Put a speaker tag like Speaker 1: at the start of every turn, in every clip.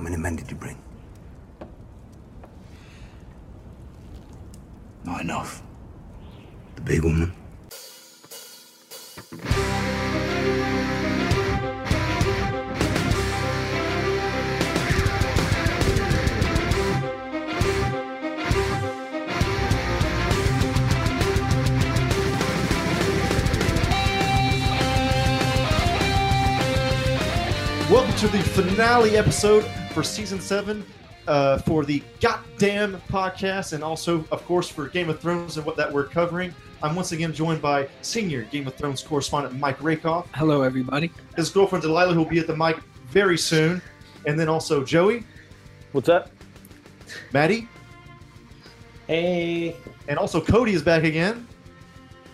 Speaker 1: many men did you bring?
Speaker 2: Not enough.
Speaker 1: The big woman?
Speaker 3: Welcome to the finale episode for season seven uh, for the Goddamn podcast, and also, of course, for Game of Thrones and what that we're covering. I'm once again joined by senior Game of Thrones correspondent Mike Rakoff,
Speaker 4: Hello, everybody.
Speaker 3: his girlfriend Delilah, who will be at the mic very soon, and then also Joey,
Speaker 5: What's up?
Speaker 3: Maddie,
Speaker 5: Hey.
Speaker 3: and also Cody is back again,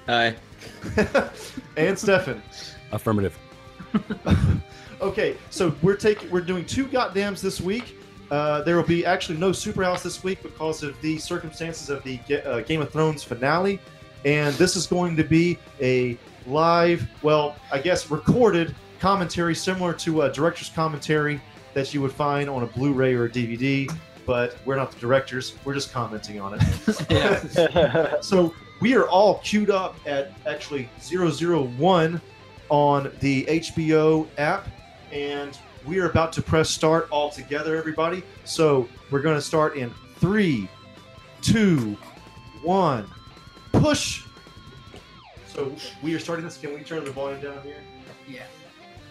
Speaker 6: Hi.
Speaker 3: and Stefan.
Speaker 7: Affirmative.
Speaker 3: Okay, so we're taking we're doing two goddams this week. Uh, there will be actually no Superhouse this week because of the circumstances of the Ga- uh, Game of Thrones finale, and this is going to be a live, well, I guess recorded commentary similar to a director's commentary that you would find on a Blu-ray or a DVD. But we're not the directors; we're just commenting on it.
Speaker 4: Yeah.
Speaker 3: So we are all queued up at actually 001 on the HBO app, and we are about to press start all together, everybody. So we're going to start in three, two, one, push. So we are starting this. Can we turn the volume down here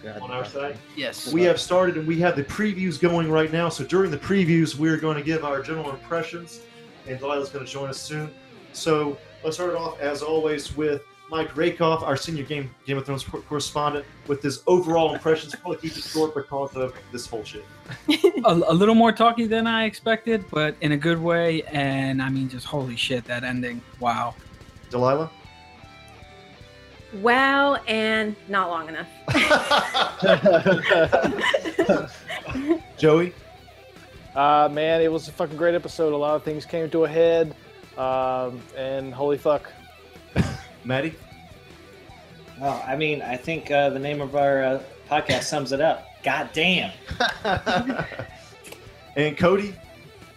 Speaker 4: Yeah.
Speaker 3: on our side?
Speaker 4: Yes.
Speaker 3: We have started and we have the previews going right now. So during the previews, we're going to give our general impressions, and Delilah's going to join us soon. So let's start it off, as always, with Mike Rakoff, our senior game Game of Thrones cor- correspondent, with his overall impressions. Probably keep it short because of this whole shit.
Speaker 4: a, a little more talky than I expected, but in a good way. And I mean, just holy shit, that ending. Wow.
Speaker 3: Delilah?
Speaker 8: Wow, and not long enough.
Speaker 3: Joey?
Speaker 5: uh, man, it was a fucking great episode. A lot of things came to a head. Um, and holy fuck.
Speaker 3: Maddie?
Speaker 9: Well, I mean, I think uh, the name of our uh, podcast sums it up. God damn.
Speaker 3: and Cody?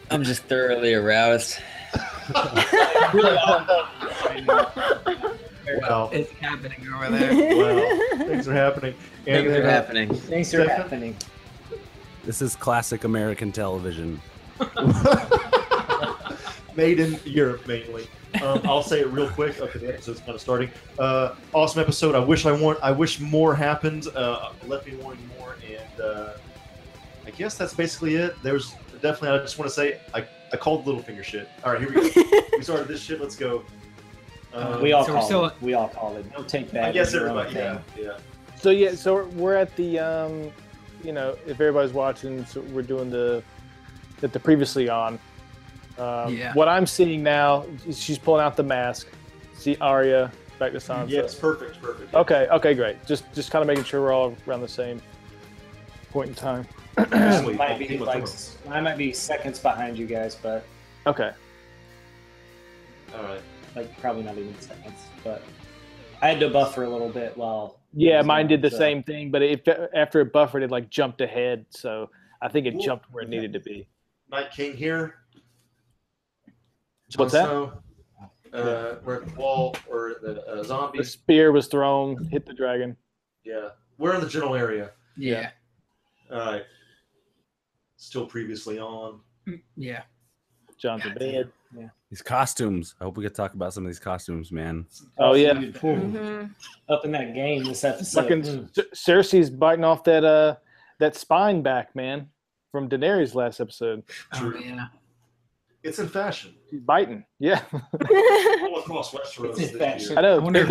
Speaker 6: I'm just thoroughly aroused.
Speaker 3: Wow.
Speaker 4: It's happening over there.
Speaker 3: Wow. Things are happening. And
Speaker 6: Things
Speaker 3: then,
Speaker 6: are
Speaker 3: uh,
Speaker 6: happening.
Speaker 9: Things are
Speaker 3: Stefan?
Speaker 9: happening.
Speaker 7: This is classic American television.
Speaker 3: made in Europe mainly. Um, I'll say it real quick. Okay, the episode's kind of starting. Uh, awesome episode. I wish I want. I wish more happened. Uh, let me wanting more, and uh, I guess that's basically it. There's definitely. I just want to say I, I called Littlefinger shit. All right, here we go. we started this shit. Let's go. Um,
Speaker 9: Uh, we all
Speaker 4: So we're
Speaker 9: call
Speaker 4: still-
Speaker 9: it. We all call it. No take back.
Speaker 3: I guess
Speaker 9: It's your own
Speaker 3: everybody. Yeah,
Speaker 9: thing.
Speaker 3: yeah.
Speaker 5: So, yeah, so we're at the, um, you know, if everybody's watching, so we're doing the, that the previously on. Um,
Speaker 4: Yeah.
Speaker 5: What I'm seeing now, she's pulling out the mask. See Arya, back to Sansa.
Speaker 3: Yeah, it's perfect. Perfect.
Speaker 5: Okay, okay, great. Just just kind of making sure we're all around the same point in time.
Speaker 3: Actually,
Speaker 9: Might
Speaker 3: on
Speaker 9: be
Speaker 3: Game of
Speaker 9: like,
Speaker 3: Thrones.
Speaker 9: I might be seconds behind you guys, but
Speaker 5: Okay.
Speaker 3: All right.
Speaker 9: like probably not even seconds. But I had to buffer a little bit while.
Speaker 5: Yeah,
Speaker 9: So-
Speaker 5: mine did the
Speaker 9: so-
Speaker 5: same thing, but it after it buffered, it like jumped ahead. So I think it
Speaker 3: Well,
Speaker 5: jumped where it needed to be.
Speaker 3: Night King here. Jon
Speaker 5: What's that?
Speaker 3: Snow, uh, we're at the wall or the uh,
Speaker 5: The
Speaker 3: zombies.
Speaker 5: spear was thrown, hit the dragon.
Speaker 3: Yeah, we're in the general area.
Speaker 4: Yeah.
Speaker 3: All right. Still previously on.
Speaker 4: Yeah.
Speaker 5: John's in bed.
Speaker 7: These costumes. I hope we could talk about some of these costumes, man.
Speaker 5: Oh yeah,
Speaker 8: Mhm.
Speaker 9: Up in that game this episode.
Speaker 5: fucking
Speaker 9: Mm.
Speaker 5: Cer- Cersei's biting off that uh that spine back, man, from Daenerys last episode.
Speaker 4: Oh,
Speaker 3: True.
Speaker 4: yeah.
Speaker 3: It's in fashion.
Speaker 5: She's biting. Yeah,
Speaker 3: All across Westeros
Speaker 9: It's
Speaker 3: this
Speaker 9: in fashion.
Speaker 3: year.
Speaker 5: I know.
Speaker 4: I wonder-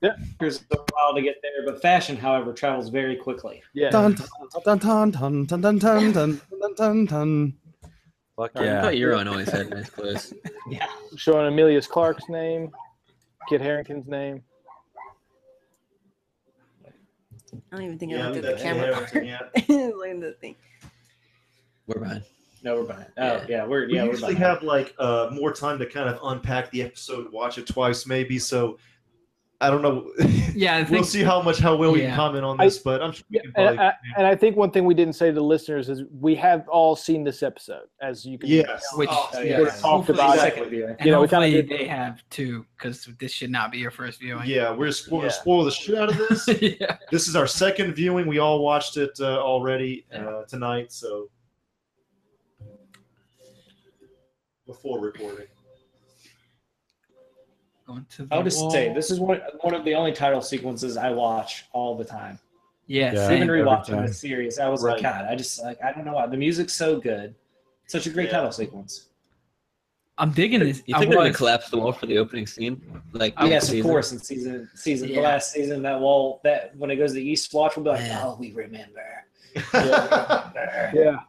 Speaker 5: They're-
Speaker 9: There's a while to get there, but fashion, however, travels very quickly.
Speaker 5: yeah,
Speaker 7: Dun, dun, dun, dun, dun, dun, dun, dun, dun, dun, dun. Fuck
Speaker 6: I
Speaker 7: yeah.
Speaker 6: thought Euron always had nice clothes.
Speaker 9: Yeah.
Speaker 5: showing Amelia's Clark's name, Kit Harrington's name.
Speaker 8: I don't even think I
Speaker 3: Yeah,
Speaker 8: looked at
Speaker 3: that-
Speaker 8: the camera.
Speaker 3: yeah.
Speaker 8: Look at the thing.
Speaker 6: We're behind.
Speaker 9: No, we're behind. Oh,
Speaker 6: Yeah.
Speaker 9: yeah, we're yeah
Speaker 3: we
Speaker 9: we're
Speaker 3: usually
Speaker 9: behind.
Speaker 3: have like uh, more time to kind of unpack the episode, watch it twice, maybe. So I don't know.
Speaker 4: Yeah, I
Speaker 3: we'll
Speaker 4: think
Speaker 3: see how much how well we
Speaker 4: Yeah.
Speaker 3: can comment on
Speaker 5: I-
Speaker 3: this, but I'm sure we can probably.
Speaker 5: and, I, and I think one thing we didn't say to the listeners is we have all seen this episode, as you can.
Speaker 3: Yes.
Speaker 4: which
Speaker 9: Oh, yeah.
Speaker 4: yeah,
Speaker 5: We've talked
Speaker 4: hopefully-
Speaker 5: about it.
Speaker 9: Second viewing.
Speaker 4: And
Speaker 5: You know, we kinda
Speaker 4: hopefully
Speaker 5: did-
Speaker 4: they have too, because this should not be your first viewing.
Speaker 3: Yeah, we're spo-
Speaker 5: Yeah.
Speaker 3: gonna spoil the shit out of this.
Speaker 4: yeah.
Speaker 3: this is our second viewing. We all watched it uh, already uh, tonight, so before recording.
Speaker 4: Going to the
Speaker 9: I'll just say
Speaker 4: wall.
Speaker 9: this is one one of the only title sequences I watch all the time.
Speaker 4: Yeah,
Speaker 7: Yeah.
Speaker 4: same.
Speaker 9: Even
Speaker 7: every
Speaker 9: rewatching
Speaker 7: time.
Speaker 9: the series, I was like,
Speaker 3: Right.
Speaker 9: God, I just like I don't know why the music's so good. Such a great
Speaker 3: Yeah.
Speaker 9: title sequence.
Speaker 4: I'm digging this.
Speaker 6: You
Speaker 4: I
Speaker 6: think they're gonna
Speaker 4: was.
Speaker 6: collapse the wall for the opening scene? Like
Speaker 4: Oh,
Speaker 9: yes,
Speaker 6: next
Speaker 9: of
Speaker 6: season?
Speaker 9: course. In season season
Speaker 4: Yeah.
Speaker 9: the last season, that wall that when it goes to the East Watch, we'll be like,
Speaker 6: Yeah.
Speaker 9: oh, we remember.
Speaker 5: Yeah.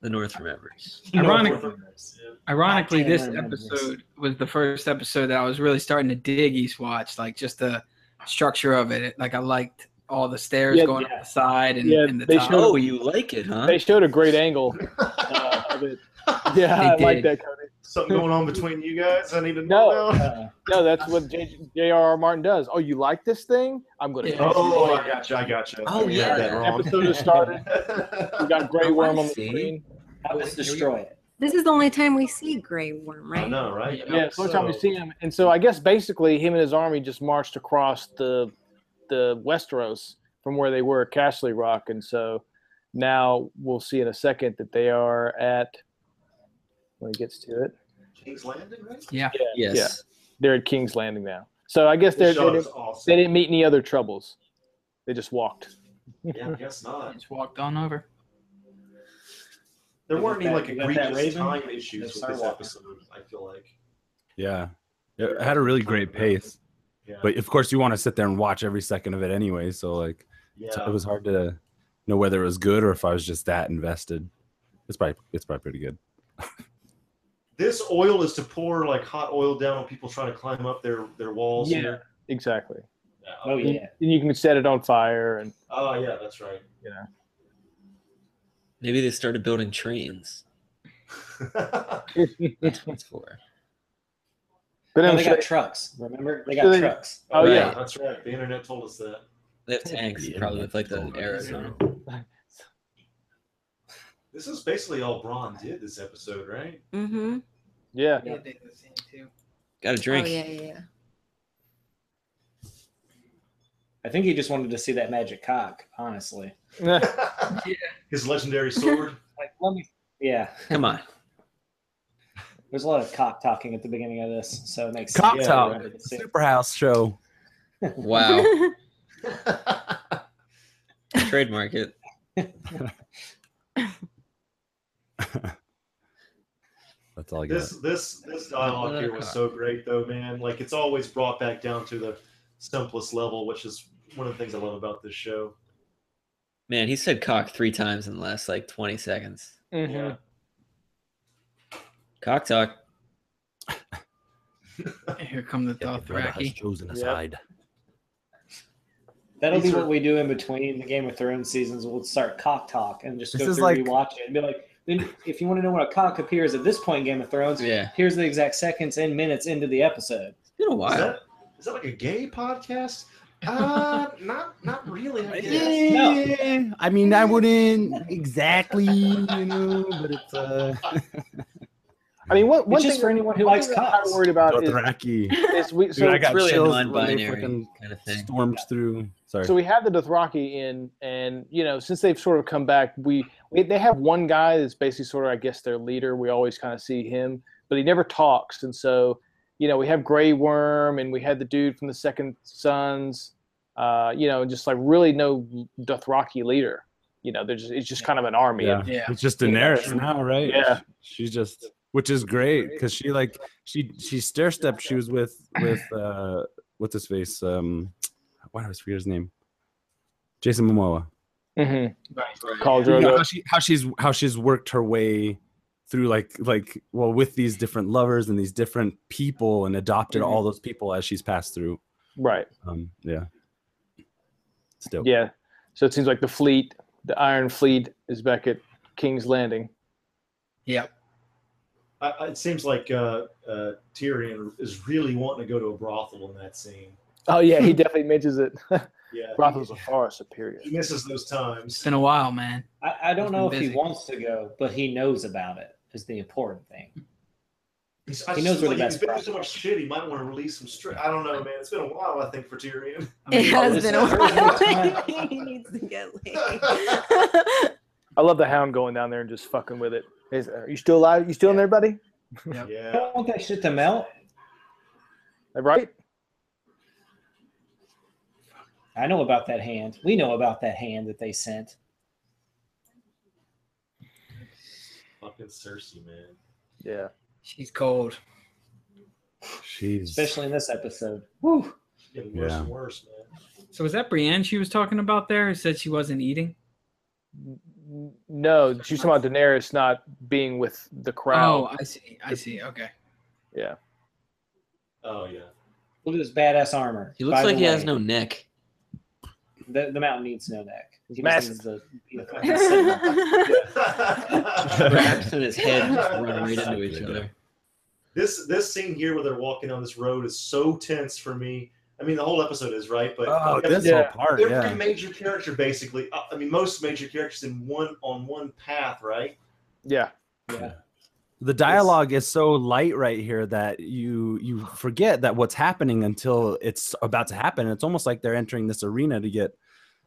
Speaker 6: The North remembers.
Speaker 4: Ironic-
Speaker 9: No one remembers.
Speaker 4: Ironically,
Speaker 9: I can't
Speaker 4: this
Speaker 9: remember this.
Speaker 4: episode was the first episode that I was really starting to dig East Watch, like just the structure of it. Like I liked all the stairs
Speaker 5: Yeah,
Speaker 4: going
Speaker 9: yeah.
Speaker 4: up the side and,
Speaker 5: Yeah,
Speaker 4: and the
Speaker 5: they
Speaker 4: top.
Speaker 5: showed-
Speaker 6: Oh, you like it, huh?
Speaker 5: They showed a great angle uh, of it. Yeah, I
Speaker 4: They
Speaker 5: like
Speaker 4: did.
Speaker 5: that, Cody.
Speaker 3: Something going on between you guys? I need to
Speaker 5: No.
Speaker 3: know. now?
Speaker 9: Uh,
Speaker 5: No, that's what J- J.R.R. Martin does. Oh, you like this thing? I'm going to.
Speaker 4: Yeah.
Speaker 3: Oh, I got you. I got you.
Speaker 6: Oh,
Speaker 3: I read
Speaker 6: yeah.
Speaker 3: that wrong.
Speaker 5: Episode has started. We got Grey
Speaker 6: Oh, I
Speaker 5: Worm on the
Speaker 6: see.
Speaker 5: screen.
Speaker 9: I would destroy it.
Speaker 8: This is the only time we see Grey Worm,
Speaker 3: I
Speaker 8: right?
Speaker 3: know, right?
Speaker 5: Yeah, it's the first time we
Speaker 3: So-
Speaker 5: see him, and so I guess basically him and his army just marched across the the Westeros from where they were at Castle Rock, and so now we'll see in a second that they are at when he gets to it.
Speaker 3: King's Landing, right?
Speaker 4: Yeah.
Speaker 6: Yes.
Speaker 5: Yeah. They're at King's Landing now. So I guess they're,
Speaker 3: This
Speaker 5: they
Speaker 3: shot is
Speaker 5: didn't,
Speaker 3: awesome.
Speaker 5: they didn't meet any other troubles. They just walked.
Speaker 3: Yeah, I guess not.
Speaker 4: Just Oh, walked on over.
Speaker 3: There
Speaker 9: You
Speaker 3: weren't any
Speaker 9: got
Speaker 3: like
Speaker 9: that- you got that
Speaker 3: egregious
Speaker 9: raven?
Speaker 3: time issues
Speaker 9: That's
Speaker 3: with this
Speaker 9: Starwalker.
Speaker 3: episode. I feel like,
Speaker 7: Yeah. It had a really great pace.
Speaker 3: yeah,
Speaker 7: But of course you want to sit there and watch every second of it anyway. So like
Speaker 3: yeah,
Speaker 7: so it was hard to know whether it was good or if I was just that invested. It's probably it's probably pretty good.
Speaker 3: this oil is to pour like hot oil down on people trying to climb up their their walls.
Speaker 5: Yeah.
Speaker 3: here.
Speaker 5: Exactly.
Speaker 3: Oh
Speaker 9: Oh
Speaker 3: yeah.
Speaker 9: yeah.
Speaker 5: And you can set it on fire, and
Speaker 3: Oh yeah, that's right.
Speaker 6: Maybe they started building trains. That's what it's for.
Speaker 5: but
Speaker 9: No,
Speaker 5: I'm
Speaker 9: they
Speaker 5: sure-
Speaker 9: got trucks. Remember, they
Speaker 5: So
Speaker 9: got
Speaker 5: they-
Speaker 9: trucks.
Speaker 5: oh yeah,
Speaker 6: Right.
Speaker 3: that's right. The internet told us that.
Speaker 6: They have tanks,
Speaker 7: Yeah.
Speaker 6: probably with like the arrows on 'em.
Speaker 3: This is basically all Braun did this episode, right?
Speaker 8: Mm-hmm.
Speaker 5: yeah.
Speaker 9: Yeah,
Speaker 4: they did the same too.
Speaker 6: Got a drink.
Speaker 8: Oh, yeah, yeah, yeah.
Speaker 9: I think he just wanted to see that magic cock. Honestly,
Speaker 3: His legendary sword.
Speaker 9: like let me. Yeah,
Speaker 6: Come on.
Speaker 9: there's a lot of cock talking at the beginning of this, so it makes
Speaker 7: Cock
Speaker 9: yeah,
Speaker 7: talk.
Speaker 9: right, it's-
Speaker 7: Superhouse show.
Speaker 6: Wow.
Speaker 3: Oh.
Speaker 6: Trademark it.
Speaker 7: That's all I got.
Speaker 3: this this this dialogue here was so great though, man. Like it's always brought back down to the simplest level, which is one of the things I love about this show.
Speaker 6: Man, he said cock three times in the last like 20 seconds.
Speaker 7: Mm-hmm.
Speaker 5: Mhm.
Speaker 6: Cock talk.
Speaker 4: Here come the Dothraki.
Speaker 7: chosen
Speaker 5: us,
Speaker 7: us
Speaker 5: Yep.
Speaker 7: hide.
Speaker 9: That'll be
Speaker 3: These are-
Speaker 9: what we do in between the Game of Thrones seasons. We'll start cock talk and just
Speaker 7: This
Speaker 9: go
Speaker 7: is
Speaker 9: through
Speaker 7: like-
Speaker 9: and rewatch it and be like, then if you want to know when a cock appears at this point in Game of Thrones,
Speaker 6: Yeah.
Speaker 9: here's the exact seconds and minutes into the episode.
Speaker 6: It's been a
Speaker 3: Is
Speaker 6: while.
Speaker 3: that, is that like a gay podcast? Uh, not not really. I guess.
Speaker 7: Yeah, I mean, I wouldn't exactly, you know, but it's uh,
Speaker 5: I mean, one, one
Speaker 9: it's just
Speaker 5: thing
Speaker 9: for anyone who
Speaker 5: one
Speaker 9: likes
Speaker 5: thing that I'm
Speaker 9: cocks.
Speaker 5: not worried about is,
Speaker 7: Dothraki.
Speaker 5: is we, so
Speaker 7: Dude, I
Speaker 5: it's
Speaker 7: got
Speaker 5: really
Speaker 7: chills when they
Speaker 6: non-binary
Speaker 7: fucking
Speaker 6: kind of thing.
Speaker 7: stormed through. Sorry.
Speaker 5: So we have the Dothraki in, and you know, since they've sort of come back, we, we they have one guy that's basically sort of, I guess, their leader. We always kind of see him, but he never talks, and so you know, we have Grey Worm, and we had the dude from the Second Sons, uh, you know, just like really no Dothraki leader. You know, there's it's just kind of an army.
Speaker 7: yeah.
Speaker 4: Yeah.
Speaker 7: it's just Daenerys now, right?
Speaker 5: Yeah.
Speaker 7: she's just, which is great because she like she she stair stepped. She was with with uh, what's his face? Um, why do I always forget his name? Jason Momoa.
Speaker 5: Mm-hmm.
Speaker 6: Right.
Speaker 5: Khal
Speaker 7: You know,
Speaker 5: Drogo.
Speaker 7: how she how she's how she's worked her way through like like well with these different lovers and these different people and adopted all those people as she's passed through.
Speaker 5: Right.
Speaker 7: Um, yeah. Still.
Speaker 5: Yeah. So it seems like the fleet, the Iron Fleet, is back at King's Landing.
Speaker 4: Yep.
Speaker 3: I, I- it seems like uh, uh, Tyrion is really wanting to go to a brothel in that scene.
Speaker 5: Oh yeah, he definitely mentions it.
Speaker 3: Yeah.
Speaker 5: Brothels are far superior.
Speaker 3: He misses those
Speaker 4: It's
Speaker 3: times.
Speaker 4: been a while, man.
Speaker 9: I, I don't
Speaker 4: He's
Speaker 9: know if
Speaker 4: been
Speaker 9: he
Speaker 4: busy.
Speaker 9: wants to go, but he knows about it. Is the important thing.
Speaker 3: He's, I
Speaker 9: He
Speaker 3: just
Speaker 9: knows
Speaker 3: feel
Speaker 9: where the
Speaker 3: like he's
Speaker 9: best
Speaker 3: been through so
Speaker 9: product
Speaker 3: much shit. He might want to release some straight. I don't know, man. It's been a while, I think, for Tyrion.
Speaker 4: I mean,
Speaker 8: It has
Speaker 9: this
Speaker 8: been a
Speaker 9: is-
Speaker 8: while. he needs to get laid.
Speaker 5: I love the hound going down there and just fucking with it. Is, are you still alive? You still in there, buddy?
Speaker 4: Yep.
Speaker 9: I
Speaker 3: Yeah.
Speaker 9: don't want that shit to melt.
Speaker 5: Right?
Speaker 9: I know about that hand. We know about that hand that they sent.
Speaker 3: Fucking Cersei, man.
Speaker 5: Yeah.
Speaker 4: She's cold.
Speaker 7: She's
Speaker 9: especially in this episode.
Speaker 3: It's getting worse
Speaker 7: Yeah.
Speaker 3: and worse, man.
Speaker 4: So was that Brienne she was talking about there? Who said she wasn't eating?
Speaker 5: N- No, she's talking about Daenerys not being with the crowd.
Speaker 4: Oh, I see. I see. Okay.
Speaker 3: Oh yeah.
Speaker 9: Look at this badass armor.
Speaker 6: He looks
Speaker 9: By
Speaker 6: like
Speaker 9: the
Speaker 6: he has
Speaker 9: way,
Speaker 6: no neck.
Speaker 9: The, the mountain needs no neck. He just
Speaker 5: Massive.
Speaker 9: needs to be a fucking sentinel.
Speaker 6: Perhaps in his head just running right into each other.
Speaker 3: this this scene here where they're walking on this road is so tense for me. I mean, the whole episode is right, but
Speaker 7: oh,
Speaker 3: every,
Speaker 7: this
Speaker 5: Yeah.
Speaker 7: whole part,
Speaker 3: every
Speaker 7: yeah.
Speaker 3: major character basically. uh, I mean, most major characters in one on one path, right?
Speaker 5: Yeah.
Speaker 7: The dialogue is so light right here that you you forget that what's happening until it's about to happen. It's almost like they're entering this arena to get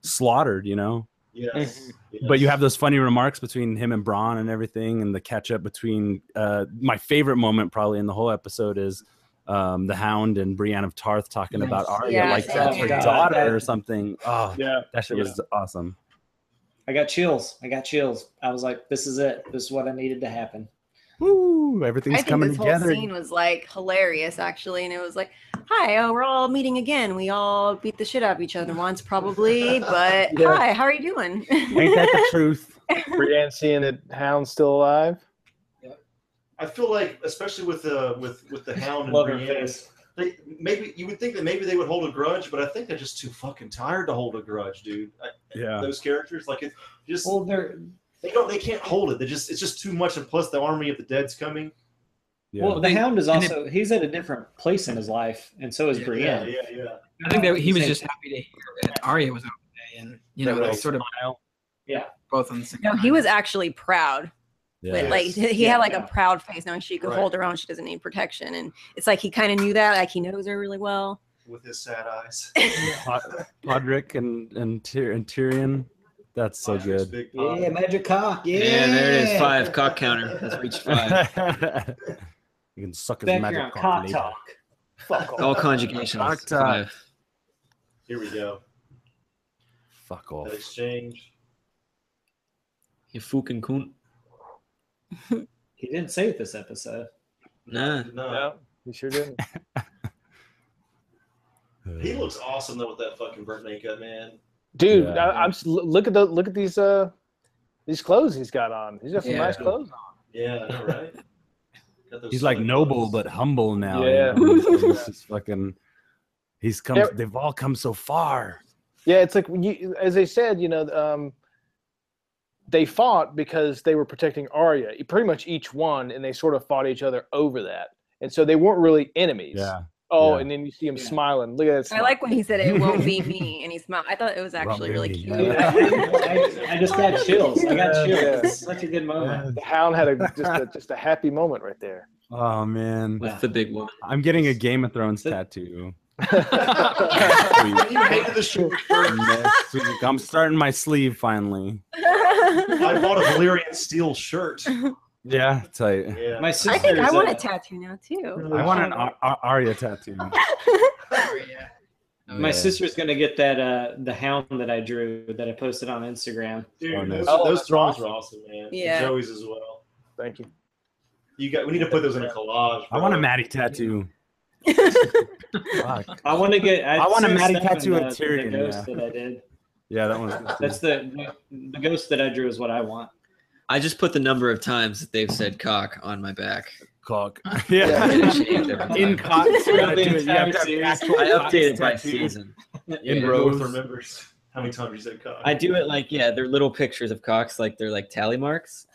Speaker 7: slaughtered, you know.
Speaker 3: Yes.
Speaker 7: But you
Speaker 3: yes.
Speaker 7: have those funny remarks between him and Braun and everything, and the catch up between. Uh, my favorite moment probably in the whole episode is um, the Hound and Brienne of Tarth talking
Speaker 4: Yes.
Speaker 7: about Arya
Speaker 8: Yes.
Speaker 7: like that's
Speaker 9: Oh,
Speaker 7: her
Speaker 9: God.
Speaker 7: daughter or something. Oh,
Speaker 5: Yeah.
Speaker 7: that shit
Speaker 5: Yeah.
Speaker 7: was awesome.
Speaker 9: I got chills. I got chills. I was like, this is it. This is what I needed to happen.
Speaker 7: Woo! Everything's
Speaker 8: I think
Speaker 7: coming
Speaker 8: this whole
Speaker 7: together.
Speaker 8: scene was like hilarious, actually, and it was like, "Hi, oh, we're all meeting again. We all beat the shit out of each other once, probably, but
Speaker 5: Yeah.
Speaker 8: hi, how are you doing?"
Speaker 7: Ain't that the truth?
Speaker 5: Brienne seeing that Hound's still alive.
Speaker 3: I feel like, especially with the with with the Hound and
Speaker 9: Love her
Speaker 3: Brienne,
Speaker 9: face.
Speaker 3: they maybe you would think that maybe they would hold a grudge, but I think they're just too fucking tired to hold a grudge, dude. I,
Speaker 7: Yeah.
Speaker 3: Those characters, like it, just
Speaker 9: Well, they're
Speaker 3: they don't they can't hold it. They just it's just too much, and plus the army of the dead's coming.
Speaker 7: Yeah.
Speaker 9: well. The
Speaker 4: They-
Speaker 9: hound is
Speaker 4: and
Speaker 9: also he's at a different place in his life, and so is
Speaker 4: Yeah,
Speaker 9: Brienne.
Speaker 3: yeah, yeah.
Speaker 4: I think that he was
Speaker 9: Same.
Speaker 4: just happy to hear that Arya was out today, and you know
Speaker 3: That
Speaker 4: they
Speaker 3: was-
Speaker 4: sort of
Speaker 9: Yeah.
Speaker 4: both on the same.
Speaker 8: no, he
Speaker 4: time.
Speaker 8: was actually proud.
Speaker 7: yeah.
Speaker 8: But like he he
Speaker 9: Yeah,
Speaker 8: had like
Speaker 9: yeah.
Speaker 8: a proud face knowing she could
Speaker 3: Right.
Speaker 8: hold her own. She doesn't need protection. And it's like he kind of knew that. Like he knows her really well.
Speaker 3: With his sad eyes.
Speaker 7: Pod- Podrick and and, Tyr- and Tyrion. That's so
Speaker 3: Podrick's
Speaker 7: good.
Speaker 3: Big Pod.
Speaker 9: magic cock.
Speaker 6: Yeah, there it is. Five cock counter has reached five.
Speaker 7: you can suck his
Speaker 9: Back here on
Speaker 7: magic
Speaker 9: cock
Speaker 7: later.
Speaker 9: talk.
Speaker 5: Fuck off.
Speaker 6: All conjugations.
Speaker 7: Cock talk.
Speaker 6: Five.
Speaker 3: Here we go.
Speaker 7: Fuck
Speaker 3: That
Speaker 7: off.
Speaker 3: exchange.
Speaker 6: You fucking cunt.
Speaker 9: He didn't say it this episode.
Speaker 6: Nah.
Speaker 3: No,
Speaker 5: No, he sure didn't.
Speaker 3: he looks awesome though with that fucking burnt makeup, man.
Speaker 5: Dude,
Speaker 7: Yeah.
Speaker 5: I, I'm s- l- look at the look at these uh these clothes he's got on. He's got some
Speaker 4: Yeah.
Speaker 5: nice clothes on.
Speaker 3: Yeah, I know, right. Got those
Speaker 7: He's like
Speaker 3: southern
Speaker 7: noble
Speaker 3: clothes.
Speaker 7: but humble now.
Speaker 5: Yeah.
Speaker 7: You know? He's- he's just fucking. He's come.
Speaker 5: Yeah.
Speaker 7: They've all come so far.
Speaker 5: Yeah, it's like when you as they said, you know, um they fought because they were protecting Arya. E- Pretty much each one, and they sort of fought each other over that. And so they weren't really enemies.
Speaker 7: Yeah.
Speaker 5: Oh,
Speaker 7: yeah.
Speaker 5: and then you see him
Speaker 9: Yeah.
Speaker 5: smiling. Look at that.
Speaker 8: I
Speaker 5: Smile.
Speaker 8: like when he said it won't be me and he smiled. I thought it was
Speaker 7: Won't
Speaker 8: actually
Speaker 7: be
Speaker 8: really
Speaker 7: me.
Speaker 8: cute.
Speaker 9: Dude, I, I just got chills. I got chills.
Speaker 5: Yeah.
Speaker 9: Such a good moment.
Speaker 5: the hound had a just a just a happy moment right there.
Speaker 7: Oh man,
Speaker 6: With the big one.
Speaker 7: I'm getting a Game of Thrones tattoo.
Speaker 3: And you hated the short skirt.
Speaker 7: Next week. I'm starting my sleeve finally.
Speaker 3: I bought a Valyrian steel shirt.
Speaker 7: Yeah, tight.
Speaker 3: Yeah.
Speaker 9: My sister.
Speaker 8: I think I
Speaker 9: is
Speaker 8: want
Speaker 9: a-
Speaker 8: a tattoo now too.
Speaker 7: I want an Ar- Ar- Arya tattoo.
Speaker 4: Arya.
Speaker 9: My
Speaker 7: Yeah.
Speaker 9: sister's gonna get that uh the hound that I drew that I posted on Instagram.
Speaker 3: Dude,
Speaker 7: Oh, no.
Speaker 3: those,
Speaker 5: Oh,
Speaker 3: those
Speaker 5: that's
Speaker 3: drawings were awesome, man. And
Speaker 8: Yeah.
Speaker 3: Joey's as well.
Speaker 5: Thank you.
Speaker 3: You got. We need to put those in a collage.
Speaker 7: I
Speaker 3: bro.
Speaker 7: want a Maddie tattoo. Fuck.
Speaker 9: I want to get. I,
Speaker 7: I want a
Speaker 9: sent
Speaker 7: Matty
Speaker 9: Stefan
Speaker 7: tattoo
Speaker 9: the-
Speaker 7: of Tyrion,
Speaker 9: The ghost
Speaker 7: yeah.
Speaker 9: that I did.
Speaker 7: Yeah, that one's good.
Speaker 9: That's the the ghost that I drew is what I want.
Speaker 6: I just put the number of times that they've said cock on my back.
Speaker 7: cock.
Speaker 6: Yeah.
Speaker 7: Yeah. In
Speaker 6: In
Speaker 7: cock. You gotta do it. You have to have
Speaker 9: Series.
Speaker 7: actual
Speaker 6: I
Speaker 7: cock
Speaker 6: updated by
Speaker 7: tattoo.
Speaker 6: season.
Speaker 7: In
Speaker 6: Yeah.
Speaker 3: Both
Speaker 7: rows.
Speaker 3: remembers how many times you said cock.
Speaker 6: I do it like yeah, they're little pictures of cocks, like they're like tally marks.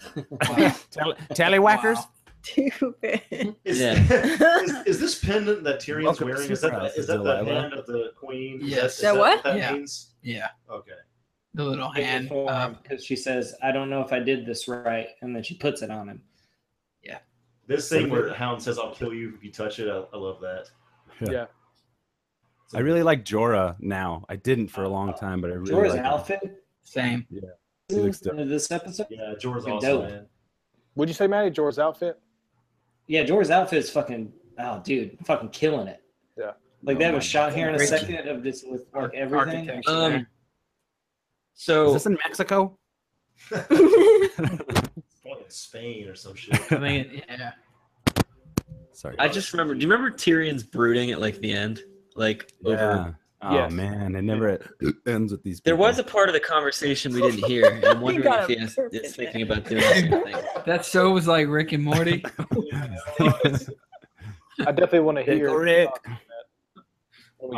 Speaker 7: Tally, tally whackers.
Speaker 4: Wow.
Speaker 8: stupid.
Speaker 3: Is,
Speaker 6: Yeah.
Speaker 3: is, is this pendant that Tyrion's
Speaker 7: Welcome to
Speaker 3: wearing? Is that,
Speaker 7: Superhouse,
Speaker 3: the, is that the
Speaker 7: Delilah.
Speaker 3: hand of the queen? Is
Speaker 4: Yes.
Speaker 3: That, is
Speaker 8: The what?
Speaker 3: that
Speaker 4: Yeah.
Speaker 3: means?
Speaker 4: Yeah,
Speaker 3: Okay.
Speaker 4: the little hand. Um,
Speaker 9: because she says, "I don't know if I did this right," and then she puts it on him.
Speaker 3: This thing where Hound says, I'll kill you if you touch it. I, I love that.
Speaker 7: Yeah.
Speaker 5: Yeah.
Speaker 7: I really like Jorah now. I didn't for a long time, but I really
Speaker 9: Jorah's
Speaker 7: like him.
Speaker 9: outfit
Speaker 4: same.
Speaker 7: He looks dope.
Speaker 9: in this episode.
Speaker 3: Yeah, Jorah's
Speaker 9: Fucking
Speaker 3: awesome,
Speaker 9: dope.
Speaker 3: man.
Speaker 5: Would you say Maddie Jorah's outfit?
Speaker 9: Yeah, Jorah's outfit is fucking. Oh, dude, fucking killing it.
Speaker 5: Yeah.
Speaker 9: Like
Speaker 7: Oh
Speaker 9: that
Speaker 7: my
Speaker 9: was shot here in a
Speaker 6: Great.
Speaker 9: second of this with like everything.
Speaker 4: Architecture.
Speaker 6: Um,
Speaker 7: Is
Speaker 6: so
Speaker 7: this in Mexico?
Speaker 3: Probably in Spain or some shit.
Speaker 4: I mean, yeah.
Speaker 7: Sorry.
Speaker 6: I just remember. Do you remember Tyrion's brooding at like the end? Like over.
Speaker 7: yeah. Oh
Speaker 5: Yes.
Speaker 7: man, it never ends with these.
Speaker 6: There
Speaker 7: people.
Speaker 6: was a part of the conversation we didn't hear. and I'm wondering
Speaker 8: got
Speaker 6: if
Speaker 8: it
Speaker 6: he has,
Speaker 8: perfect
Speaker 6: is thinking about doing the same thing.
Speaker 4: That show was like Rick and Morty.
Speaker 5: I definitely want to
Speaker 7: Pickle
Speaker 5: hear.
Speaker 7: Rick.
Speaker 3: I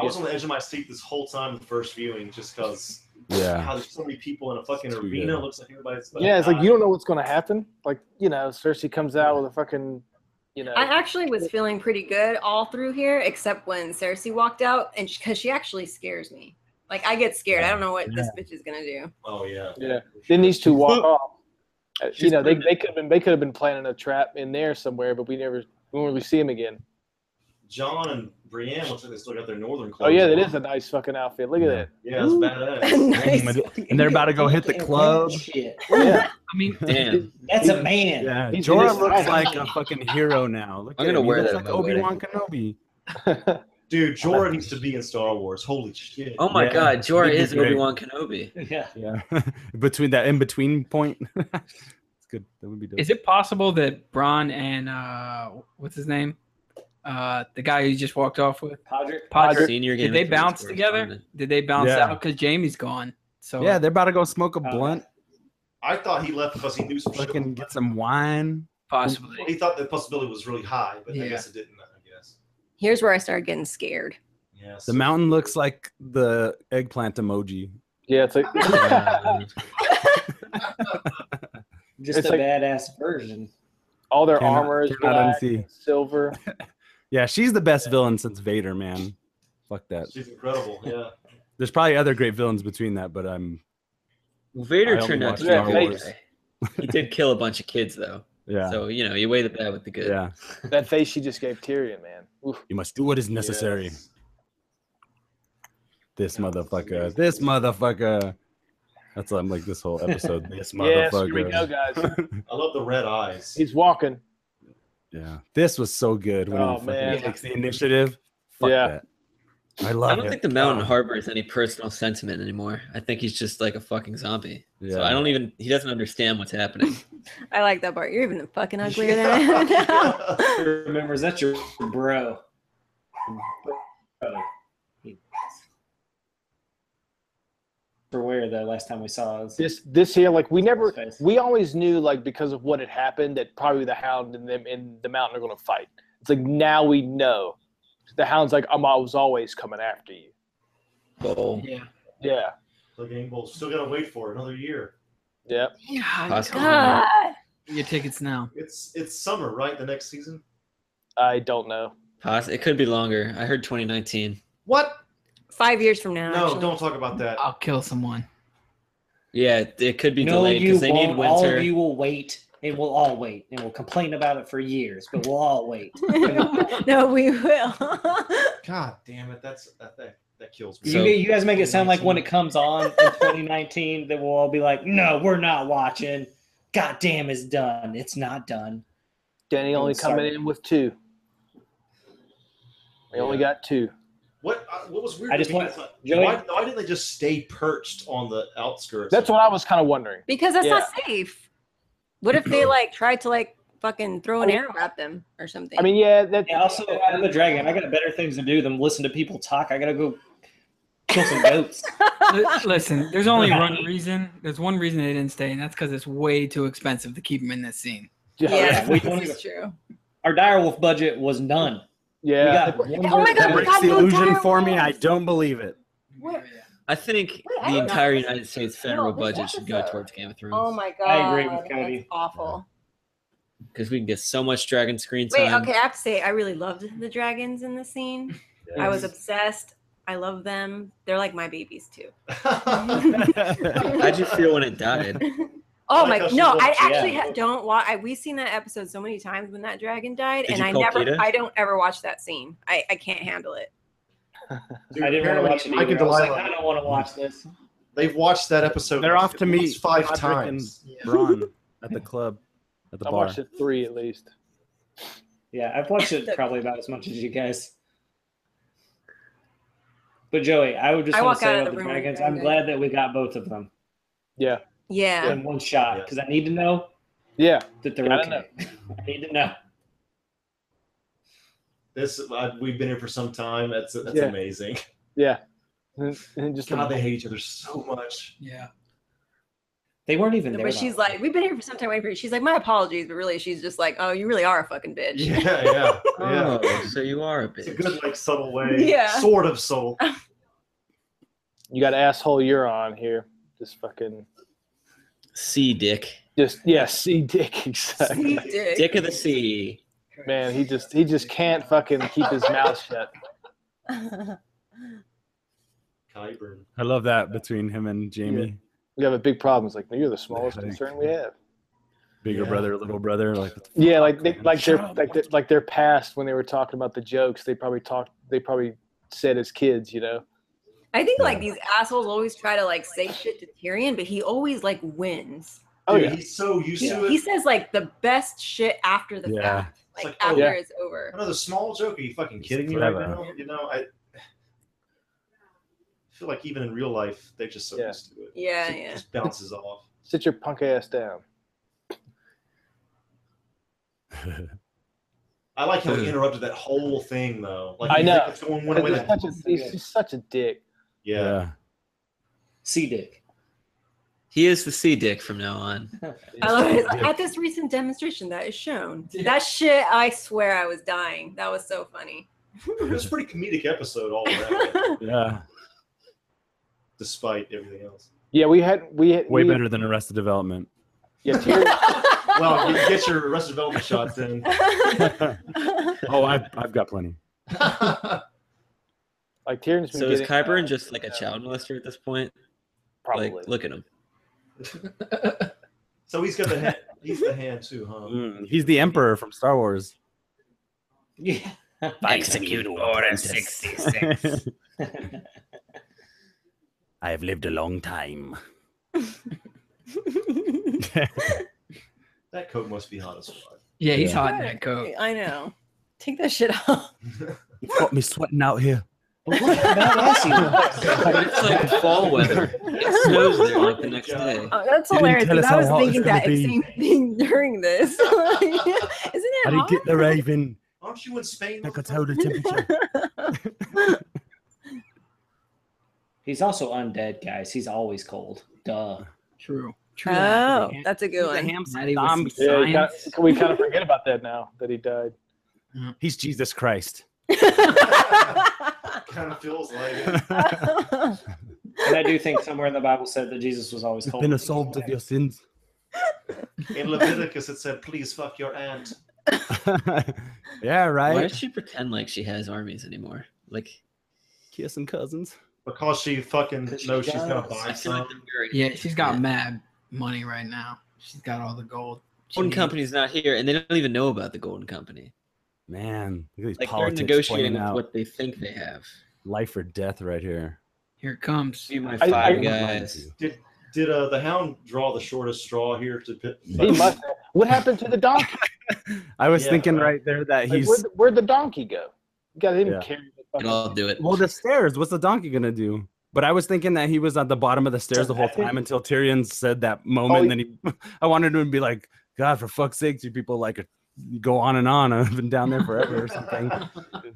Speaker 3: was on the edge of my seat this whole time, the first viewing, just because
Speaker 7: yeah.
Speaker 3: how there's so many people in a fucking
Speaker 7: It's too
Speaker 3: arena.
Speaker 7: good.
Speaker 3: Looks like everybody's.
Speaker 5: Yeah, it's like
Speaker 3: dying.
Speaker 5: you don't know what's going to happen. Like you know, Cersei comes out with a fucking, you know,
Speaker 8: I actually was feeling pretty good all through here, except when Cersei walked out, and because she, actually scares me. Like I get scared. I don't know what this bitch is gonna do.
Speaker 3: Oh yeah.
Speaker 5: Yeah. then these two walk off. Uh, You
Speaker 6: She's
Speaker 5: know, they,
Speaker 6: pregnant.
Speaker 5: they could have been they could have been planning a trap in there somewhere, but we never we won't really see him again.
Speaker 3: John and Brienne looks like they still got their northern
Speaker 5: Oh
Speaker 3: clothes.
Speaker 5: yeah,
Speaker 3: on.
Speaker 5: that is a nice fucking outfit. Look at that.
Speaker 3: Yeah, it's
Speaker 8: Ooh.
Speaker 3: badass.
Speaker 8: Nice.
Speaker 7: And they're about to go hit the
Speaker 9: Fucking
Speaker 7: club.
Speaker 9: Shit.
Speaker 5: Yeah,
Speaker 4: I mean,
Speaker 6: Damn.
Speaker 9: That's a man.
Speaker 7: Yeah,
Speaker 5: He's in
Speaker 7: Jorah
Speaker 5: his
Speaker 7: looks
Speaker 5: right.
Speaker 7: like a fucking hero now. Look
Speaker 6: I'm
Speaker 7: at
Speaker 6: gonna
Speaker 7: him.
Speaker 6: wear
Speaker 7: he looks
Speaker 6: that
Speaker 7: like
Speaker 6: at my wedding.
Speaker 7: Obi Wan Kenobi.
Speaker 3: Dude, Jorah needs to be in Star Wars. Holy shit.
Speaker 6: Oh my
Speaker 7: Yeah.
Speaker 6: God, Jorah
Speaker 7: He'd be
Speaker 6: is
Speaker 7: great.
Speaker 6: Obi Wan Kenobi.
Speaker 9: Yeah.
Speaker 7: Yeah, between that in between point. it's good. That would be dope.
Speaker 4: is it possible that Bron and uh, what's his name, uh, the guy who you just walked off with,
Speaker 9: Podrick.
Speaker 4: Podrick,
Speaker 6: Senior
Speaker 4: did
Speaker 6: Game
Speaker 4: they
Speaker 6: of Thrones
Speaker 4: bounce together?
Speaker 6: correspondent.
Speaker 4: Did they bounce
Speaker 7: Yeah.
Speaker 4: out because Jamie's gone? So
Speaker 6: Oh.
Speaker 7: yeah, they're about to go smoke a
Speaker 9: Uh,
Speaker 7: blunt,
Speaker 3: I thought he left because he knew some shit.
Speaker 7: fucking get some wine.
Speaker 4: possibly.
Speaker 3: He thought the possibility was really high, but I
Speaker 4: Yeah.
Speaker 3: guess it didn't. I guess.
Speaker 8: Here's where I started getting scared.
Speaker 3: Yes.
Speaker 7: The mountain looks like the eggplant emoji.
Speaker 5: yeah, it's like
Speaker 6: Uh,
Speaker 9: Just
Speaker 5: It's
Speaker 9: a
Speaker 5: like-
Speaker 9: badass version.
Speaker 5: all their
Speaker 7: Cannot-
Speaker 5: armor is
Speaker 7: cannot
Speaker 5: black,
Speaker 7: unsee.
Speaker 5: and silver.
Speaker 7: Yeah, she's the best villain since Vader, man. Fuck that.
Speaker 3: She's incredible. Yeah.
Speaker 7: There's probably other great villains between that, but um, I'm I
Speaker 6: Vader
Speaker 7: only
Speaker 6: turned out
Speaker 7: watched
Speaker 6: to be a
Speaker 5: Star
Speaker 6: good
Speaker 5: Wars.
Speaker 6: guy. He did kill a bunch of kids though,
Speaker 7: yeah,
Speaker 6: so you know you weigh the bad with the good.
Speaker 7: yeah.
Speaker 5: That face she just gave Tyrion, man. Oof.
Speaker 7: You must do what is necessary.
Speaker 3: Yes.
Speaker 7: This
Speaker 3: Yeah,
Speaker 7: motherfucker.
Speaker 3: it's amazing.
Speaker 7: This motherfucker. That's what I'm like this whole episode.
Speaker 5: Yes,
Speaker 7: This motherfucker.
Speaker 5: here we go, guys.
Speaker 3: I love the red eyes.
Speaker 5: He's walking.
Speaker 7: Yeah, this was so good when
Speaker 5: Oh,
Speaker 7: he
Speaker 5: man.
Speaker 7: fucking takes the initiative. Fuck
Speaker 5: Yeah.
Speaker 7: that. I
Speaker 6: I
Speaker 7: love
Speaker 6: don't
Speaker 7: it.
Speaker 6: think the Mountain harbors any personal sentiment anymore. I think he's just like a fucking zombie.
Speaker 7: Yeah.
Speaker 6: So I don't even he doesn't understand what's happening.
Speaker 8: I like that part. You're even fucking uglier than I am now.
Speaker 3: Yeah.
Speaker 9: Remembers that's your bro. bro. For where the last time we saw us.
Speaker 5: This this here, like we never
Speaker 9: Face.
Speaker 5: we always knew like because of what had happened that probably the hound and them and the mountain are gonna fight. It's like now we know. The hound's like, I'm I was always coming after you.
Speaker 6: Goal.
Speaker 4: Yeah.
Speaker 5: Yeah.
Speaker 3: The game bowl. Still gotta wait for another year.
Speaker 5: Yeah.
Speaker 8: Yeah,
Speaker 6: Possibly.
Speaker 8: God.
Speaker 4: Get Your tickets now.
Speaker 3: It's it's summer, right? The next season.
Speaker 5: I don't know.
Speaker 6: Poss- it could be longer. I heard 2019.
Speaker 3: What?
Speaker 8: Five years from now.
Speaker 3: No,
Speaker 8: actually.
Speaker 3: don't talk about
Speaker 9: Uh,
Speaker 3: that.
Speaker 4: I'll kill someone.
Speaker 6: Yeah, it- it could be
Speaker 9: no,
Speaker 6: delayed
Speaker 9: you
Speaker 6: because they need
Speaker 9: won't. All
Speaker 6: winter.
Speaker 9: of you will wait, and we'll all wait, and we'll complain about it for years. But we'll all wait.
Speaker 8: no, we will.
Speaker 3: God damn it! That's that that, that kills me.
Speaker 6: So-
Speaker 9: you, you guys make it sound like when it comes on in 2019, that we'll all be like, "No, we're not watching." God damn, it's done. It's not done.
Speaker 5: Danny only coming
Speaker 9: Sorry.
Speaker 5: in with two. We only got two.
Speaker 3: What uh, what was weird?
Speaker 9: I
Speaker 3: to
Speaker 9: just
Speaker 3: me
Speaker 9: want-
Speaker 3: is like,
Speaker 9: Joey-
Speaker 3: why, why didn't they just stay perched on the outskirts?
Speaker 5: That's what I was kind of wondering.
Speaker 8: because that's not safe. What if they like tried to like fucking throw an arrow at them or something?
Speaker 5: I mean, yeah, that
Speaker 9: Yeah, also, I'm a dragon. I got better things to do than listen to people talk. I gotta go kill some goats.
Speaker 4: Li- Listen, there's only one reason. There's one reason they didn't stay, and that's because it's way too expensive to keep them in this scene.
Speaker 5: yeah,
Speaker 8: yeah,
Speaker 9: we don't
Speaker 8: this is true.
Speaker 9: Our direwolf budget was none. We
Speaker 5: yeah.
Speaker 9: got one
Speaker 8: Oh my
Speaker 9: bird-
Speaker 8: God,
Speaker 7: that
Speaker 8: we
Speaker 7: breaks
Speaker 8: got
Speaker 7: the
Speaker 8: no
Speaker 7: illusion
Speaker 8: dire
Speaker 7: for me. I
Speaker 8: wolves.
Speaker 7: don't believe it.
Speaker 8: What?
Speaker 6: I think
Speaker 8: Wait,
Speaker 6: the
Speaker 8: I don't know.
Speaker 6: entire United States
Speaker 8: No,
Speaker 6: federal
Speaker 8: this
Speaker 6: budget should go
Speaker 8: episode.
Speaker 6: towards Game of Thrones.
Speaker 8: Oh my Oh god.
Speaker 9: I agree with Cody.
Speaker 8: That's awful.
Speaker 6: because we can get so much dragon screen
Speaker 8: Wait,
Speaker 7: um,
Speaker 6: time.
Speaker 8: okay, I have to say, I really loved the dragons in this scene. I was obsessed. I love them. They're like my babies too.
Speaker 6: How'd you feel when it died?
Speaker 8: Oh
Speaker 3: like
Speaker 8: my!
Speaker 3: how she
Speaker 8: No,
Speaker 3: looks,
Speaker 8: I
Speaker 3: yeah.
Speaker 8: actually ha- don't watch. I, we've seen that episode so many times when that dragon died,
Speaker 6: Did
Speaker 8: and
Speaker 6: you
Speaker 8: I
Speaker 6: call
Speaker 8: never,
Speaker 6: PETA?
Speaker 8: I don't ever watch that scene. I, I can't handle it.
Speaker 3: Dude,
Speaker 9: I didn't want
Speaker 3: apparently
Speaker 9: to watch it
Speaker 3: Mike and
Speaker 9: either. I was like,
Speaker 3: Delilah,
Speaker 9: I don't want to watch this.
Speaker 3: they've watched that episode.
Speaker 7: They're off
Speaker 3: at
Speaker 7: to meet
Speaker 3: least five
Speaker 7: Roderick
Speaker 3: times.
Speaker 7: and Braun at the club, at the
Speaker 5: I
Speaker 7: bar.
Speaker 5: watched it three at least.
Speaker 9: Yeah, I've watched it probably about as much as you guys. But Joey, I would just
Speaker 8: I
Speaker 9: want
Speaker 8: walk
Speaker 9: to say
Speaker 8: out of
Speaker 9: about
Speaker 8: the
Speaker 9: the
Speaker 8: room with
Speaker 9: dragons.
Speaker 8: the
Speaker 9: I'm
Speaker 8: dragon.
Speaker 9: glad that we got both of them
Speaker 5: Yeah,
Speaker 8: Yeah,
Speaker 9: in one shot
Speaker 3: Yeah.
Speaker 9: because I need to know
Speaker 5: yeah.
Speaker 9: that they're
Speaker 5: Gotta
Speaker 9: okay. I need to know.
Speaker 3: This uh, we've been here for some time. That's that's
Speaker 5: Yeah.
Speaker 3: amazing.
Speaker 5: Yeah. And, and just
Speaker 3: God, they hate each other so much.
Speaker 4: Yeah.
Speaker 9: They weren't even there.
Speaker 8: but she's like, we've been here for some time waiting for you. She's like, my apologies, but really, she's just like, oh, you really are a fucking bitch.
Speaker 3: Yeah, yeah, yeah.
Speaker 6: Oh, so you are a
Speaker 3: It's a
Speaker 6: bitch.
Speaker 3: good, like, subtle way.
Speaker 8: Yeah.
Speaker 3: Sort of subtle.
Speaker 5: you got asshole you're on here. Just fucking
Speaker 6: Sea dick.
Speaker 5: just yeah, see dick exactly.
Speaker 8: Dick.
Speaker 6: Dick of the sea.
Speaker 5: Man, he just he just can't fucking keep his mouth shut.
Speaker 3: Kyburn.
Speaker 7: I love that between him and Jamie,
Speaker 5: We have a big problem. It's like you're the smallest concern we have.
Speaker 7: bigger
Speaker 3: Yeah.
Speaker 7: brother, little brother. Like
Speaker 5: Yeah, like they,
Speaker 7: man.
Speaker 5: like their
Speaker 7: Shut up.
Speaker 5: like their, like their past when they were talking about the jokes, they probably talked they probably said as kids, you know.
Speaker 8: I think like these assholes always try to like say shit to Tyrion, but he always like wins.
Speaker 5: Oh
Speaker 3: Dude,
Speaker 5: yeah.
Speaker 3: he's so used to it.
Speaker 8: He says like the best shit after the
Speaker 7: Yeah.
Speaker 8: fact,
Speaker 3: It's
Speaker 8: like,
Speaker 3: like, oh,
Speaker 8: after
Speaker 5: yeah.
Speaker 8: it's over.
Speaker 3: another small joke. Are you fucking
Speaker 7: It's
Speaker 3: kidding me right
Speaker 7: clever.
Speaker 3: now? You know, I I feel like even in real life, they're just so
Speaker 5: Yeah.
Speaker 3: used to it.
Speaker 8: Yeah,
Speaker 3: So it
Speaker 8: yeah.
Speaker 3: just bounces off.
Speaker 5: Sit your punk ass down.
Speaker 3: I like how he interrupted that whole thing though. Like
Speaker 5: I
Speaker 3: you
Speaker 5: know.
Speaker 3: think It's going one way.
Speaker 5: He's
Speaker 3: Then,
Speaker 5: such a, he's just such a dick.
Speaker 3: yeah.
Speaker 7: yeah.
Speaker 9: sea dick.
Speaker 6: He is the sea dick from now on.
Speaker 8: I love it. Oh, At this recent demonstration that is shown. That shit, I swear I was dying. That was so funny.
Speaker 3: it was a pretty comedic episode all around,
Speaker 7: Yeah.
Speaker 3: despite everything else.
Speaker 5: Yeah, we had we had
Speaker 7: Way
Speaker 5: we-
Speaker 7: better than Arrested Development.
Speaker 5: Yeah, Tyrion,
Speaker 3: Well, you can get your Arrested Development shots in.
Speaker 7: oh, I've, I've got plenty.
Speaker 5: like Tyrion's been
Speaker 6: So is
Speaker 5: getting,
Speaker 6: Kyburn
Speaker 5: uh,
Speaker 6: just like a child molester at this point?
Speaker 5: probably.
Speaker 6: Like, look at him.
Speaker 3: so he's got the hand. He's the hand too, huh?
Speaker 7: mm, He's the Emperor from Star Wars.
Speaker 9: Yeah.
Speaker 7: Uh,
Speaker 6: Execute Order 66.
Speaker 7: I have lived a long time.
Speaker 3: That coat must be hot as fuck.
Speaker 4: Yeah, he's
Speaker 7: Yeah.
Speaker 4: hot in that coat.
Speaker 8: I know. Take that shit off.
Speaker 7: You've got me sweating out here.
Speaker 9: But look how badass he looks.
Speaker 6: But it's like fall weather. It snows there like the next day.
Speaker 8: Oh, that's
Speaker 7: You didn't
Speaker 8: hilarious.
Speaker 7: tell
Speaker 8: Because I
Speaker 7: us how
Speaker 8: was
Speaker 7: hot it's
Speaker 8: thinking
Speaker 7: gonna
Speaker 8: that
Speaker 7: be.
Speaker 8: same thing during this. Like, Isn't it
Speaker 7: How do you
Speaker 8: hot?
Speaker 7: get the raven?
Speaker 3: Aren't you in Spain?
Speaker 7: I could tell the temperature.
Speaker 9: He's also undead, guys. He's always cold. Duh.
Speaker 4: True. True.
Speaker 8: oh, that's a good
Speaker 7: He's a
Speaker 8: one.
Speaker 7: ham
Speaker 4: Maddie with
Speaker 7: zombie.
Speaker 4: some
Speaker 5: Yeah, you kinda-
Speaker 4: science.
Speaker 5: we kind of forget about that now that he died.
Speaker 7: He's Jesus Christ.
Speaker 3: kind of feels like it.
Speaker 9: And I do think somewhere in the Bible said that Jesus was always
Speaker 7: You've
Speaker 9: cold.
Speaker 7: been absolved of your sins.
Speaker 3: In Leviticus, it said, "Please fuck your aunt."
Speaker 7: yeah,
Speaker 6: Why
Speaker 7: right.
Speaker 6: does she pretend like she has armies anymore? Like,
Speaker 7: Kissing cousins.
Speaker 3: Because she fucking
Speaker 9: Because she
Speaker 3: knows she's gonna
Speaker 9: does.
Speaker 3: buy
Speaker 6: I feel like
Speaker 3: some.
Speaker 6: they're very-
Speaker 4: Yeah, she's got
Speaker 6: Yeah.
Speaker 4: mad money right now. She's got all the gold. she
Speaker 6: Golden
Speaker 4: needs.
Speaker 6: Company's not here, and they don't even know about the Golden Company.
Speaker 7: Man, look at these
Speaker 6: Like
Speaker 7: politics
Speaker 6: they're
Speaker 7: playing
Speaker 6: negotiating with
Speaker 7: out.
Speaker 6: what they think they have.
Speaker 7: Life or death right here.
Speaker 4: Here it comes.
Speaker 6: Be my
Speaker 5: I-
Speaker 6: five
Speaker 5: I-
Speaker 6: guys.
Speaker 3: Did uh, the hound draw the shortest straw here? To pit?
Speaker 5: He must. What happened to the donkey?
Speaker 7: I was
Speaker 3: Yeah,
Speaker 7: thinking
Speaker 3: right.
Speaker 7: right there that
Speaker 5: Like,
Speaker 7: he's.
Speaker 5: where'd, the- where'd the donkey go? You got him
Speaker 7: Yeah.
Speaker 5: carry the
Speaker 6: And
Speaker 5: fucking-
Speaker 6: I'll do it.
Speaker 7: Well, the stairs. What's the donkey gonna do? But I was thinking that he was at the bottom of the stairs the whole
Speaker 9: I think-
Speaker 7: time until Tyrion said that
Speaker 5: Oh,
Speaker 7: moment. and then he, I wanted him to be like, God, for fuck's sakes, you people like go on and on. I've been down there forever or something.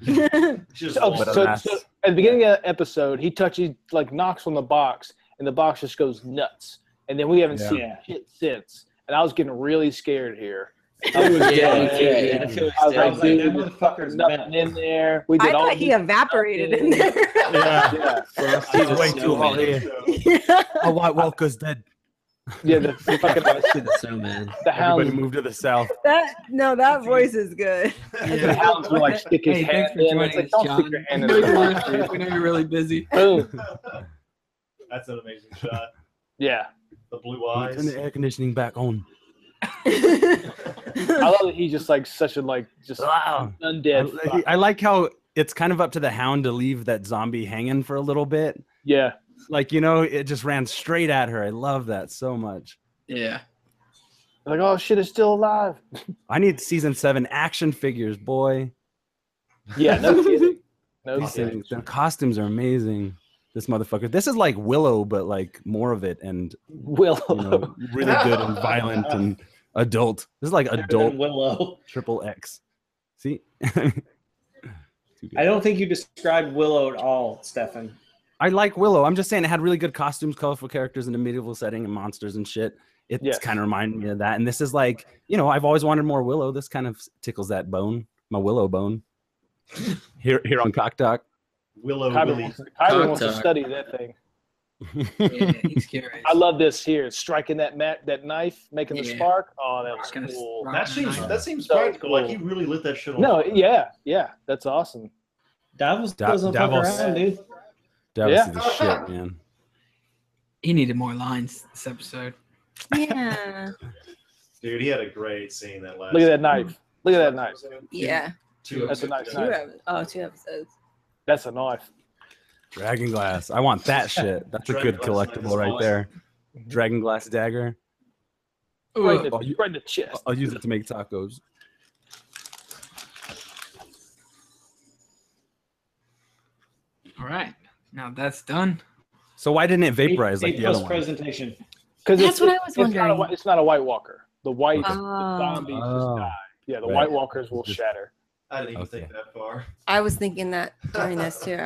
Speaker 3: She just
Speaker 5: So,
Speaker 3: lost
Speaker 7: But
Speaker 5: so-
Speaker 7: alas.
Speaker 5: so at the beginning of the episode, he touches, like, knocks on the box, and the box just goes nuts. And then we haven't
Speaker 7: Yeah.
Speaker 5: seen
Speaker 9: Yeah.
Speaker 5: shit since. And I was getting really scared here.
Speaker 6: Yeah, yeah,
Speaker 9: yeah,
Speaker 6: yeah,
Speaker 9: yeah.
Speaker 6: I feel
Speaker 5: I was
Speaker 9: I
Speaker 5: like,
Speaker 9: was like,
Speaker 5: dude,
Speaker 9: that
Speaker 5: there's
Speaker 9: motherfucker's
Speaker 5: nothing
Speaker 9: nuts.
Speaker 5: in there. We did
Speaker 8: I
Speaker 5: all
Speaker 8: thought
Speaker 5: these-
Speaker 8: he evaporated in there.
Speaker 3: Yeah.
Speaker 5: Yeah.
Speaker 3: I
Speaker 7: He's
Speaker 3: don't
Speaker 7: way
Speaker 3: know,
Speaker 7: too hot
Speaker 3: man.
Speaker 7: here. Oh, White Walker's dead.
Speaker 5: Yeah, the, the fucking the,
Speaker 6: Shit's so man.
Speaker 7: Everybody
Speaker 5: hounds.
Speaker 7: move to the south.
Speaker 8: That no, that voice is good.
Speaker 5: The hounds will like stick his
Speaker 4: Hey, thanks
Speaker 5: hand
Speaker 4: for
Speaker 5: in.
Speaker 4: joining
Speaker 5: It's like,
Speaker 4: us,
Speaker 5: don't
Speaker 4: John.
Speaker 5: stick your hand in.
Speaker 4: We
Speaker 5: his
Speaker 4: know you're-
Speaker 5: mouth, dude.
Speaker 4: we know you're really busy.
Speaker 5: Boom.
Speaker 3: That's an amazing shot.
Speaker 5: Yeah.
Speaker 3: The blue
Speaker 7: Turn
Speaker 3: eyes.
Speaker 7: the air conditioning back on.
Speaker 5: I love that he's just like such a like just
Speaker 7: Wow. Hmm. I,
Speaker 5: undead. fuck.
Speaker 7: I like how it's kind of up to the hound to leave that zombie hanging for a little bit.
Speaker 5: Yeah.
Speaker 7: Like, you know, it just ran straight at her. I love that so much.
Speaker 4: Yeah.
Speaker 5: Like, oh shit, it's still alive.
Speaker 7: I need season seven action figures, boy.
Speaker 5: Yeah, no kidding. No
Speaker 7: These
Speaker 5: kidding.
Speaker 7: things, the costumes are amazing. This motherfucker. This is like Willow, but like more of it and you
Speaker 5: Willow.
Speaker 7: know, really good and violent and adult. This is like
Speaker 9: Better than
Speaker 7: adult
Speaker 9: Willow.
Speaker 7: triple X. See? Too good.
Speaker 9: I don't think you described Willow at all, Stefan.
Speaker 7: I like Willow. I'm just saying it had really good costumes, colorful characters in a medieval setting and monsters and shit. It
Speaker 5: Yes.
Speaker 7: kind of reminded me of that. And this is like, you know, I've always wanted more Willow. This kind of tickles that bone, my Willow bone. here, here on Cock Talk.
Speaker 3: Willow
Speaker 5: Kyber
Speaker 3: Willie.
Speaker 5: wants, Kyber wants to
Speaker 6: Contact.
Speaker 5: study that thing.
Speaker 4: Yeah, he's curious.
Speaker 5: I love this here. Striking that mat, that knife, making the
Speaker 4: Yeah.
Speaker 5: spark. Oh, that was
Speaker 4: Rocking his-
Speaker 5: cool.
Speaker 4: rocking
Speaker 3: That seems
Speaker 4: knife.
Speaker 3: that seems
Speaker 5: So
Speaker 3: practical. Like he
Speaker 5: cool.
Speaker 3: really lit that shit on.
Speaker 5: No, yeah, yeah, that's awesome.
Speaker 9: Davos
Speaker 7: Da-
Speaker 9: doesn't
Speaker 7: Davos.
Speaker 9: fuck around, dude.
Speaker 7: Davos
Speaker 5: Yeah.
Speaker 7: is the shit, man.
Speaker 4: he needed more lines this episode.
Speaker 8: yeah.
Speaker 3: dude, he had a great scene that last.
Speaker 5: Look at that knife. Look at that knife.
Speaker 8: Yeah.
Speaker 3: Two
Speaker 5: That's a nice
Speaker 8: Two
Speaker 5: knife.
Speaker 8: episodes. Oh, two episodes.
Speaker 5: That's a knife.
Speaker 7: Dragon Glass. I want that shit. That's a good
Speaker 3: Dragon Glass is
Speaker 7: collectible right
Speaker 3: awesome.
Speaker 7: there. Dragon Glass dagger.
Speaker 5: Right in, the,
Speaker 7: Oh, you-
Speaker 5: right in the chest.
Speaker 7: I'll use it to make tacos.
Speaker 4: All right. Now that's done.
Speaker 7: So why didn't it
Speaker 9: A-
Speaker 7: vaporize like
Speaker 9: A
Speaker 7: the
Speaker 9: plus
Speaker 7: other one?
Speaker 9: presentation.
Speaker 5: Because
Speaker 8: That's what I was
Speaker 5: it's not, a,
Speaker 8: wondering.
Speaker 5: whi- it's not a White Walker. The white
Speaker 7: Okay.
Speaker 8: Oh,
Speaker 5: zombies
Speaker 7: Oh.
Speaker 5: just die. Yeah, the
Speaker 7: Right.
Speaker 5: White Walkers will
Speaker 7: Just-
Speaker 5: shatter.
Speaker 3: I didn't even
Speaker 7: Okay.
Speaker 3: think that far.
Speaker 8: I was thinking that during this too.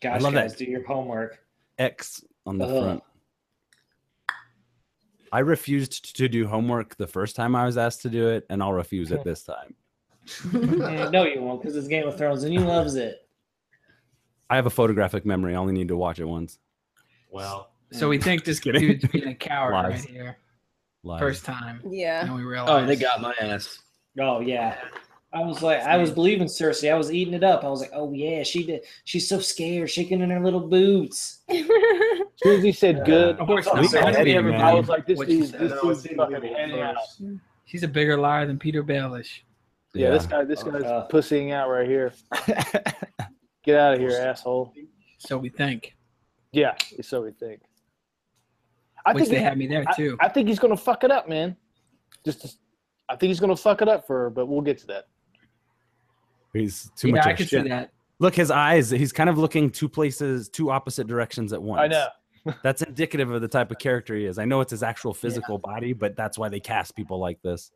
Speaker 9: Gosh,
Speaker 7: love that.
Speaker 9: guys, do your homework.
Speaker 7: X on the
Speaker 9: Ugh.
Speaker 7: front. I refused to do homework the first time I was asked to do it, and I'll refuse it this time.
Speaker 9: Eh, no, you won't, because it's Game of Thrones, and you loves it.
Speaker 7: I have a photographic memory. I only need to watch it once.
Speaker 3: Wow.
Speaker 4: So we think this
Speaker 7: Kidding.
Speaker 4: dude's being a coward
Speaker 7: Lies.
Speaker 4: right here.
Speaker 7: Live.
Speaker 4: First time.
Speaker 8: Yeah.
Speaker 4: And we realize.
Speaker 6: Oh, they got my ass.
Speaker 9: Oh yeah, I was like, I was believing Cersei. I was eating it up. I was like, oh yeah, she did. She's so scared, shaking in her little boots.
Speaker 5: As soon as he said good,
Speaker 4: Of course
Speaker 5: I
Speaker 4: not.
Speaker 5: was like,
Speaker 7: He's a heady
Speaker 5: I was
Speaker 7: man.
Speaker 5: like, this
Speaker 4: What
Speaker 5: dude,
Speaker 4: you said.
Speaker 5: this
Speaker 3: No,
Speaker 5: dude's
Speaker 3: it's in the
Speaker 5: fucking
Speaker 3: middle
Speaker 5: heading out.
Speaker 3: first.
Speaker 4: He's a bigger liar than Peter Baelish.
Speaker 5: Yeah, this guy, this guy's
Speaker 9: Uh,
Speaker 5: pussying out right here. Get out of here, asshole.
Speaker 4: So we think.
Speaker 5: Yeah, so we think. I
Speaker 4: Which
Speaker 5: think
Speaker 4: they
Speaker 5: he-
Speaker 4: had me there
Speaker 5: I-
Speaker 4: too.
Speaker 5: I, think he's gonna fuck it up, man. Just, I think he's gonna fuck it up for her, but we'll get to that.
Speaker 7: He's too
Speaker 4: yeah,
Speaker 7: much.
Speaker 4: I
Speaker 7: of
Speaker 4: could
Speaker 7: shit.
Speaker 4: see that.
Speaker 7: Look, his eyes. He's kind of looking two places, two opposite directions at once.
Speaker 5: I know.
Speaker 7: That's indicative of the type of character he is. I know it's his actual physical body, but that's why they cast people like this.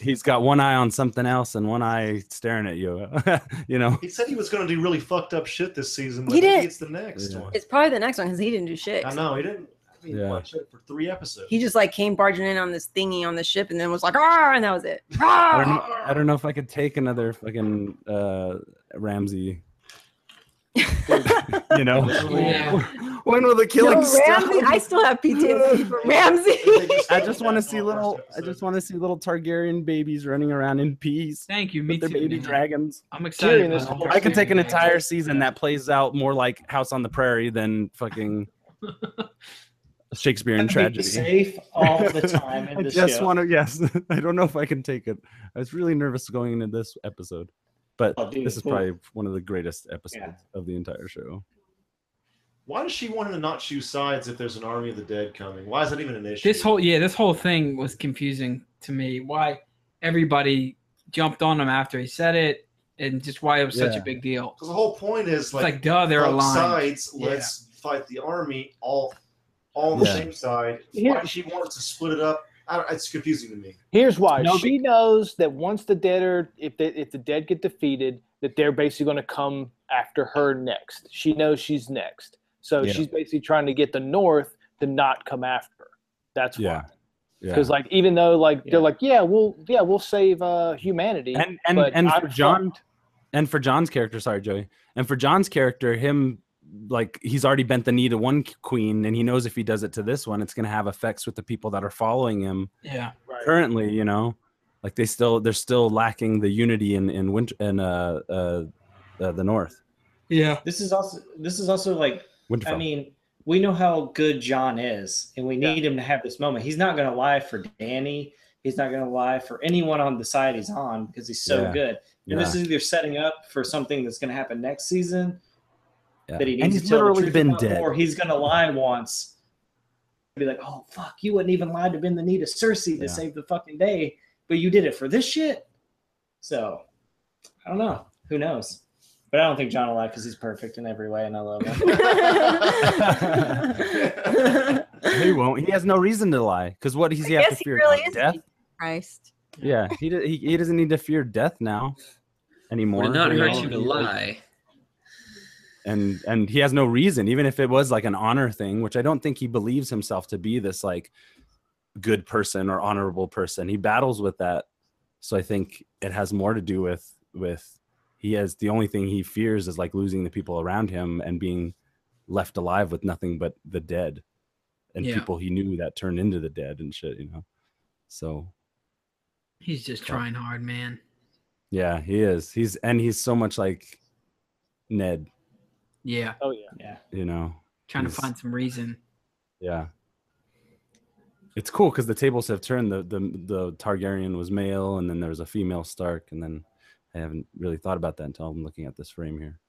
Speaker 7: He's got one eye on something else and one eye staring at you. you know,
Speaker 3: he said he was going to do really fucked up shit this season, but
Speaker 8: He
Speaker 3: maybe
Speaker 8: did.
Speaker 3: it's the next
Speaker 7: Yeah.
Speaker 3: one.
Speaker 8: It's probably the next one because he didn't do shit.
Speaker 3: I know he didn't. I mean,
Speaker 7: Yeah.
Speaker 3: watch it for three episodes.
Speaker 8: He just like came barging in on this thingy on the ship and then was like, ah, and that was it. Ah!
Speaker 7: I
Speaker 8: Arr!
Speaker 7: don't know. I don't know if I could take another fucking uh, Ramsey. you know,
Speaker 4: Oh, Yeah.
Speaker 7: when will the killing
Speaker 8: Yo,
Speaker 7: stop?
Speaker 8: Ramsey, I still have PTSD from Ramsey.
Speaker 7: I just want to
Speaker 3: Yeah,
Speaker 7: see
Speaker 3: no,
Speaker 7: little.
Speaker 3: first
Speaker 7: I
Speaker 3: episode.
Speaker 7: just want to see little Targaryen babies running around in peace
Speaker 4: Thank you. Me
Speaker 7: with
Speaker 4: too.
Speaker 7: their baby
Speaker 4: man.
Speaker 7: dragons.
Speaker 4: I'm excited.
Speaker 5: Tyrion is
Speaker 4: about
Speaker 5: cool.
Speaker 4: Targaryen.
Speaker 7: I could take an entire season that plays out more like House on the Prairie than fucking Shakespearean
Speaker 9: be
Speaker 7: tragedy.
Speaker 9: safe all the time in
Speaker 7: I
Speaker 9: this
Speaker 7: just
Speaker 9: show.
Speaker 7: want to. Yes, I don't know if I can take it. I was really nervous going into this episode, but
Speaker 9: Oh, dude,
Speaker 7: this is
Speaker 9: cool.
Speaker 7: probably one of the greatest episodes of the entire show.
Speaker 3: Why does she want him to not choose sides if there's an army of the dead coming? Why is that even an issue?
Speaker 4: This whole yeah, this whole thing was confusing to me. Why everybody jumped on him after he said it, and just why it was such
Speaker 7: Yeah.
Speaker 4: a big deal.
Speaker 3: because the whole point is
Speaker 4: It's
Speaker 3: like,
Speaker 4: like, duh, they're
Speaker 3: fuck
Speaker 4: aligned.
Speaker 3: sides.
Speaker 4: Yeah.
Speaker 3: Let's fight the army all, all on the
Speaker 7: Yeah.
Speaker 3: same side. Why
Speaker 5: Here-
Speaker 3: does she want to split it up? I don't, it's confusing to me.
Speaker 5: Here's why.
Speaker 4: No,
Speaker 5: she knows that once the dead are, if they, if the dead get defeated, that they're basically going to come after her next. She knows she's next, so
Speaker 7: Yeah.
Speaker 5: she's basically trying to get the North to not come after. her. That's
Speaker 7: Yeah,
Speaker 5: why.
Speaker 7: Yeah,
Speaker 5: Because like, even though like
Speaker 9: Yeah.
Speaker 5: they're like, yeah, we'll yeah, we'll save uh humanity.
Speaker 7: and and
Speaker 5: but
Speaker 7: and
Speaker 5: I'm
Speaker 7: for John, and for John's character, sorry, Joey, and for John's character, him like he's already bent the knee to one queen and he knows if he does it to this one it's going to have effects with the people that are following him
Speaker 4: Yeah.
Speaker 7: currently you know like they still they're still lacking the unity in in winter in uh uh, uh the north
Speaker 4: Yeah.
Speaker 9: This is also this is also like
Speaker 7: winterfell
Speaker 9: I mean, we know how good John is, and we
Speaker 5: Yeah.
Speaker 9: need him to have this moment. He's not going to lie for Danny. He's not going to lie for anyone on the side he's on because he's so
Speaker 7: Yeah.
Speaker 9: good. And
Speaker 7: Yeah.
Speaker 9: this is either setting up for something that's going to happen next season
Speaker 7: Yeah.
Speaker 9: that he needs
Speaker 7: and
Speaker 9: to
Speaker 7: he's
Speaker 9: tell the
Speaker 7: literally
Speaker 9: truth
Speaker 7: been
Speaker 9: about,
Speaker 7: dead
Speaker 9: or he's going to lie once. Be like, oh fuck, you wouldn't even lie to bend the knee to Cersei to
Speaker 7: Yeah.
Speaker 9: save the fucking day, but you did it for this shit. So, I don't know. Who knows? But I don't think John will lie because he's perfect in every way, and I love him.
Speaker 7: he won't he has no reason to lie because what does
Speaker 8: I
Speaker 7: he have to
Speaker 8: guess he
Speaker 7: fear
Speaker 8: really
Speaker 7: now?
Speaker 8: is
Speaker 7: death
Speaker 8: Jesus Christ.
Speaker 7: yeah he, d- he he doesn't need to fear death now anymore
Speaker 6: Would it not
Speaker 7: you
Speaker 6: hurt
Speaker 7: know?
Speaker 6: you to
Speaker 7: He- like,
Speaker 6: lie?
Speaker 7: and and he has no reason even if it was like an honor thing which i don't think he believes himself to be this like good person or honorable person he battles with that so i think it has more to do with with he has the only thing he fears is like losing the people around him and being left alive with nothing but the dead and
Speaker 4: Yeah.
Speaker 7: people he knew that turned into the dead and shit you know so
Speaker 4: He's just trying hard, man.
Speaker 7: yeah he is he's and he's so much like ned
Speaker 4: Yeah.
Speaker 5: Oh yeah.
Speaker 9: yeah.
Speaker 7: you know
Speaker 4: Trying to
Speaker 7: He's-
Speaker 4: find some reason.
Speaker 7: Yeah. It's cool because the tables have turned. The, the the Targaryen was male, and then there was a female Stark, and then I haven't really thought about that until I'm looking at this frame here.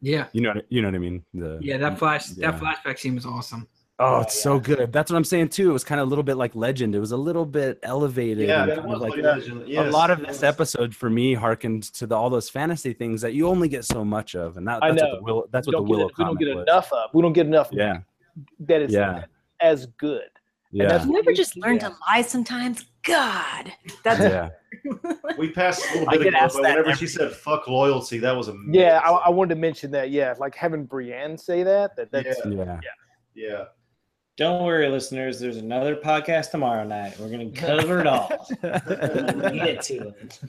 Speaker 4: Yeah.
Speaker 7: You know, what I- you know what I mean? The,
Speaker 4: Yeah. That flash.
Speaker 7: yeah.
Speaker 4: That flashback scene was awesome.
Speaker 7: Oh,
Speaker 9: Oh,
Speaker 7: it's so
Speaker 9: yeah.
Speaker 7: good. That's what I'm saying too. It was kind of a little bit like Legend. It was a little bit elevated.
Speaker 3: Yeah,
Speaker 7: and
Speaker 3: that
Speaker 7: kind
Speaker 3: was
Speaker 7: of
Speaker 3: like,
Speaker 7: like-
Speaker 3: that. Yes,
Speaker 7: a lot of
Speaker 3: it
Speaker 7: this
Speaker 3: was.
Speaker 7: episode for me harkened to the, all those fantasy things that you only get so much of, and that,
Speaker 5: I
Speaker 7: that's what
Speaker 5: know.
Speaker 7: the Will, that's
Speaker 5: We
Speaker 7: what the
Speaker 5: don't get it-
Speaker 7: Willow
Speaker 5: we don't
Speaker 7: comment
Speaker 5: get
Speaker 7: was.
Speaker 5: enough of. We don't get enough
Speaker 7: Yeah,
Speaker 5: that is
Speaker 7: yeah,
Speaker 5: as good.
Speaker 7: yeah,
Speaker 5: that's-
Speaker 8: You never
Speaker 5: We-
Speaker 8: just learn
Speaker 5: yeah.
Speaker 8: to lie sometimes? God. That's
Speaker 7: yeah.
Speaker 3: We passed a little
Speaker 7: I
Speaker 3: bit
Speaker 7: get
Speaker 3: ago,
Speaker 7: asked
Speaker 3: but
Speaker 7: that
Speaker 3: whenever she
Speaker 7: every-
Speaker 3: said "fuck loyalty," that was amazing.
Speaker 5: Yeah, I, I wanted to mention that. Yeah, like having Brienne say that. That that's
Speaker 3: Yeah.
Speaker 7: yeah.
Speaker 3: yeah.
Speaker 9: Don't worry, listeners. There's another podcast tomorrow night. We're going to cover it all. We'll get to it.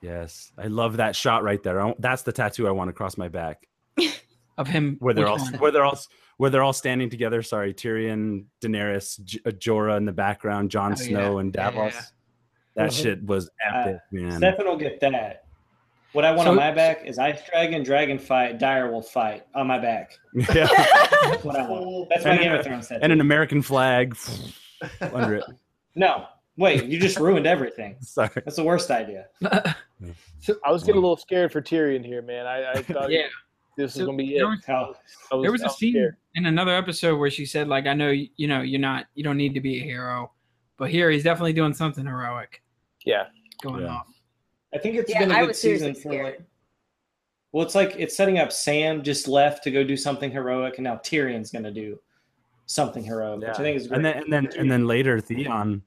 Speaker 7: Yes, I love that shot right there. I, that's the tattoo I want across my back,
Speaker 4: Of him.
Speaker 7: where they're
Speaker 4: which
Speaker 7: all
Speaker 4: one?
Speaker 7: where they're all where they're all standing together. Sorry, Tyrion, Daenerys, J- uh, Jorah in the background, Jon
Speaker 4: Oh,
Speaker 7: Snow,
Speaker 4: yeah.
Speaker 7: and
Speaker 4: Yeah, yeah,
Speaker 7: Davos.
Speaker 4: yeah. Uh,
Speaker 7: That
Speaker 9: Mhm.
Speaker 7: shit was epic, man.
Speaker 9: Stefan will get that. What I want on
Speaker 4: So-
Speaker 9: my back is Ice Dragon, Dragon Fight, Dire will fight on my back.
Speaker 7: yeah,
Speaker 9: That's what I want. That's my
Speaker 7: And-
Speaker 9: Game of Thrones tattoo.
Speaker 7: and an American flag under it.
Speaker 9: No, wait, you just ruined everything.
Speaker 7: Sorry.
Speaker 9: That's the worst idea.
Speaker 5: I was getting a little scared for Tyrion here, man. I, I thought
Speaker 4: Yeah.
Speaker 5: this
Speaker 4: So
Speaker 5: was gonna be
Speaker 4: there
Speaker 5: it.
Speaker 4: was-
Speaker 9: Hell,
Speaker 5: I was,
Speaker 4: There was
Speaker 5: I
Speaker 4: a scene
Speaker 5: scared.
Speaker 4: in another episode where she said, like, I know y- you know you're not you don't need to be a hero, but here he's definitely doing something heroic.
Speaker 5: Yeah.
Speaker 4: Going
Speaker 7: Yeah.
Speaker 4: off.
Speaker 9: I think it's
Speaker 8: Yeah,
Speaker 9: been a
Speaker 8: I
Speaker 9: good
Speaker 8: was seriously
Speaker 9: season for like.
Speaker 8: scared.
Speaker 9: Well, it's like it's setting up Sam just left to go do something heroic, and now Tyrion's going to do something heroic, which I think is great.
Speaker 7: And then and then and then later Theon,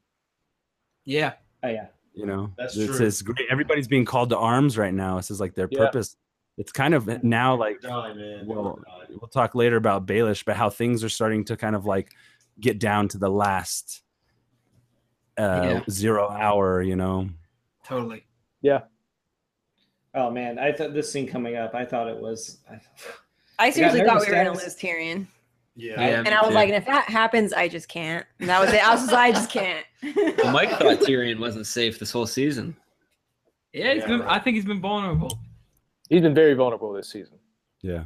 Speaker 4: Yeah.
Speaker 9: oh yeah,
Speaker 7: you know,
Speaker 3: That's
Speaker 7: it's,
Speaker 3: true.
Speaker 7: it's great. Everybody's being called to arms right now. This is like their
Speaker 5: Yeah.
Speaker 7: purpose. It's kind of now like
Speaker 3: Die, man.
Speaker 7: Well, we'll talk later about Baelish, but how things are starting to kind of like get down to the last uh
Speaker 4: Yeah.
Speaker 7: zero hour, you know.
Speaker 4: Totally.
Speaker 9: Oh man, I thought this scene coming up. I thought it was. I,
Speaker 8: I seriously thought we were going to
Speaker 9: nervous
Speaker 8: lose Tyrion.
Speaker 3: yeah.
Speaker 4: Yeah.
Speaker 8: And I was like, and if that happens, I just can't. And that was it. I was just like, I just can't.
Speaker 6: Well, Mike thought Tyrion wasn't safe this whole season.
Speaker 4: Yeah, he's
Speaker 3: Yeah,
Speaker 4: been
Speaker 3: right.
Speaker 4: I think he's been vulnerable.
Speaker 5: He's been very vulnerable this season.
Speaker 7: Yeah.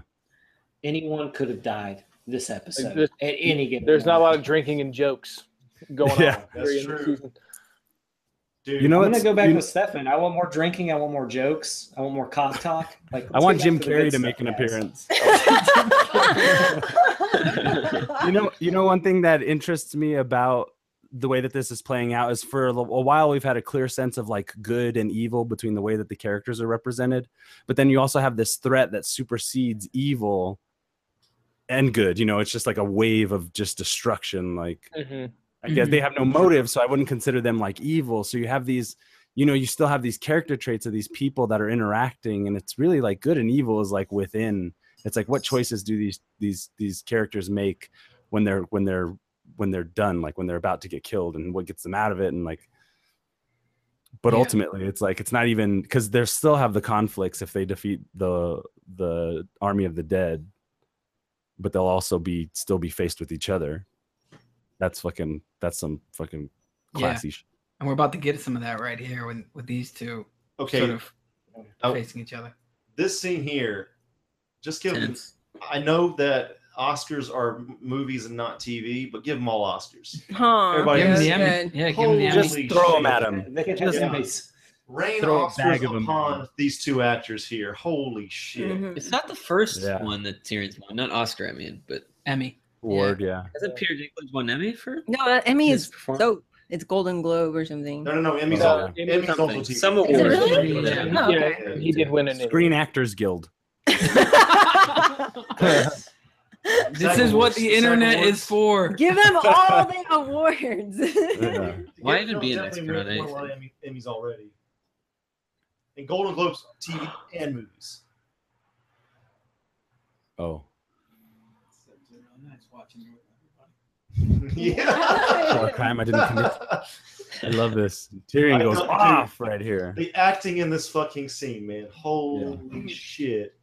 Speaker 9: anyone could have died this episode
Speaker 5: There's-
Speaker 9: at any given.
Speaker 5: There's not a lot
Speaker 9: moment.
Speaker 5: of drinking and jokes going on.
Speaker 7: Yeah.
Speaker 5: with Tyrion
Speaker 3: That's
Speaker 5: this
Speaker 3: true.
Speaker 5: season.
Speaker 3: Dude,
Speaker 7: You know
Speaker 9: I'm gonna
Speaker 7: Let's-
Speaker 9: go back
Speaker 7: you-
Speaker 9: with Stefan. I want more drinking. I want more jokes. I want more cock talk. Like
Speaker 7: I
Speaker 9: let's get
Speaker 7: want
Speaker 9: back
Speaker 7: Jim
Speaker 9: the good
Speaker 7: Carrey to
Speaker 9: stuff,
Speaker 7: make an
Speaker 9: guys.
Speaker 7: appearance. you know, you know one thing that interests me about the way that this is playing out is for a l- a while we've had a clear sense of like good and evil between the way that the characters are represented, but then you also have this threat that supersedes evil and good. You know, it's just like a wave of just destruction like
Speaker 5: Mhm.
Speaker 7: I guess they have no motive, so I wouldn't consider them like evil. So you have these, you know, you still have these character traits of these people that are interacting, and it's really like good and evil is like within. It's like what choices do these these these characters make when they're when they're when they're done, like when they're about to get killed, and what gets them out of it, and like but
Speaker 4: Yeah.
Speaker 7: ultimately it's like it's not even because they still have the conflicts if they defeat the the army of the dead but they'll also be still be faced with each other that's fucking that's some fucking
Speaker 4: Yeah.
Speaker 7: classy shit.
Speaker 4: And we're about to get some of that right here with with these two
Speaker 3: Okay,
Speaker 4: sort of
Speaker 3: Oh.
Speaker 4: facing each other.
Speaker 3: this scene here, just give.
Speaker 6: Tense.
Speaker 3: I know that Oscars are m- movies and not TV, but give them all Oscars.
Speaker 8: Huh.
Speaker 3: Everybody
Speaker 4: Give
Speaker 3: has that's
Speaker 4: him the
Speaker 8: good.
Speaker 4: Emmy. Yeah, give him the
Speaker 3: Holy
Speaker 4: Emmy.
Speaker 7: just throw them at
Speaker 3: shit.
Speaker 7: him
Speaker 9: They can
Speaker 7: Just-
Speaker 9: have Emmys.
Speaker 3: Rain
Speaker 7: Throw a
Speaker 3: Oscars
Speaker 7: bag of 'em.
Speaker 3: upon these two actors here. Holy shit!
Speaker 8: Mhm.
Speaker 6: It's not the first
Speaker 7: Yeah.
Speaker 6: one that Tyrion's won, not Oscar, I mean, but
Speaker 4: Emmy.
Speaker 7: ward yeah
Speaker 6: hasn't Peter Dinklage won Emmy for
Speaker 8: No, uh, Emmy
Speaker 6: his
Speaker 8: is
Speaker 6: performance?
Speaker 8: so it's Golden Globe or something.
Speaker 3: No, no, no. Emmy's
Speaker 7: No,
Speaker 3: on.
Speaker 5: Emmy's
Speaker 3: Emmy's on
Speaker 6: something.
Speaker 3: TV.
Speaker 6: Some
Speaker 8: Is it
Speaker 6: awards.
Speaker 8: really?
Speaker 6: Yeah.
Speaker 4: Yeah.
Speaker 8: Oh, okay.
Speaker 5: Yeah, he did win an Emmy.
Speaker 7: screen actors guild
Speaker 4: This is
Speaker 3: Second
Speaker 4: what
Speaker 3: one.
Speaker 4: the internet
Speaker 3: Second one.
Speaker 4: is for.
Speaker 8: Give them all the awards.
Speaker 7: Yeah.
Speaker 6: Why
Speaker 3: Yeah,
Speaker 6: even
Speaker 3: no,
Speaker 6: be an
Speaker 3: definitely
Speaker 6: expert on
Speaker 3: won- won a lot of Emmy- Emmys already. And Golden Globes, TV and movies.
Speaker 7: oh
Speaker 3: yeah.
Speaker 7: what a crime i didn't commit i love this tyrion
Speaker 3: I
Speaker 7: goes
Speaker 3: know, dude.
Speaker 7: off right here
Speaker 3: the acting in this fucking scene, man. Holy shit.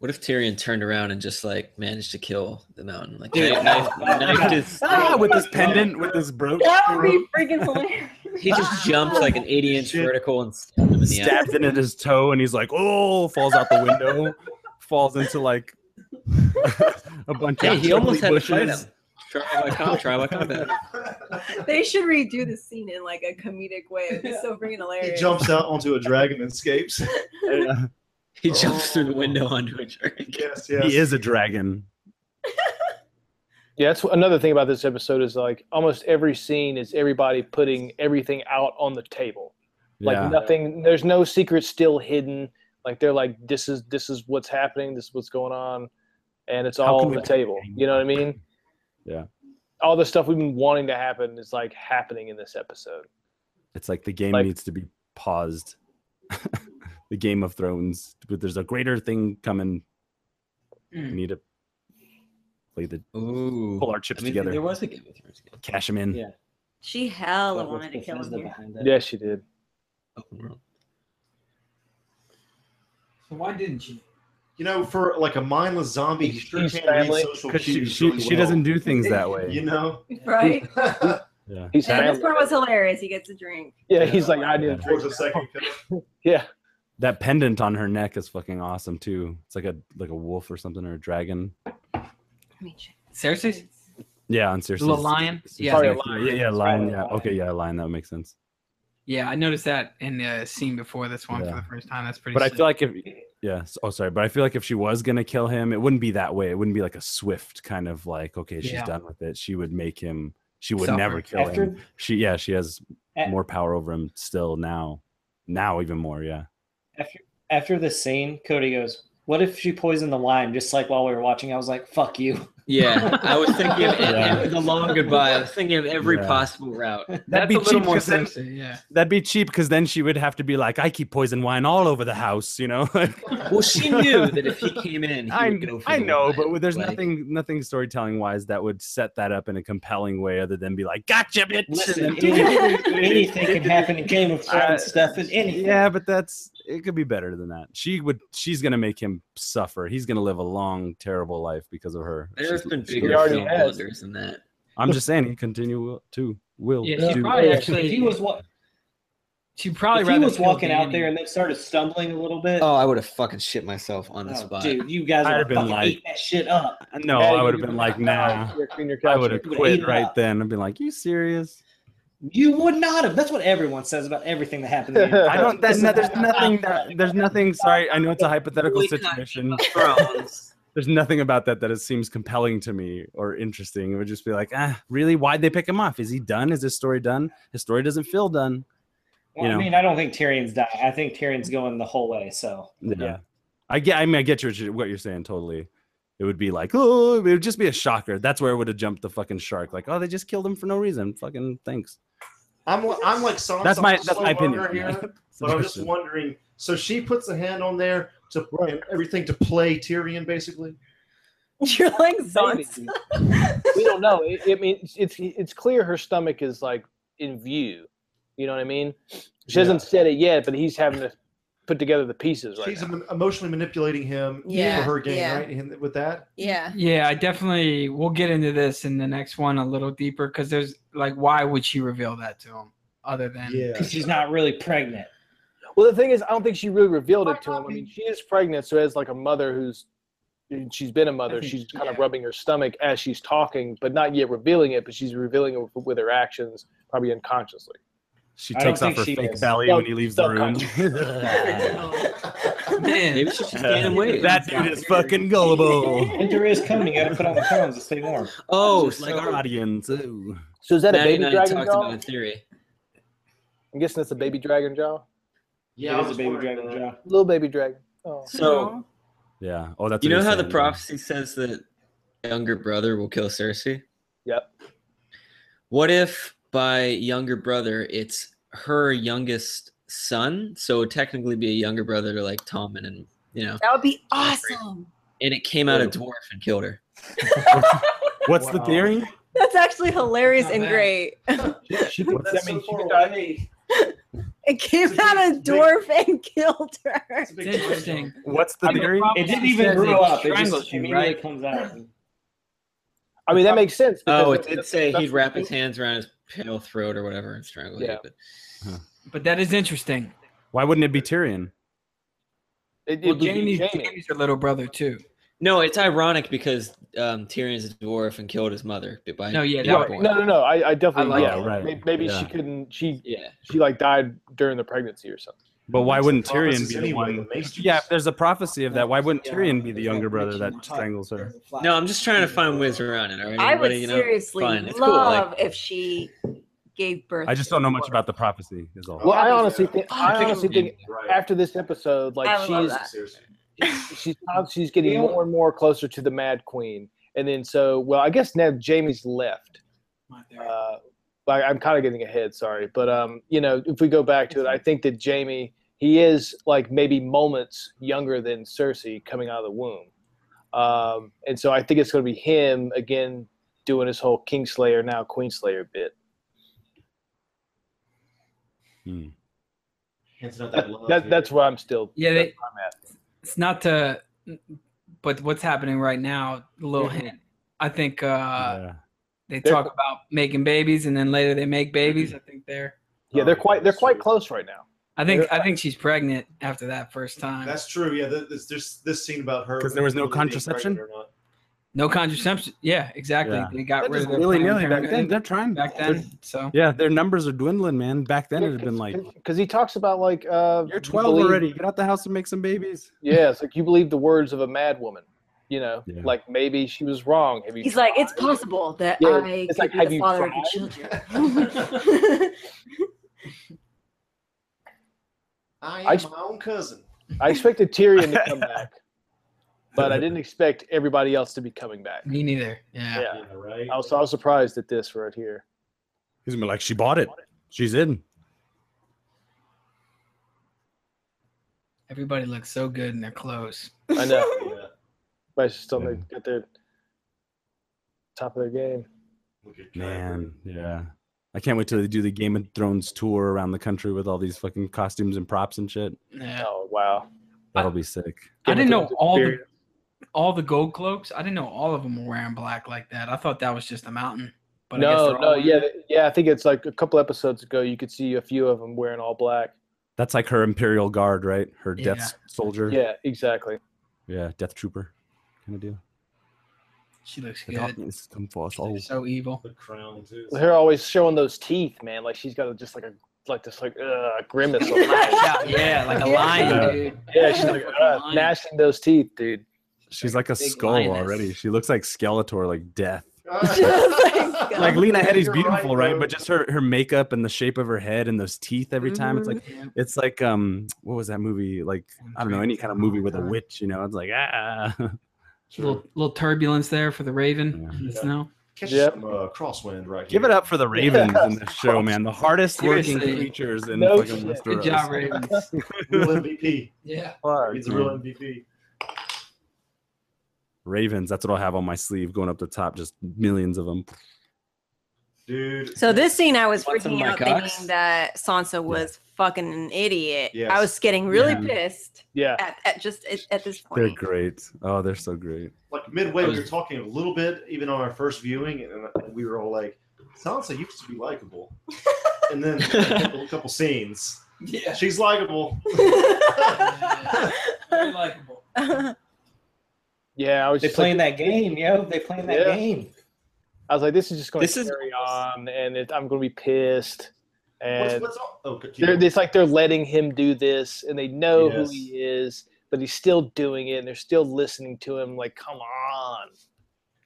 Speaker 6: What if Tyrion turned around and just like managed to kill the mountain? Like knife, knife, knifed his-
Speaker 7: ah, with this pendant with this brooch
Speaker 8: that would be freaking hilarious.
Speaker 6: he just jumped like an 80 inch
Speaker 3: Shit.
Speaker 6: vertical and stabbed him in the eye.
Speaker 7: stabbed in at his toe and he's like oh falls out the window falls into like a bunch
Speaker 6: Hey,
Speaker 7: of
Speaker 6: he almost had to
Speaker 7: bushes.
Speaker 6: fight him. Trial by combat. Trial by combat.
Speaker 8: They should redo the scene in like a comedic way. It'd be so freaking
Speaker 3: He
Speaker 8: hilarious.
Speaker 3: jumps out onto a dragon and escapes.
Speaker 7: Yeah.
Speaker 6: He jumps through the window onto a drink.
Speaker 3: yes, yes.
Speaker 7: he is a dragon
Speaker 5: Yeah, that's another thing about this episode is like almost every scene is everybody putting everything out on the table. Like
Speaker 7: yeah
Speaker 5: nothing, there's no secret still hidden. Like they're like, this is this is what's happening. This is what's going on, and it's
Speaker 7: How
Speaker 5: all
Speaker 7: can
Speaker 5: on
Speaker 7: we
Speaker 5: the
Speaker 7: put
Speaker 5: table.
Speaker 7: everything-
Speaker 5: You know what I mean?
Speaker 7: Yeah.
Speaker 5: All the stuff we've been wanting to happen is like happening in this episode.
Speaker 7: it's like the game
Speaker 5: like-
Speaker 7: needs to be paused the game of thrones but there's a greater thing coming we
Speaker 4: Mm.
Speaker 7: need to play the
Speaker 6: Ooh.
Speaker 7: pull our chips
Speaker 6: I mean,
Speaker 7: together
Speaker 6: There was a Game of Thrones game.
Speaker 7: cash them in
Speaker 9: Yeah.
Speaker 8: She hella
Speaker 9: But with
Speaker 8: wanted to kill
Speaker 9: Bethesda
Speaker 8: him. Here.
Speaker 9: behind it.
Speaker 5: Yeah, she did.
Speaker 6: Open world.
Speaker 4: So why didn't you?
Speaker 3: You know, for like a mindless zombie, he sure
Speaker 5: He's
Speaker 3: can't
Speaker 5: family,
Speaker 3: read social
Speaker 7: because
Speaker 3: cues.
Speaker 7: she, she,
Speaker 3: really
Speaker 7: she
Speaker 3: well.
Speaker 7: doesn't do things that way
Speaker 3: You know?
Speaker 8: Right?
Speaker 7: yeah
Speaker 5: He's
Speaker 8: And
Speaker 5: family.
Speaker 8: this part was hilarious. He gets a drink.
Speaker 5: Yeah, he's like, I
Speaker 7: Yeah.
Speaker 5: did.
Speaker 3: Towards a second. cup.
Speaker 5: Yeah,
Speaker 7: that pendant on her neck is fucking awesome too it's like a like a wolf or something or a dragon
Speaker 8: Let me check.
Speaker 4: Cersei's
Speaker 7: Yeah, on Cersei's.
Speaker 4: the little lion.
Speaker 7: Cersei's
Speaker 4: Yeah,
Speaker 5: Sorry,
Speaker 7: neck.
Speaker 5: lion.
Speaker 7: Yeah, yeah,
Speaker 5: It's
Speaker 7: lion.
Speaker 5: probably a
Speaker 7: Yeah,
Speaker 5: lion.
Speaker 7: okay, yeah, lion. That makes sense.
Speaker 4: yeah. I noticed that in the scene before this one
Speaker 7: Yeah.
Speaker 4: for the first time. That's pretty.
Speaker 7: But I
Speaker 4: sick.
Speaker 7: feel like if yeah, s- oh sorry, but I feel like if she was gonna kill him, it wouldn't be that way. It wouldn't be like a swift kind of like okay, she's
Speaker 4: Yeah.
Speaker 7: done with it. She would make him. She would
Speaker 4: Suffer.
Speaker 7: never kill him.
Speaker 9: After
Speaker 7: She yeah, she has
Speaker 9: A-
Speaker 7: more power over him still now. Now even more. Yeah.
Speaker 9: after the scene, Cody goes, "What if she poisoned the lime?" Just like while we were watching, I was like, "Fuck you."
Speaker 6: Yeah, I was thinking of
Speaker 7: Yeah.
Speaker 6: the long goodbye. I was thinking of every
Speaker 7: Yeah.
Speaker 6: possible route.
Speaker 4: that's
Speaker 7: be
Speaker 4: a little
Speaker 7: cheap
Speaker 4: more
Speaker 7: 'cause then-
Speaker 4: Cersei. Yeah.
Speaker 7: That'd be cheap because then she would have to be like, I keep poison wine all over the house. You know.
Speaker 6: Well, she knew that if he came in, he
Speaker 7: I,
Speaker 6: would go for
Speaker 7: I
Speaker 6: the
Speaker 7: know,
Speaker 6: win.
Speaker 7: but there's
Speaker 6: Like,
Speaker 7: nothing nothing storytelling wise that would set that up in a compelling way other than be like, gotcha, bitch. and
Speaker 9: Listen,
Speaker 7: then do it.
Speaker 9: anything, anything can happen in Game of
Speaker 7: I- uh,
Speaker 9: Thrones stuff. Is anything?
Speaker 7: yeah, but that's it could be better than that. She would she's gonna make him suffer. He's gonna live a long, terrible life because of her.
Speaker 6: There's
Speaker 7: She's-
Speaker 6: been
Speaker 7: she
Speaker 6: bigger
Speaker 7: lives-
Speaker 5: already
Speaker 6: film
Speaker 5: has.
Speaker 6: blunders than that.
Speaker 7: I'm just saying he continue will- to will
Speaker 4: Yeah, she
Speaker 7: do. Uh,
Speaker 4: probably
Speaker 9: If
Speaker 4: actually.
Speaker 9: he was wa-
Speaker 4: she probably
Speaker 9: if he
Speaker 4: rather
Speaker 9: was
Speaker 4: kill
Speaker 9: walking out
Speaker 4: Dany.
Speaker 9: there and then started stumbling a little bit.
Speaker 6: Oh, I would have fucking shit myself on the
Speaker 9: oh,
Speaker 6: spot.
Speaker 9: dude, you guys
Speaker 7: I'd
Speaker 9: would
Speaker 7: have been
Speaker 9: fucking
Speaker 7: like-
Speaker 9: eat that shit up.
Speaker 7: no,
Speaker 5: Maddie,
Speaker 7: Oh, I would have
Speaker 5: you-
Speaker 7: been like, nah.
Speaker 5: You're clean your
Speaker 7: I
Speaker 5: couch.
Speaker 7: would have
Speaker 9: would've
Speaker 7: quit
Speaker 9: eaten
Speaker 7: right
Speaker 9: up.
Speaker 7: then. I'd been like, you serious?
Speaker 9: You would not have. That's what everyone says about everything that happened. To you.
Speaker 7: I don't. That's no, there's nothing. That, there's nothing. Sorry, I know it's a hypothetical situation.
Speaker 6: Thrones.
Speaker 7: there's nothing about that that it seems compelling to me or interesting. It would just be like, ah, really? Why'd they pick him off? Is he done? Is his story done? His story doesn't feel done.
Speaker 9: Well,
Speaker 7: you know.
Speaker 9: I mean, I don't think Tyrion's dying. I think Tyrion's going the whole way. So
Speaker 7: Yeah. I get. I mean, I get your, what you're saying totally. It would be like, oh, it would just be a shocker. That's where it would have jumped the fucking shark. Like, oh, they just killed him for no reason. Fucking thanks.
Speaker 3: I'm, li- I'm like Sansa.
Speaker 7: That's my-
Speaker 3: I'm
Speaker 7: that's
Speaker 3: slow
Speaker 7: my opinion.
Speaker 3: learner Here, but I'm just
Speaker 7: Suggestion.
Speaker 3: wondering. So she puts a hand on there to and everything to play Tyrion, basically.
Speaker 8: You're like
Speaker 5: Maybe.
Speaker 8: Sansa.
Speaker 5: we don't know. It, I mean, it's, it's it's clear her stomach is like in view. You know what I mean? She hasn't said it yet, but he's having to put together the pieces right
Speaker 3: He's
Speaker 5: now.
Speaker 3: em- emotionally manipulating him
Speaker 8: Yeah,
Speaker 3: for her game,
Speaker 8: yeah.
Speaker 3: right? And with that,
Speaker 8: Yeah.
Speaker 4: Yeah, I definitely we'll get into this in the next one a little deeper because there's like why would she reveal that to him other than
Speaker 3: yeah.
Speaker 9: because she's not really pregnant.
Speaker 5: Well, the thing is, I don't think she really revealed it to him. I mean, she is pregnant, so as like a mother who's, and she's been a mother.
Speaker 4: think-
Speaker 5: She's kind of
Speaker 4: yeah.
Speaker 5: rubbing her stomach as she's talking, but not yet revealing it. But she's revealing it with, with her actions, probably unconsciously.
Speaker 7: She
Speaker 9: I don't
Speaker 7: takes off
Speaker 9: think
Speaker 7: her
Speaker 9: she
Speaker 7: fake
Speaker 9: is.
Speaker 7: belly
Speaker 5: No,
Speaker 7: when he leaves the room.
Speaker 4: man
Speaker 6: Maybe she's just gaining weight.
Speaker 7: that dude is fucking gullible.
Speaker 9: Winter is coming. You got to put on the cones to stay warm.
Speaker 6: Oh,
Speaker 7: Just like our audience. Ooh.
Speaker 5: So is that
Speaker 6: Maddie
Speaker 5: a
Speaker 6: and I
Speaker 5: baby
Speaker 6: talked
Speaker 5: dragon
Speaker 6: about
Speaker 5: jaw?
Speaker 6: a theory.
Speaker 5: I'm guessing that's a baby dragon jaw.
Speaker 9: Yeah, it is a baby dragon jaw.
Speaker 5: Little baby dragon. Oh.
Speaker 6: So
Speaker 7: Yeah. Oh, that's
Speaker 6: you
Speaker 7: what
Speaker 6: know
Speaker 7: he's
Speaker 6: how the
Speaker 7: saying.
Speaker 6: prophecy says that younger brother will kill Cersei.
Speaker 5: Yep.
Speaker 6: What if by younger brother it's her youngest son? So it would technically be a younger brother to like Tommen and you know,
Speaker 8: That would be awesome.
Speaker 6: and it came out a dwarf and killed her.
Speaker 7: What's the
Speaker 3: Wow.
Speaker 7: theory?
Speaker 8: That's actually hilarious
Speaker 4: Not
Speaker 8: and
Speaker 4: bad.
Speaker 8: great.
Speaker 3: She,
Speaker 7: What's-
Speaker 3: that's
Speaker 9: I mean,
Speaker 3: so far
Speaker 9: she-
Speaker 3: away.
Speaker 9: I mean,
Speaker 8: It came out a dwarf and killed her.
Speaker 3: It's a big
Speaker 4: it's interesting.
Speaker 7: What's the
Speaker 4: I mean,
Speaker 7: theory?
Speaker 4: prob-
Speaker 9: it didn't
Speaker 4: She
Speaker 9: even
Speaker 4: says
Speaker 9: grow
Speaker 4: it
Speaker 9: up. It
Speaker 4: strangles
Speaker 9: just
Speaker 4: you,
Speaker 9: immediately
Speaker 4: right?
Speaker 9: comes out.
Speaker 5: I mean, that makes sense.
Speaker 6: Oh, it
Speaker 5: because
Speaker 6: did
Speaker 5: that's-
Speaker 6: say
Speaker 5: that's
Speaker 6: he'd
Speaker 5: what
Speaker 6: wrap
Speaker 5: she-
Speaker 6: his hands around his pale throat or whatever and strangle
Speaker 5: Yeah.
Speaker 6: you. But
Speaker 4: But that is interesting.
Speaker 7: Why wouldn't it be Tyrion?
Speaker 5: It, it
Speaker 4: Well,
Speaker 5: would be
Speaker 4: Jamie's,
Speaker 5: Jamie.
Speaker 4: Jamie's her little brother too.
Speaker 6: no, it's ironic because um, Tyrion's a dwarf and killed his mother by
Speaker 4: No, yeah,
Speaker 6: being
Speaker 4: that-
Speaker 6: born.
Speaker 5: No, no, no. I, I definitely
Speaker 4: I like
Speaker 5: Oh, yeah.
Speaker 7: it. Oh, Right,
Speaker 5: Maybe, maybe she
Speaker 7: yeah.
Speaker 5: couldn't. She
Speaker 6: Yeah.
Speaker 5: she like died during the pregnancy or something.
Speaker 7: But why wouldn't
Speaker 3: The
Speaker 7: Tyrion
Speaker 3: prophecies
Speaker 7: be the
Speaker 3: anyway,
Speaker 7: one?
Speaker 3: the matrix.
Speaker 7: Yeah, if there's a prophecy of that, why wouldn't Tyrion be the younger brother that strangles her?
Speaker 6: No, I'm just trying to find ways around it. All right,
Speaker 8: I would
Speaker 6: everybody, you know?
Speaker 8: seriously
Speaker 6: fine, it's cool, like-
Speaker 8: love if she gave birth.
Speaker 7: I just
Speaker 8: to
Speaker 7: don't know
Speaker 8: a
Speaker 7: much
Speaker 8: dwarf.
Speaker 7: about the prophecy. Is
Speaker 3: Oh,
Speaker 7: all.
Speaker 5: Well, I honestly
Speaker 3: yeah.
Speaker 5: think I
Speaker 6: think
Speaker 5: honestly
Speaker 6: it'll be-
Speaker 5: think
Speaker 3: Right.
Speaker 5: after this episode, like
Speaker 8: I would love
Speaker 5: she's
Speaker 8: that.
Speaker 3: Seriously.
Speaker 5: she's she's getting more and more closer to the Mad Queen, and then so well, I guess now Jamie's left. Uh, but I'm kind of getting ahead, sorry, but um, you know, if we go back to it, I think that Jamie he is like maybe moments younger than Cersei coming out of the womb, um, and so I think it's going to be him again doing his whole Kingslayer now Queenslayer bit.
Speaker 7: Hmm.
Speaker 3: Hands out that love
Speaker 5: That,
Speaker 3: here.
Speaker 5: that's where I'm still.
Speaker 4: Yeah, they,
Speaker 5: that's where I'm at.
Speaker 4: it's not to, but what's happening right now? A little hint. I think uh,
Speaker 7: Mm-hmm. Yeah.
Speaker 4: they
Speaker 5: They're-
Speaker 4: talk about making babies, and then later they make
Speaker 7: Mm-hmm.
Speaker 4: babies. I think they're.
Speaker 5: Yeah, they're quite they're quite close right now.
Speaker 4: I think I think she's pregnant after that first time.
Speaker 3: That's true. Yeah, th- this this, this scene about her
Speaker 7: 'Cause there was no
Speaker 3: whether being pregnant
Speaker 7: contraception?
Speaker 3: or not.
Speaker 4: no contraception. Yeah, exactly.
Speaker 7: Yeah.
Speaker 4: They got
Speaker 7: They're
Speaker 4: rid
Speaker 7: just
Speaker 4: of their
Speaker 7: willy
Speaker 4: Planned
Speaker 7: nilly back then.
Speaker 4: Parenthood
Speaker 7: They're trying.
Speaker 4: back
Speaker 7: they're-
Speaker 4: then. So
Speaker 7: Yeah, their numbers are dwindling, man. Back then it'd have been like
Speaker 5: because he talks about like uh,
Speaker 7: You're 12
Speaker 5: believe-
Speaker 7: already. Get out the house and make some babies.
Speaker 5: Yeah, it's like you believe the words of a mad woman. You know,
Speaker 7: Yeah.
Speaker 5: like maybe she was wrong. Have you
Speaker 8: He's like, it's possible that
Speaker 5: Yeah,
Speaker 8: I could
Speaker 5: it's like,
Speaker 8: be
Speaker 5: have
Speaker 8: the
Speaker 5: you
Speaker 8: father of your children.
Speaker 3: I am
Speaker 5: I-
Speaker 3: my own cousin.
Speaker 5: I expected Tyrion to come back, but I didn't expect everybody else to be coming back.
Speaker 4: me neither. Yeah.
Speaker 5: Yeah,
Speaker 3: right.
Speaker 5: I was, I was surprised at this right here.
Speaker 7: He's gonna be like, she bought it. She's in.
Speaker 4: Everybody looks so good in their clothes.
Speaker 5: I know,
Speaker 3: yeah.
Speaker 5: but it's still they got their top of their game.
Speaker 3: Look at
Speaker 7: Man, yeah. I can't wait till they do the Game of Thrones tour around the country with all these fucking costumes and props and shit.
Speaker 4: Yeah.
Speaker 5: Oh wow!
Speaker 7: That'll be sick.
Speaker 4: I didn't know all the
Speaker 5: Experience.
Speaker 4: all the gold cloaks. I didn't know all of them were wearing black like that. I thought that was just a mountain. But I guess
Speaker 5: no,
Speaker 4: they're all
Speaker 5: no,
Speaker 4: wearing
Speaker 5: yeah,
Speaker 4: it.
Speaker 5: th- yeah. I think it's like a couple episodes ago. You could see a few of them wearing all black.
Speaker 7: That's like her Imperial Guard, right? Her Death
Speaker 4: Yeah.
Speaker 7: s- Soldier.
Speaker 5: Yeah, exactly.
Speaker 7: Yeah, Death Trooper kind of deal.
Speaker 4: She looks
Speaker 7: The
Speaker 4: good.
Speaker 7: darkness come for us all.
Speaker 4: She's So evil.
Speaker 3: The crown too.
Speaker 5: Her always showing those teeth, man. Like she's got a, just like a like this like uh, grimace. on her face.
Speaker 4: Yeah, yeah, like a
Speaker 8: Yeah.
Speaker 4: lion, dude.
Speaker 5: yeah, she's like
Speaker 4: Fucking
Speaker 5: uh,
Speaker 4: lion.
Speaker 5: gnashing those teeth, dude.
Speaker 7: She's like a
Speaker 4: big
Speaker 7: skull
Speaker 4: lioness.
Speaker 7: already. She looks like Skeletor, like death.
Speaker 8: Just
Speaker 7: Like
Speaker 8: Yeah.
Speaker 7: Lena Headey's
Speaker 3: You're
Speaker 7: beautiful, right?
Speaker 3: bro.
Speaker 7: But just her her makeup and the shape of her head and those teeth every time. It's like
Speaker 4: Yeah.
Speaker 7: It's like um, what was that movie? Like I don't know, any kind of movie with a witch. You know, it's like ah.
Speaker 4: Little, little turbulence there for the Raven
Speaker 7: Yeah.
Speaker 4: in the
Speaker 3: Yeah.
Speaker 4: snow.
Speaker 3: Catch
Speaker 5: Yep.
Speaker 3: some uh, crosswind right
Speaker 7: Give
Speaker 3: here.
Speaker 7: it up for the Ravens in this show, man. The hardest working
Speaker 4: Seriously.
Speaker 7: creatures in
Speaker 5: No
Speaker 7: fucking
Speaker 5: shit.
Speaker 7: Westeros.
Speaker 4: Good job, Ravens.
Speaker 3: Real MVP.
Speaker 4: yeah.
Speaker 7: Fuck,
Speaker 3: He's a real
Speaker 7: man.
Speaker 3: MVP.
Speaker 7: Ravens. That's what I'll have on my sleeve going up the top. Just millions of them.
Speaker 3: Dude.
Speaker 8: so this scene, I was
Speaker 6: Want some of
Speaker 8: freaking
Speaker 6: my
Speaker 8: out
Speaker 6: cocks?
Speaker 8: thinking that Sansa was fucking idiot.
Speaker 3: Yes.
Speaker 8: I was getting really
Speaker 7: Yeah.
Speaker 8: pissed
Speaker 5: Yeah.
Speaker 8: at, at just at, at this
Speaker 7: They're
Speaker 8: point.
Speaker 7: great. Oh, they're so great.
Speaker 3: Like midway,
Speaker 6: I
Speaker 3: we
Speaker 6: was-
Speaker 3: were talking a little bit, even on our first viewing, and uh, and we were all like, "Sansa used to be likable," and then a couple, couple scenes,
Speaker 4: Yeah.
Speaker 3: she's likable.
Speaker 4: Very likable.
Speaker 5: Yeah. I was
Speaker 9: They
Speaker 5: just like-
Speaker 9: playing that game, yo. They playing that
Speaker 5: Yeah.
Speaker 9: game.
Speaker 5: I was like, this is just going
Speaker 6: This
Speaker 5: to
Speaker 6: is-
Speaker 5: carry on, and it, I'm going to be pissed.
Speaker 3: What's,
Speaker 5: And
Speaker 3: what's all, oh,
Speaker 5: they're,
Speaker 3: continue.
Speaker 5: it's like they're letting him do this, and they know
Speaker 3: Yes.
Speaker 5: who he is, but he's still doing it, and they're still listening to him. Like, come on.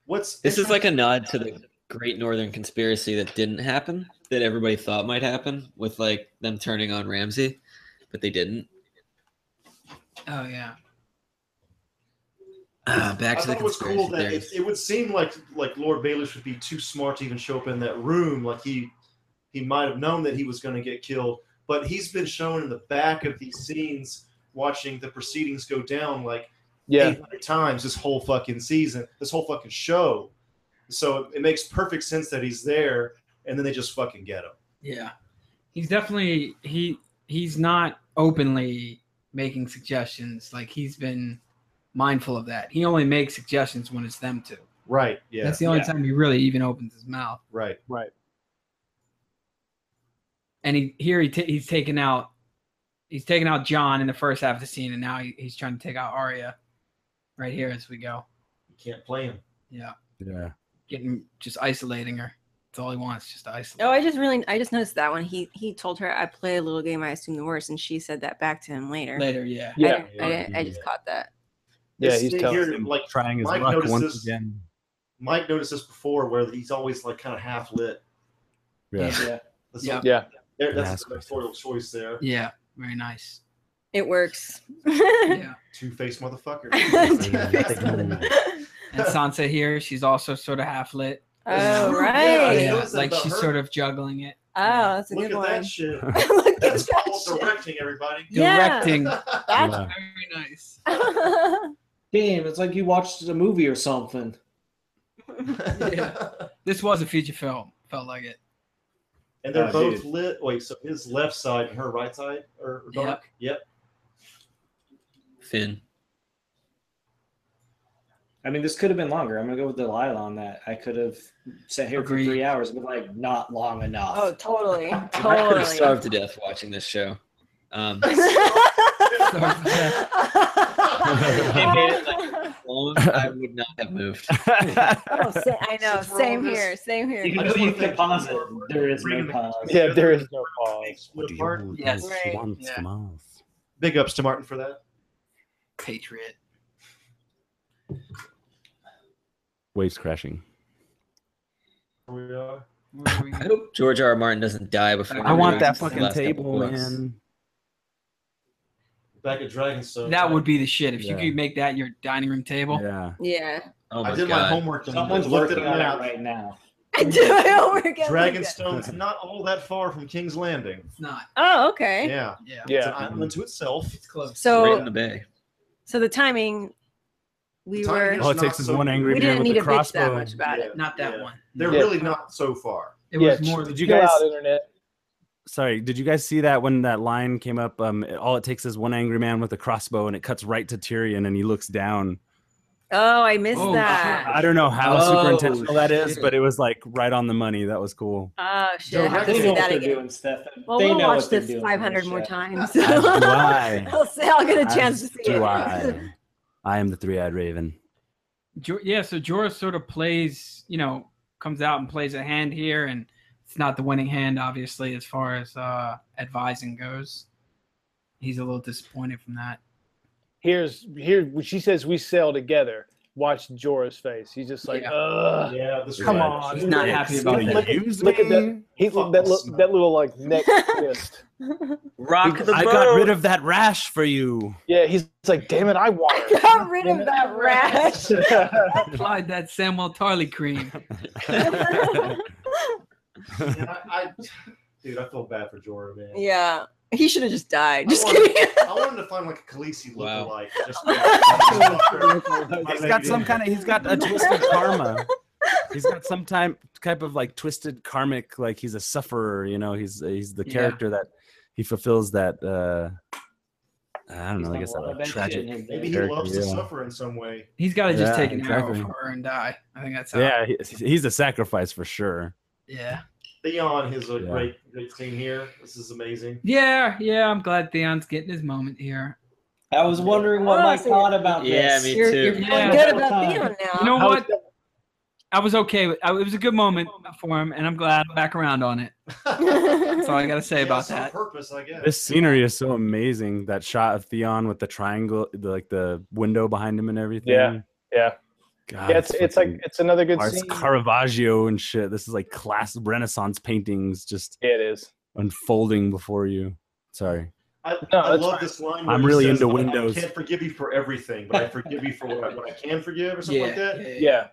Speaker 3: what's
Speaker 6: This is like a nod to the Great Northern Conspiracy that didn't happen, that everybody thought might happen, with like them turning on Ramsey, but they didn't.
Speaker 4: Oh yeah.
Speaker 6: Uh, back
Speaker 3: I
Speaker 6: to the
Speaker 3: thought it was
Speaker 6: conspiracy
Speaker 3: cool that it,
Speaker 6: theories.
Speaker 3: it would seem like like Lord Baelish would be too smart to even show up in that room. Like he he might have known that he was going to get killed, but he's been shown in the back of these scenes, watching the proceedings go down like
Speaker 5: Yeah.
Speaker 3: 800 times this whole fucking season, this whole fucking show. So it, it makes perfect sense that he's there, and then they just fucking get him.
Speaker 4: Yeah. He's definitely he he's not openly making suggestions. Like he's been mindful of that. He only makes suggestions when it's them to.
Speaker 3: Right? Yeah.
Speaker 4: That's the only
Speaker 9: yeah.
Speaker 4: time he really even opens his mouth.
Speaker 3: right.
Speaker 4: And he here he ta he's taken out he's taken out John in the first half of the scene and now he, he's trying to take out Arya right here as we go.
Speaker 3: You can't play him.
Speaker 4: Yeah.
Speaker 7: Yeah.
Speaker 4: Getting just isolating her. That's all he wants, just to isolate.
Speaker 8: Oh, I just really, I just noticed that one. He he told her, "I play a little game. I assume the worst," and she said that back to him later.
Speaker 4: Later, yeah.
Speaker 8: I
Speaker 5: Yeah.
Speaker 8: didn't- I, didn't, I just caught that.
Speaker 5: Yeah.
Speaker 3: This
Speaker 5: He's
Speaker 3: thing
Speaker 5: telling.
Speaker 3: here, like
Speaker 7: Trying his
Speaker 3: Mike
Speaker 7: luck
Speaker 3: noticed
Speaker 7: once
Speaker 3: this.
Speaker 7: again.
Speaker 3: Mike noticed this before, where he's always like kind of half lit.
Speaker 7: Yeah.
Speaker 9: Yeah.
Speaker 3: That's
Speaker 4: Yeah.
Speaker 5: Yeah.
Speaker 3: There,
Speaker 7: Mask
Speaker 3: that's a
Speaker 7: myself.
Speaker 3: editorial choice there.
Speaker 4: Yeah. Very nice.
Speaker 8: It works.
Speaker 4: Yeah.
Speaker 3: Two faced motherfucker.
Speaker 4: And Sansa here, she's also sort of half lit.
Speaker 8: oh
Speaker 3: Yeah,
Speaker 8: right.
Speaker 3: I
Speaker 4: Yeah,
Speaker 3: noticed that
Speaker 4: like
Speaker 3: about
Speaker 4: she's
Speaker 3: her.
Speaker 4: sort of juggling it.
Speaker 8: Oh, that's a
Speaker 3: Look
Speaker 8: good
Speaker 3: at
Speaker 8: one.
Speaker 3: that shit.
Speaker 8: Look at
Speaker 3: That's
Speaker 8: that
Speaker 3: called
Speaker 8: shit.
Speaker 3: directing, everybody.
Speaker 8: Yeah.
Speaker 4: Directing.
Speaker 8: That's-
Speaker 7: Yeah.
Speaker 4: Very nice.
Speaker 9: Damn, it's like you watched a movie or something.
Speaker 4: Yeah. This was a feature film. Felt like it.
Speaker 3: And they're
Speaker 9: Oh,
Speaker 3: both
Speaker 9: dude.
Speaker 3: lit. Wait, so his left side and her right side are are dark? Yep.
Speaker 6: Finn.
Speaker 9: I mean, this could have been longer. I'm gonna go with Delilah on that. I could have sat here
Speaker 4: Agreed.
Speaker 9: for three hours, but like not long enough.
Speaker 8: oh, totally,
Speaker 6: I could have
Speaker 8: totally.
Speaker 6: starved to death watching this show. Um, alone, I would not have moved.
Speaker 8: oh, sa- I know.
Speaker 3: Since we're
Speaker 8: Same
Speaker 3: on this-
Speaker 8: here. Same here.
Speaker 9: You
Speaker 3: I
Speaker 9: can,
Speaker 3: just
Speaker 9: you
Speaker 3: wanna
Speaker 9: can
Speaker 3: thank
Speaker 9: pause
Speaker 3: you
Speaker 9: it.
Speaker 3: for
Speaker 9: There is no
Speaker 3: bringing the-
Speaker 9: pause.
Speaker 5: Yeah. There is no pause.
Speaker 3: Thanks, Wood Martin.
Speaker 4: Yes.
Speaker 8: Right.
Speaker 7: Once
Speaker 4: Yeah.
Speaker 7: month.
Speaker 3: Big ups to Martin for that.
Speaker 4: Patriot.
Speaker 7: Waves crashing.
Speaker 3: Here we are.
Speaker 4: Where are we
Speaker 6: I hope George R. R. Martin doesn't die before.
Speaker 7: I want
Speaker 6: we
Speaker 7: that
Speaker 6: release the
Speaker 7: fucking
Speaker 6: last couple
Speaker 7: table,
Speaker 6: books.
Speaker 7: man.
Speaker 3: Back at Dragonstone.
Speaker 4: that would be the shit if
Speaker 7: Yeah.
Speaker 4: you could make that your dining room table.
Speaker 7: Yeah.
Speaker 8: yeah.
Speaker 6: Oh my
Speaker 3: I did my
Speaker 6: god.
Speaker 3: homework. done.
Speaker 9: Someone's
Speaker 3: I looked
Speaker 9: working
Speaker 3: at
Speaker 9: on
Speaker 3: the
Speaker 9: it
Speaker 3: map.
Speaker 9: right now.
Speaker 8: I do my homework. every day.
Speaker 3: Dragonstone's not all that far from King's Landing.
Speaker 4: It's not.
Speaker 8: Oh, okay.
Speaker 3: Yeah.
Speaker 4: Yeah.
Speaker 3: It's an
Speaker 5: Yeah.
Speaker 3: island to itself.
Speaker 4: It's close.
Speaker 6: Right in
Speaker 8: So,
Speaker 6: the bay.
Speaker 8: so the timing, we
Speaker 3: The timing
Speaker 8: were,
Speaker 3: is
Speaker 7: All it
Speaker 3: not
Speaker 7: takes is
Speaker 3: so
Speaker 7: one
Speaker 3: good.
Speaker 7: angry
Speaker 8: we
Speaker 7: man
Speaker 8: didn't
Speaker 7: with
Speaker 8: need
Speaker 7: a
Speaker 8: to bitch
Speaker 7: crossbow.
Speaker 8: that much about it.
Speaker 3: Yeah.
Speaker 4: Not that
Speaker 3: Yeah.
Speaker 4: one.
Speaker 3: They're
Speaker 5: Yeah.
Speaker 3: really not so far.
Speaker 4: It
Speaker 5: Yeah,
Speaker 4: was more.
Speaker 7: Did you
Speaker 5: Chill
Speaker 7: guys?
Speaker 5: out, internet.
Speaker 7: Sorry, did you guys see that when that line came up? Um, all it takes is one angry man with a crossbow, and it cuts right to Tyrion, and he looks down.
Speaker 8: Oh, I missed
Speaker 4: Oh,
Speaker 8: that.
Speaker 7: I don't know how super
Speaker 6: Oh,
Speaker 7: intentional that is,
Speaker 6: shit.
Speaker 7: but it was like right on the money. That was cool.
Speaker 8: Oh shit! I have to
Speaker 9: They
Speaker 8: see
Speaker 9: know what
Speaker 8: that
Speaker 9: they're
Speaker 8: again.
Speaker 9: doing, Stefan.
Speaker 8: Well,
Speaker 9: they
Speaker 8: we'll
Speaker 9: know
Speaker 8: watch
Speaker 9: what they're
Speaker 8: this
Speaker 9: doing with
Speaker 8: 500
Speaker 9: this
Speaker 8: more
Speaker 9: shit.
Speaker 8: times.
Speaker 7: As do I.
Speaker 8: I'll say I'll get a chance to
Speaker 7: As
Speaker 8: see
Speaker 7: do
Speaker 8: it.
Speaker 7: I. I am the three-eyed raven.
Speaker 4: Jo- yeah. So Jorah sort of plays, you know, comes out and plays a hand here, and it's not the winning hand, obviously, as far as uh, advising goes. He's a little disappointed from that.
Speaker 5: Here's here. when She says we sail together. Watch Jorah's face. He's just like,
Speaker 4: Yeah.
Speaker 5: ugh.
Speaker 3: Yeah, this
Speaker 7: Come
Speaker 3: was-
Speaker 7: on,
Speaker 4: He's not happy about
Speaker 7: Gonna
Speaker 4: that.
Speaker 5: Look at-
Speaker 7: use
Speaker 5: look at that-
Speaker 7: me?
Speaker 5: He
Speaker 3: Fuck
Speaker 5: that look
Speaker 3: this
Speaker 5: that little like neck twist.
Speaker 6: Rock the
Speaker 7: I got rid of that rash for you.
Speaker 5: Yeah, he's it's like, damn it, I want.
Speaker 8: I
Speaker 5: her."
Speaker 8: got rid of that rash.
Speaker 4: Applied that Samuel Tarly cream.
Speaker 3: And I, I, dude, I feel bad for Jorah, man.
Speaker 8: yeah, he should have just died. Just
Speaker 3: I wanted-
Speaker 8: kidding.
Speaker 3: I wanted to find like a Khaleesi
Speaker 6: Wow.
Speaker 3: lookalike. Just
Speaker 7: He's got some kind of he's got a twisted karma. He's got some type type of like twisted karmic like he's a sufferer, you know, he's he's the
Speaker 4: Yeah.
Speaker 7: character that he fulfills that. Uh, I don't
Speaker 9: He's
Speaker 7: know. I
Speaker 9: done
Speaker 7: guess
Speaker 9: a
Speaker 7: that
Speaker 9: lot of
Speaker 7: like,
Speaker 9: bad shit
Speaker 7: tragic.
Speaker 9: in his day.
Speaker 3: Maybe he
Speaker 7: Character,
Speaker 3: loves to
Speaker 7: yeah.
Speaker 3: suffer in some way.
Speaker 4: He's got to just
Speaker 7: Yeah,
Speaker 4: take an
Speaker 7: exactly.
Speaker 4: arrow for her and die. I think that's how.
Speaker 7: Yeah, he- he's a sacrifice for sure.
Speaker 4: Yeah.
Speaker 3: Theon is a
Speaker 7: Yeah.
Speaker 3: great, great scene here. This is amazing.
Speaker 4: Yeah. Yeah. I'm glad Theon's getting his moment here.
Speaker 9: I was wondering what Mike
Speaker 8: Honestly,
Speaker 9: thought about
Speaker 6: Yeah,
Speaker 9: this.
Speaker 6: me
Speaker 8: You're,
Speaker 6: too.
Speaker 8: you're feeling
Speaker 4: Yeah.
Speaker 8: good about
Speaker 9: Yeah.
Speaker 8: Theon now.
Speaker 4: You know
Speaker 5: How-
Speaker 4: what? I was okay. With, I, it was a good moment for him, and I'm glad I'm back around on it. That's all I got to say
Speaker 3: Yeah,
Speaker 4: about
Speaker 3: some
Speaker 4: that.
Speaker 3: Purpose, I guess.
Speaker 7: This scenery is so amazing. That shot of Theon with the triangle, the, like the window behind him and everything.
Speaker 5: yeah.
Speaker 7: God,
Speaker 5: Yeah, it's, it's like
Speaker 7: fucking
Speaker 5: it's another good
Speaker 7: arts-
Speaker 5: scene.
Speaker 7: Caravaggio and shit. This is like class Renaissance paintings just
Speaker 5: yeah, it is.
Speaker 7: unfolding before you. Sorry.
Speaker 3: I,
Speaker 5: No,
Speaker 3: I
Speaker 5: that's
Speaker 3: love
Speaker 5: fine.
Speaker 3: this line.
Speaker 7: I'm
Speaker 3: where he
Speaker 7: really
Speaker 3: says,
Speaker 7: into
Speaker 3: "I-
Speaker 7: Windows."
Speaker 3: I can't forgive you for everything, but I forgive you for what I, what I can forgive, or something like that.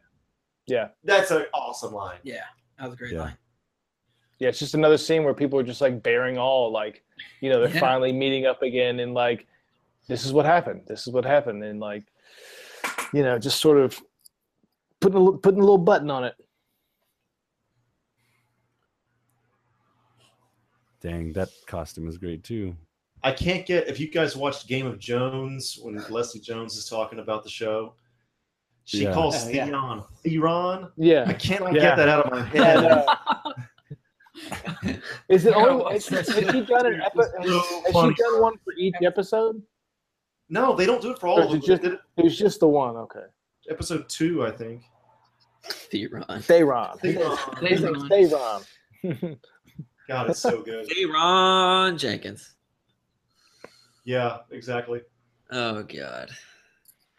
Speaker 5: Yeah,
Speaker 3: That's an awesome line.
Speaker 4: Yeah. That was a great
Speaker 7: Yeah.
Speaker 4: line.
Speaker 5: yeah. It's just another scene where people are just like bearing all, like you know, they're
Speaker 4: Yeah.
Speaker 5: finally meeting up again, and like this is what happened. This is what happened, and like you know, just sort of putting a, li- putting a little button on it.
Speaker 7: Dang, that costume is great too.
Speaker 3: I can't get if you guys watched Game of Jones when Leslie Jones is talking about the show. She
Speaker 7: Yeah.
Speaker 3: calls
Speaker 9: Oh, yeah.
Speaker 3: Theon Theron.
Speaker 5: Yeah.
Speaker 3: I cannot
Speaker 7: Yeah.
Speaker 3: get that out of my
Speaker 5: Yeah,
Speaker 3: head.
Speaker 5: no. Is
Speaker 4: I
Speaker 5: it
Speaker 4: gotta
Speaker 5: only
Speaker 4: watch
Speaker 5: has,
Speaker 4: this.
Speaker 5: has she done an epi-
Speaker 3: It's
Speaker 5: has,
Speaker 3: so
Speaker 5: has
Speaker 3: funny.
Speaker 5: she done one for each episode?
Speaker 3: No, they don't do it for all
Speaker 5: Or
Speaker 3: of them.
Speaker 5: is it
Speaker 3: They did it
Speaker 5: It was just the one, okay.
Speaker 3: episode two, I think.
Speaker 6: Theron.
Speaker 5: Dayron.
Speaker 3: Theron.
Speaker 4: They-
Speaker 5: His name's Dayron.
Speaker 3: God, it's so good.
Speaker 6: Theron Jenkins.
Speaker 3: Yeah, exactly.
Speaker 6: Oh god.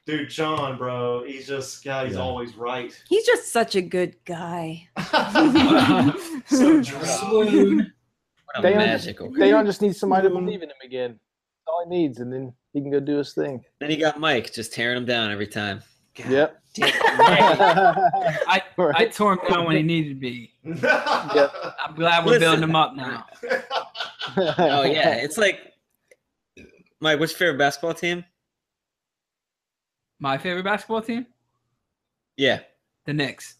Speaker 3: Dude, John, bro, he's just God. He's
Speaker 7: Yeah.
Speaker 3: always right.
Speaker 8: He's just such a good guy.
Speaker 3: so dry.
Speaker 4: Swoon.
Speaker 6: What a
Speaker 5: Theron-
Speaker 6: magical.
Speaker 5: Dayron just needs somebody to believe in him again. That's all he needs, and then he can go do his thing.
Speaker 6: Then he got Mike just tearing him down every time. God
Speaker 5: Yep.
Speaker 6: damn it, Mike.
Speaker 5: I,
Speaker 4: I tore him down when he needed to be. I'm glad we're
Speaker 6: Listen.
Speaker 4: building him up now.
Speaker 6: oh yeah, it's like Mike. What's your favorite basketball team?
Speaker 4: My favorite basketball team,
Speaker 6: Yeah,
Speaker 4: the Knicks.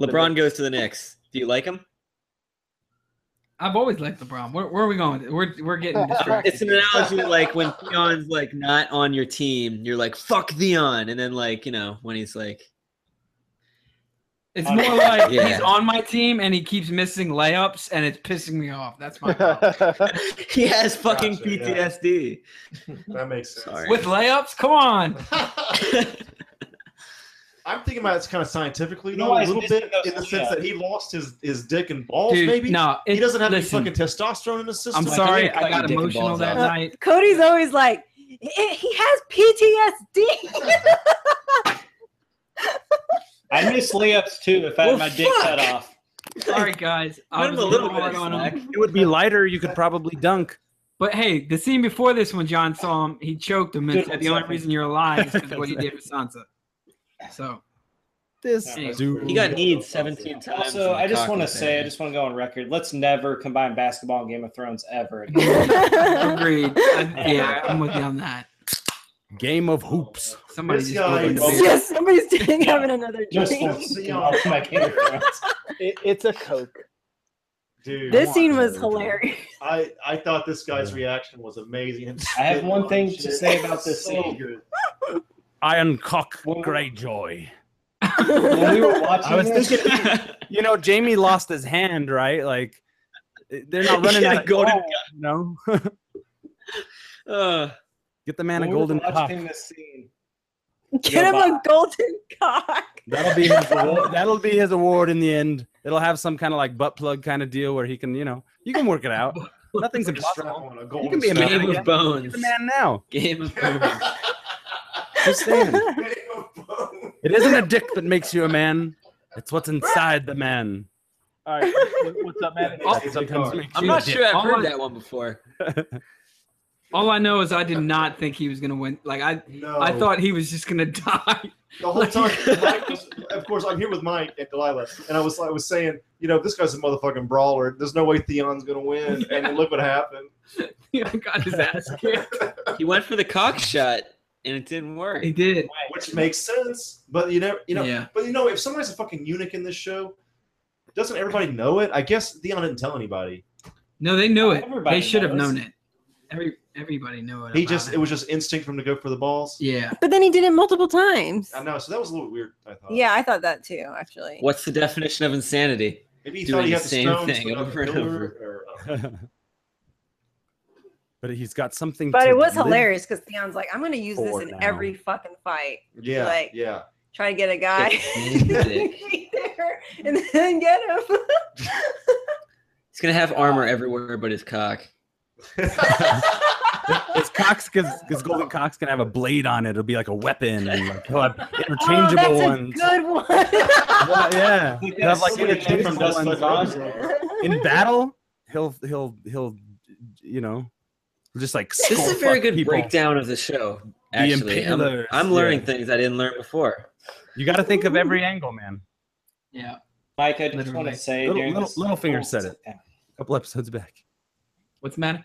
Speaker 6: LeBron goes to the Knicks. Do you like him?
Speaker 4: I've always liked LeBron. Where, where are we going? With it? We're we're getting distracted.
Speaker 6: It's an analogy like when Theon's like not on your team, you're like fuck Theon, and then like you know when he's like
Speaker 4: It's more like he's
Speaker 6: Yeah.
Speaker 4: on my team and he keeps missing layups and it's pissing me off. That's my problem.
Speaker 6: he has fucking
Speaker 3: Gotcha, yeah.
Speaker 6: PTSD.
Speaker 3: that makes sense.
Speaker 6: Sorry.
Speaker 4: With layups, come on.
Speaker 3: I'm thinking about this kind of scientifically,
Speaker 9: You know
Speaker 3: though,
Speaker 9: why
Speaker 3: a
Speaker 9: it's
Speaker 3: little bit
Speaker 9: missing those-
Speaker 3: in the sense
Speaker 9: yeah.
Speaker 3: that he lost his, his dick and balls,
Speaker 4: Dude,
Speaker 3: maybe.
Speaker 4: no,
Speaker 3: he
Speaker 4: it-
Speaker 3: doesn't have
Speaker 4: listen,
Speaker 3: any fucking testosterone in his
Speaker 4: I'm
Speaker 3: system.
Speaker 4: sorry,
Speaker 6: cut
Speaker 4: I
Speaker 6: your
Speaker 4: got
Speaker 6: dick and
Speaker 4: emotional
Speaker 6: balls
Speaker 4: that
Speaker 6: out.
Speaker 4: night.
Speaker 8: Cody's always like, "Eh, he has PTSD.
Speaker 9: I miss layups too if I had
Speaker 6: Well,
Speaker 9: my dick cut
Speaker 6: fuck.
Speaker 9: off.
Speaker 4: Sorry guys, I
Speaker 6: Cut him
Speaker 4: was
Speaker 6: a little bit
Speaker 4: hard
Speaker 6: of
Speaker 4: on him.
Speaker 6: slack.
Speaker 7: It would be lighter. You could probably dunk.
Speaker 4: But hey, the scene before this, when John saw him, he choked him and
Speaker 9: Dude,
Speaker 4: said,
Speaker 9: I'm
Speaker 4: "The only
Speaker 9: sorry.
Speaker 4: reason you're alive is because of what you did with Sansa." So
Speaker 7: This
Speaker 9: Yeah, that's
Speaker 7: dude.
Speaker 9: true.
Speaker 6: He got kneed 17 times.
Speaker 9: Also,
Speaker 6: in the
Speaker 9: I just
Speaker 6: cock
Speaker 9: want to
Speaker 6: with
Speaker 9: say, I
Speaker 6: that.
Speaker 9: just want to go on record. Let's never combine basketball and Game of Thrones ever. again.
Speaker 4: agreed. I- yeah, I'm with you on that.
Speaker 7: Game of hoops.
Speaker 4: Somebody
Speaker 3: This
Speaker 4: just
Speaker 3: guy
Speaker 4: opened the
Speaker 3: is-
Speaker 8: It's
Speaker 4: beer.
Speaker 8: just somebody's doing having another
Speaker 9: just
Speaker 8: drink.
Speaker 9: to combine my Game of Thrones.
Speaker 5: it, it's a Coke.
Speaker 3: Dude,
Speaker 8: This scene was hilarious.
Speaker 3: I, I thought this guy's reaction was amazing.
Speaker 9: I have one thing to
Speaker 3: Shit.
Speaker 9: say about this
Speaker 3: So
Speaker 9: scene.
Speaker 3: good.
Speaker 7: Iron cock,
Speaker 9: Well-
Speaker 7: great joy.
Speaker 9: When we were watching
Speaker 7: I was
Speaker 9: this,
Speaker 7: thinking, you know, Jamie lost his hand, right? Like, they're not running
Speaker 6: Yeah,
Speaker 7: out of
Speaker 6: golden
Speaker 7: golden. You know,
Speaker 6: Uh,
Speaker 7: get the man
Speaker 9: when
Speaker 7: a
Speaker 9: we were
Speaker 7: golden cock.
Speaker 9: watching this scene,
Speaker 8: Get him a golden cock.
Speaker 7: That'll be his award. that'll be his award in the end. It'll have some kind of like butt plug kind of deal where he can, you know, you can work it out. Nothing's
Speaker 3: Put a strap
Speaker 7: impossible.
Speaker 3: on, a
Speaker 7: You
Speaker 3: golden
Speaker 7: can be a
Speaker 3: strap.
Speaker 7: man.
Speaker 6: game
Speaker 7: yeah.
Speaker 6: of bones.
Speaker 7: He's a man now.
Speaker 6: Game of bones.
Speaker 7: Just saying.
Speaker 3: Game of bones.
Speaker 7: It isn't a dick that makes you a man. It's what's inside the man.
Speaker 5: All right. What's up, man?
Speaker 4: Oh,
Speaker 7: That sometimes makes
Speaker 6: I'm
Speaker 7: you
Speaker 6: not
Speaker 7: a dick.
Speaker 6: sure I've
Speaker 4: All
Speaker 6: heard
Speaker 4: I-
Speaker 6: that one before.
Speaker 4: All I know is I did not think he was gonna win. Like I,
Speaker 3: No.
Speaker 4: I thought he was just gonna die.
Speaker 3: the whole time. Mike was, of course, I'm here with Mike and Delilah, and I was I was saying, you know, this guy's a motherfucking brawler. There's no way Theon's gonna win, and then look what happened.
Speaker 4: I got his ass kicked.
Speaker 6: He went for the cock shot and it didn't work.
Speaker 4: He did.
Speaker 3: which makes sense. But you never, you know,
Speaker 4: Yeah.
Speaker 3: but you know, if somebody's a fucking eunuch in this show, doesn't everybody know it? I guess Theon didn't tell anybody.
Speaker 4: No, they knew it.
Speaker 9: Everybody
Speaker 4: they should have
Speaker 9: knows.
Speaker 4: known it. Every everybody knew it.
Speaker 3: He
Speaker 4: about
Speaker 3: just it
Speaker 4: him.
Speaker 3: was just instinct for him to go for the balls.
Speaker 4: yeah.
Speaker 8: But then he did it multiple times.
Speaker 3: I know, so that was a little weird. I thought.
Speaker 8: Yeah, I thought that too, actually.
Speaker 6: What's the definition of insanity?
Speaker 3: Maybe he
Speaker 6: Doing
Speaker 3: thought he
Speaker 6: the
Speaker 3: had the
Speaker 6: same
Speaker 3: stones
Speaker 6: thing
Speaker 3: but not
Speaker 6: over and
Speaker 3: the pillar,
Speaker 6: over.
Speaker 3: or- uh, or-
Speaker 7: but he's got something.
Speaker 8: But
Speaker 7: to
Speaker 8: it was
Speaker 7: live-
Speaker 8: hilarious because Theon's like, I'm going to use this
Speaker 7: For
Speaker 8: in
Speaker 7: now.
Speaker 8: every fucking fight.
Speaker 3: yeah,
Speaker 8: Like-
Speaker 3: yeah.
Speaker 8: Try to get a guy
Speaker 6: Dick.
Speaker 8: there and then get him.
Speaker 6: He's gonna have armor everywhere but his cock.
Speaker 7: His cock's because golden cock's gonna have a blade on it. It'll be like a weapon. And like, he'll have
Speaker 8: Oh,
Speaker 7: interchangeable
Speaker 8: that's
Speaker 7: ones.
Speaker 8: a good one.
Speaker 7: Well, yeah,
Speaker 9: Like,
Speaker 7: he'll
Speaker 9: that's
Speaker 7: have like
Speaker 9: so many
Speaker 3: different
Speaker 7: interchangeable
Speaker 3: Dust
Speaker 7: ones.
Speaker 9: Bob.
Speaker 7: in battle. He'll he'll he'll you know just like
Speaker 6: This
Speaker 7: skull
Speaker 6: is a very
Speaker 7: fuck
Speaker 6: good
Speaker 7: people.
Speaker 6: breakdown of the show. Actually, I'm,
Speaker 7: Impalers,
Speaker 6: I'm learning
Speaker 7: yeah.
Speaker 6: things I didn't learn before.
Speaker 7: You got to think of every angle, man.
Speaker 4: Yeah.
Speaker 9: Mike, I just want
Speaker 4: Literally.
Speaker 9: to say,
Speaker 7: Little-
Speaker 9: during
Speaker 7: little-
Speaker 9: this
Speaker 7: Littlefinger
Speaker 9: whole-
Speaker 7: said it. A couple episodes back.
Speaker 4: What's the matter?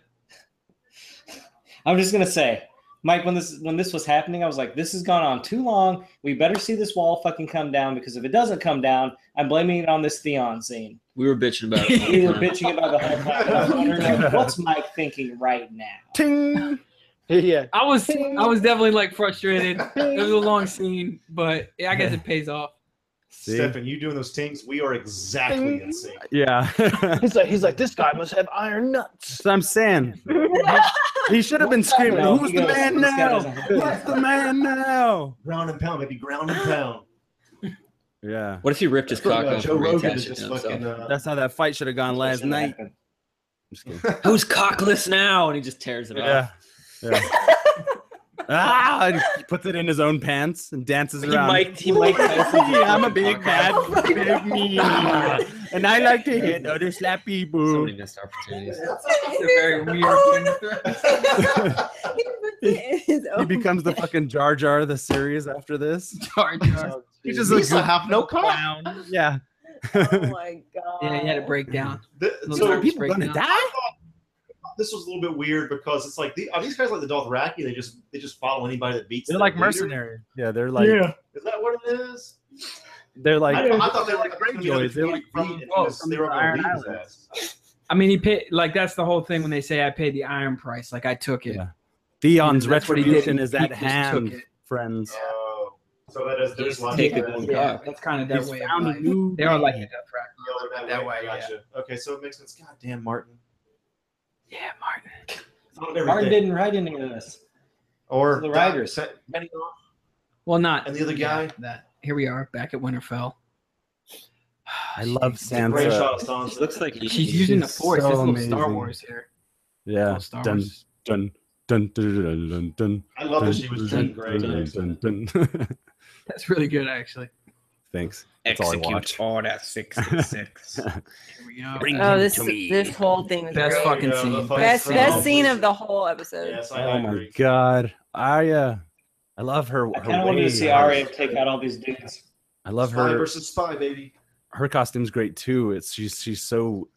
Speaker 9: I'm just gonna say, Mike, when this when this was happening, I was like, this has gone on too long. We better see this wall fucking come down because if it doesn't come down, I'm blaming it on this Theon scene.
Speaker 6: We were bitching about it. all
Speaker 9: We
Speaker 6: the
Speaker 9: were
Speaker 6: time.
Speaker 9: bitching about the whole time. I was wondering, like, What's Mike thinking right now?
Speaker 7: Ting.
Speaker 5: yeah.
Speaker 4: I was I was definitely like frustrated. It was a long scene, but I guess it pays off.
Speaker 7: See?
Speaker 3: Stefan, you doing those things? We are
Speaker 7: Mm-hmm.
Speaker 3: exactly in sync.
Speaker 7: Yeah.
Speaker 5: He's like, he's like, this guy must have iron nuts.
Speaker 7: so I'm saying he should have been screaming,
Speaker 9: No,
Speaker 7: "Who's
Speaker 9: he
Speaker 7: the
Speaker 9: goes,
Speaker 7: man
Speaker 9: "This guy
Speaker 7: now?
Speaker 9: doesn't have
Speaker 7: Who's the man now?"
Speaker 3: Ground and pound, maybe ground
Speaker 7: Ah.
Speaker 3: and pound.
Speaker 7: Yeah.
Speaker 6: What if he ripped his
Speaker 3: Put,
Speaker 6: cock
Speaker 3: uh,
Speaker 6: off
Speaker 3: Joe
Speaker 6: and
Speaker 3: Rogan
Speaker 6: reattached
Speaker 3: is
Speaker 6: it
Speaker 3: just
Speaker 6: to himself?
Speaker 3: fucking. Uh,
Speaker 7: That's how that fight should have gone last night.
Speaker 9: Happened.
Speaker 7: I'm just kidding.
Speaker 6: Who's cockless now? And he just tears it
Speaker 7: Yeah.
Speaker 6: off.
Speaker 7: yeah. ah, and he puts it in his own pants and dances
Speaker 6: He
Speaker 7: around.
Speaker 6: might, he might. Tyson's
Speaker 7: Yeah, I'm a
Speaker 6: fucking
Speaker 7: big
Speaker 6: cock
Speaker 7: bad,
Speaker 6: off.
Speaker 7: big me, and I like to hit other slappy
Speaker 6: So
Speaker 7: people.
Speaker 6: many missed opportunities.
Speaker 4: It's a
Speaker 8: Oh,
Speaker 4: very weird thing to throw.
Speaker 8: He puts it in his
Speaker 7: He
Speaker 8: own-
Speaker 7: becomes the fucking Jar Jar of the series after this.
Speaker 4: Jar Jar.
Speaker 7: He just
Speaker 3: Lisa
Speaker 7: looks
Speaker 3: have no cock.
Speaker 7: clown. Yeah.
Speaker 8: Oh my god.
Speaker 4: Yeah, he had a breakdown.
Speaker 3: The-
Speaker 4: Little
Speaker 3: so
Speaker 4: Jar Jar
Speaker 7: people
Speaker 4: breakdown.
Speaker 7: gonna die?
Speaker 3: this was a little bit weird because it's like the, are these guys like the Dothraki? They just they just follow anybody that beats.
Speaker 7: They're
Speaker 3: their
Speaker 7: like
Speaker 3: leader?
Speaker 7: mercenary. Yeah, they're like
Speaker 3: Is that what it is?
Speaker 7: they're like
Speaker 3: I, don't- I thought they were like
Speaker 7: Greyjoys,
Speaker 3: gonna be
Speaker 7: they're like
Speaker 3: beat and
Speaker 7: from- oh,
Speaker 3: just-
Speaker 7: from
Speaker 3: they were
Speaker 7: the
Speaker 3: gonna
Speaker 7: Iron
Speaker 3: beat his
Speaker 7: Islands.
Speaker 3: ass.
Speaker 4: I mean, he paid like that's the whole thing when they say I paid the iron price. Like I took it.
Speaker 7: Yeah. Theon's
Speaker 4: That's what he did.
Speaker 7: retribution is
Speaker 4: He
Speaker 7: at
Speaker 4: just took
Speaker 7: hand,
Speaker 4: it.
Speaker 7: friends.
Speaker 3: Oh, so that is there's
Speaker 6: He's
Speaker 3: a lot of
Speaker 6: taking
Speaker 3: that.
Speaker 6: one
Speaker 3: Yeah,
Speaker 4: Yeah,
Speaker 6: cock.
Speaker 4: that's kind of their
Speaker 7: He's
Speaker 4: way. Of
Speaker 7: found a
Speaker 4: life.
Speaker 7: new
Speaker 4: They are like a
Speaker 7: man.
Speaker 4: death rack.
Speaker 3: that
Speaker 4: That
Speaker 3: way,
Speaker 4: way,
Speaker 3: gotcha. Okay, so it makes sense. God damn, Martin.
Speaker 4: Yeah, Martin.
Speaker 3: Thought of everything.
Speaker 9: Martin didn't write any of this.
Speaker 3: or
Speaker 9: The
Speaker 3: Doc-
Speaker 9: writers.
Speaker 3: Sa- Benioff.
Speaker 4: Well, not
Speaker 3: And the other
Speaker 4: yeah,
Speaker 3: guy?
Speaker 4: That here we are back at Winterfell.
Speaker 7: I love
Speaker 3: Great
Speaker 7: Sansa.
Speaker 3: shot of Sansa.
Speaker 6: It looks like he-
Speaker 4: She's using the
Speaker 7: She's
Speaker 4: force.
Speaker 7: so
Speaker 4: It's a little
Speaker 7: amazing.
Speaker 4: Star Wars here.
Speaker 7: Yeah.
Speaker 4: Little Star
Speaker 7: Dun
Speaker 4: Wars.
Speaker 7: dun dun dun dun dun dun.
Speaker 3: I love
Speaker 7: dun,
Speaker 3: that she was doing
Speaker 7: dun,
Speaker 3: great.
Speaker 7: dun, dun, dun.
Speaker 4: That's really good, actually.
Speaker 7: Thanks. That's all I
Speaker 6: execute
Speaker 7: watch.
Speaker 6: order six six.
Speaker 4: Here we go. Uh,
Speaker 8: Oh, this this whole thing was
Speaker 4: Best
Speaker 8: great.
Speaker 4: fucking
Speaker 3: Yeah,
Speaker 4: scene.
Speaker 3: the fucking
Speaker 8: best
Speaker 4: scene.
Speaker 8: best scene of the whole episode.
Speaker 3: Yes, I, I
Speaker 7: Oh my
Speaker 3: agree.
Speaker 7: god, Arya. I love her.
Speaker 9: I
Speaker 7: her
Speaker 9: kind of wanted to
Speaker 7: ways.
Speaker 9: see Arya take out all these dudes.
Speaker 7: I love
Speaker 3: Spy
Speaker 7: her.
Speaker 3: versus spy, baby.
Speaker 7: her costume's great too. It's she's she's so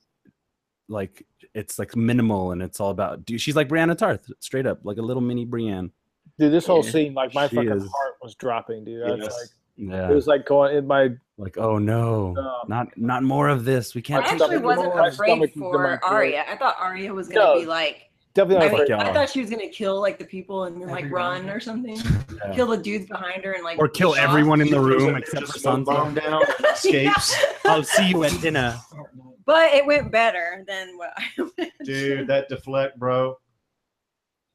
Speaker 7: like it's like minimal and it's all about dude, she's like Brianna Tarth, straight up, like a little mini Brienne.
Speaker 5: Dude, this whole
Speaker 6: Yeah.
Speaker 5: scene, like my
Speaker 7: She
Speaker 5: fucking
Speaker 7: is-
Speaker 5: heart was dropping, dude. I was
Speaker 3: Yes.
Speaker 7: Yeah.
Speaker 5: like, it was like going in my
Speaker 7: like, oh no.
Speaker 5: Uh,
Speaker 7: not not more of this. We
Speaker 8: I
Speaker 7: can't take
Speaker 8: actually
Speaker 7: it
Speaker 8: wasn't
Speaker 7: anymore.
Speaker 5: My stomach
Speaker 8: afraid
Speaker 5: is going
Speaker 8: for
Speaker 5: through.
Speaker 8: Arya. I thought Arya was gonna
Speaker 5: No.
Speaker 8: be like I,
Speaker 5: definitely.
Speaker 7: Fuck
Speaker 8: think-
Speaker 7: y'all.
Speaker 8: I thought she was gonna kill like the people and then like
Speaker 4: Everyone.
Speaker 8: run or something.
Speaker 7: Yeah.
Speaker 8: Kill the dudes behind her and like
Speaker 7: Or kill
Speaker 8: be shot.
Speaker 7: everyone in the
Speaker 3: She
Speaker 7: room
Speaker 3: just-
Speaker 7: except
Speaker 3: just
Speaker 7: for
Speaker 3: smoke Bomb
Speaker 7: Sansa.
Speaker 3: down, and escapes.
Speaker 7: I'll see you at dinner.
Speaker 8: But it went better than what I
Speaker 3: Dude, that deflect, bro.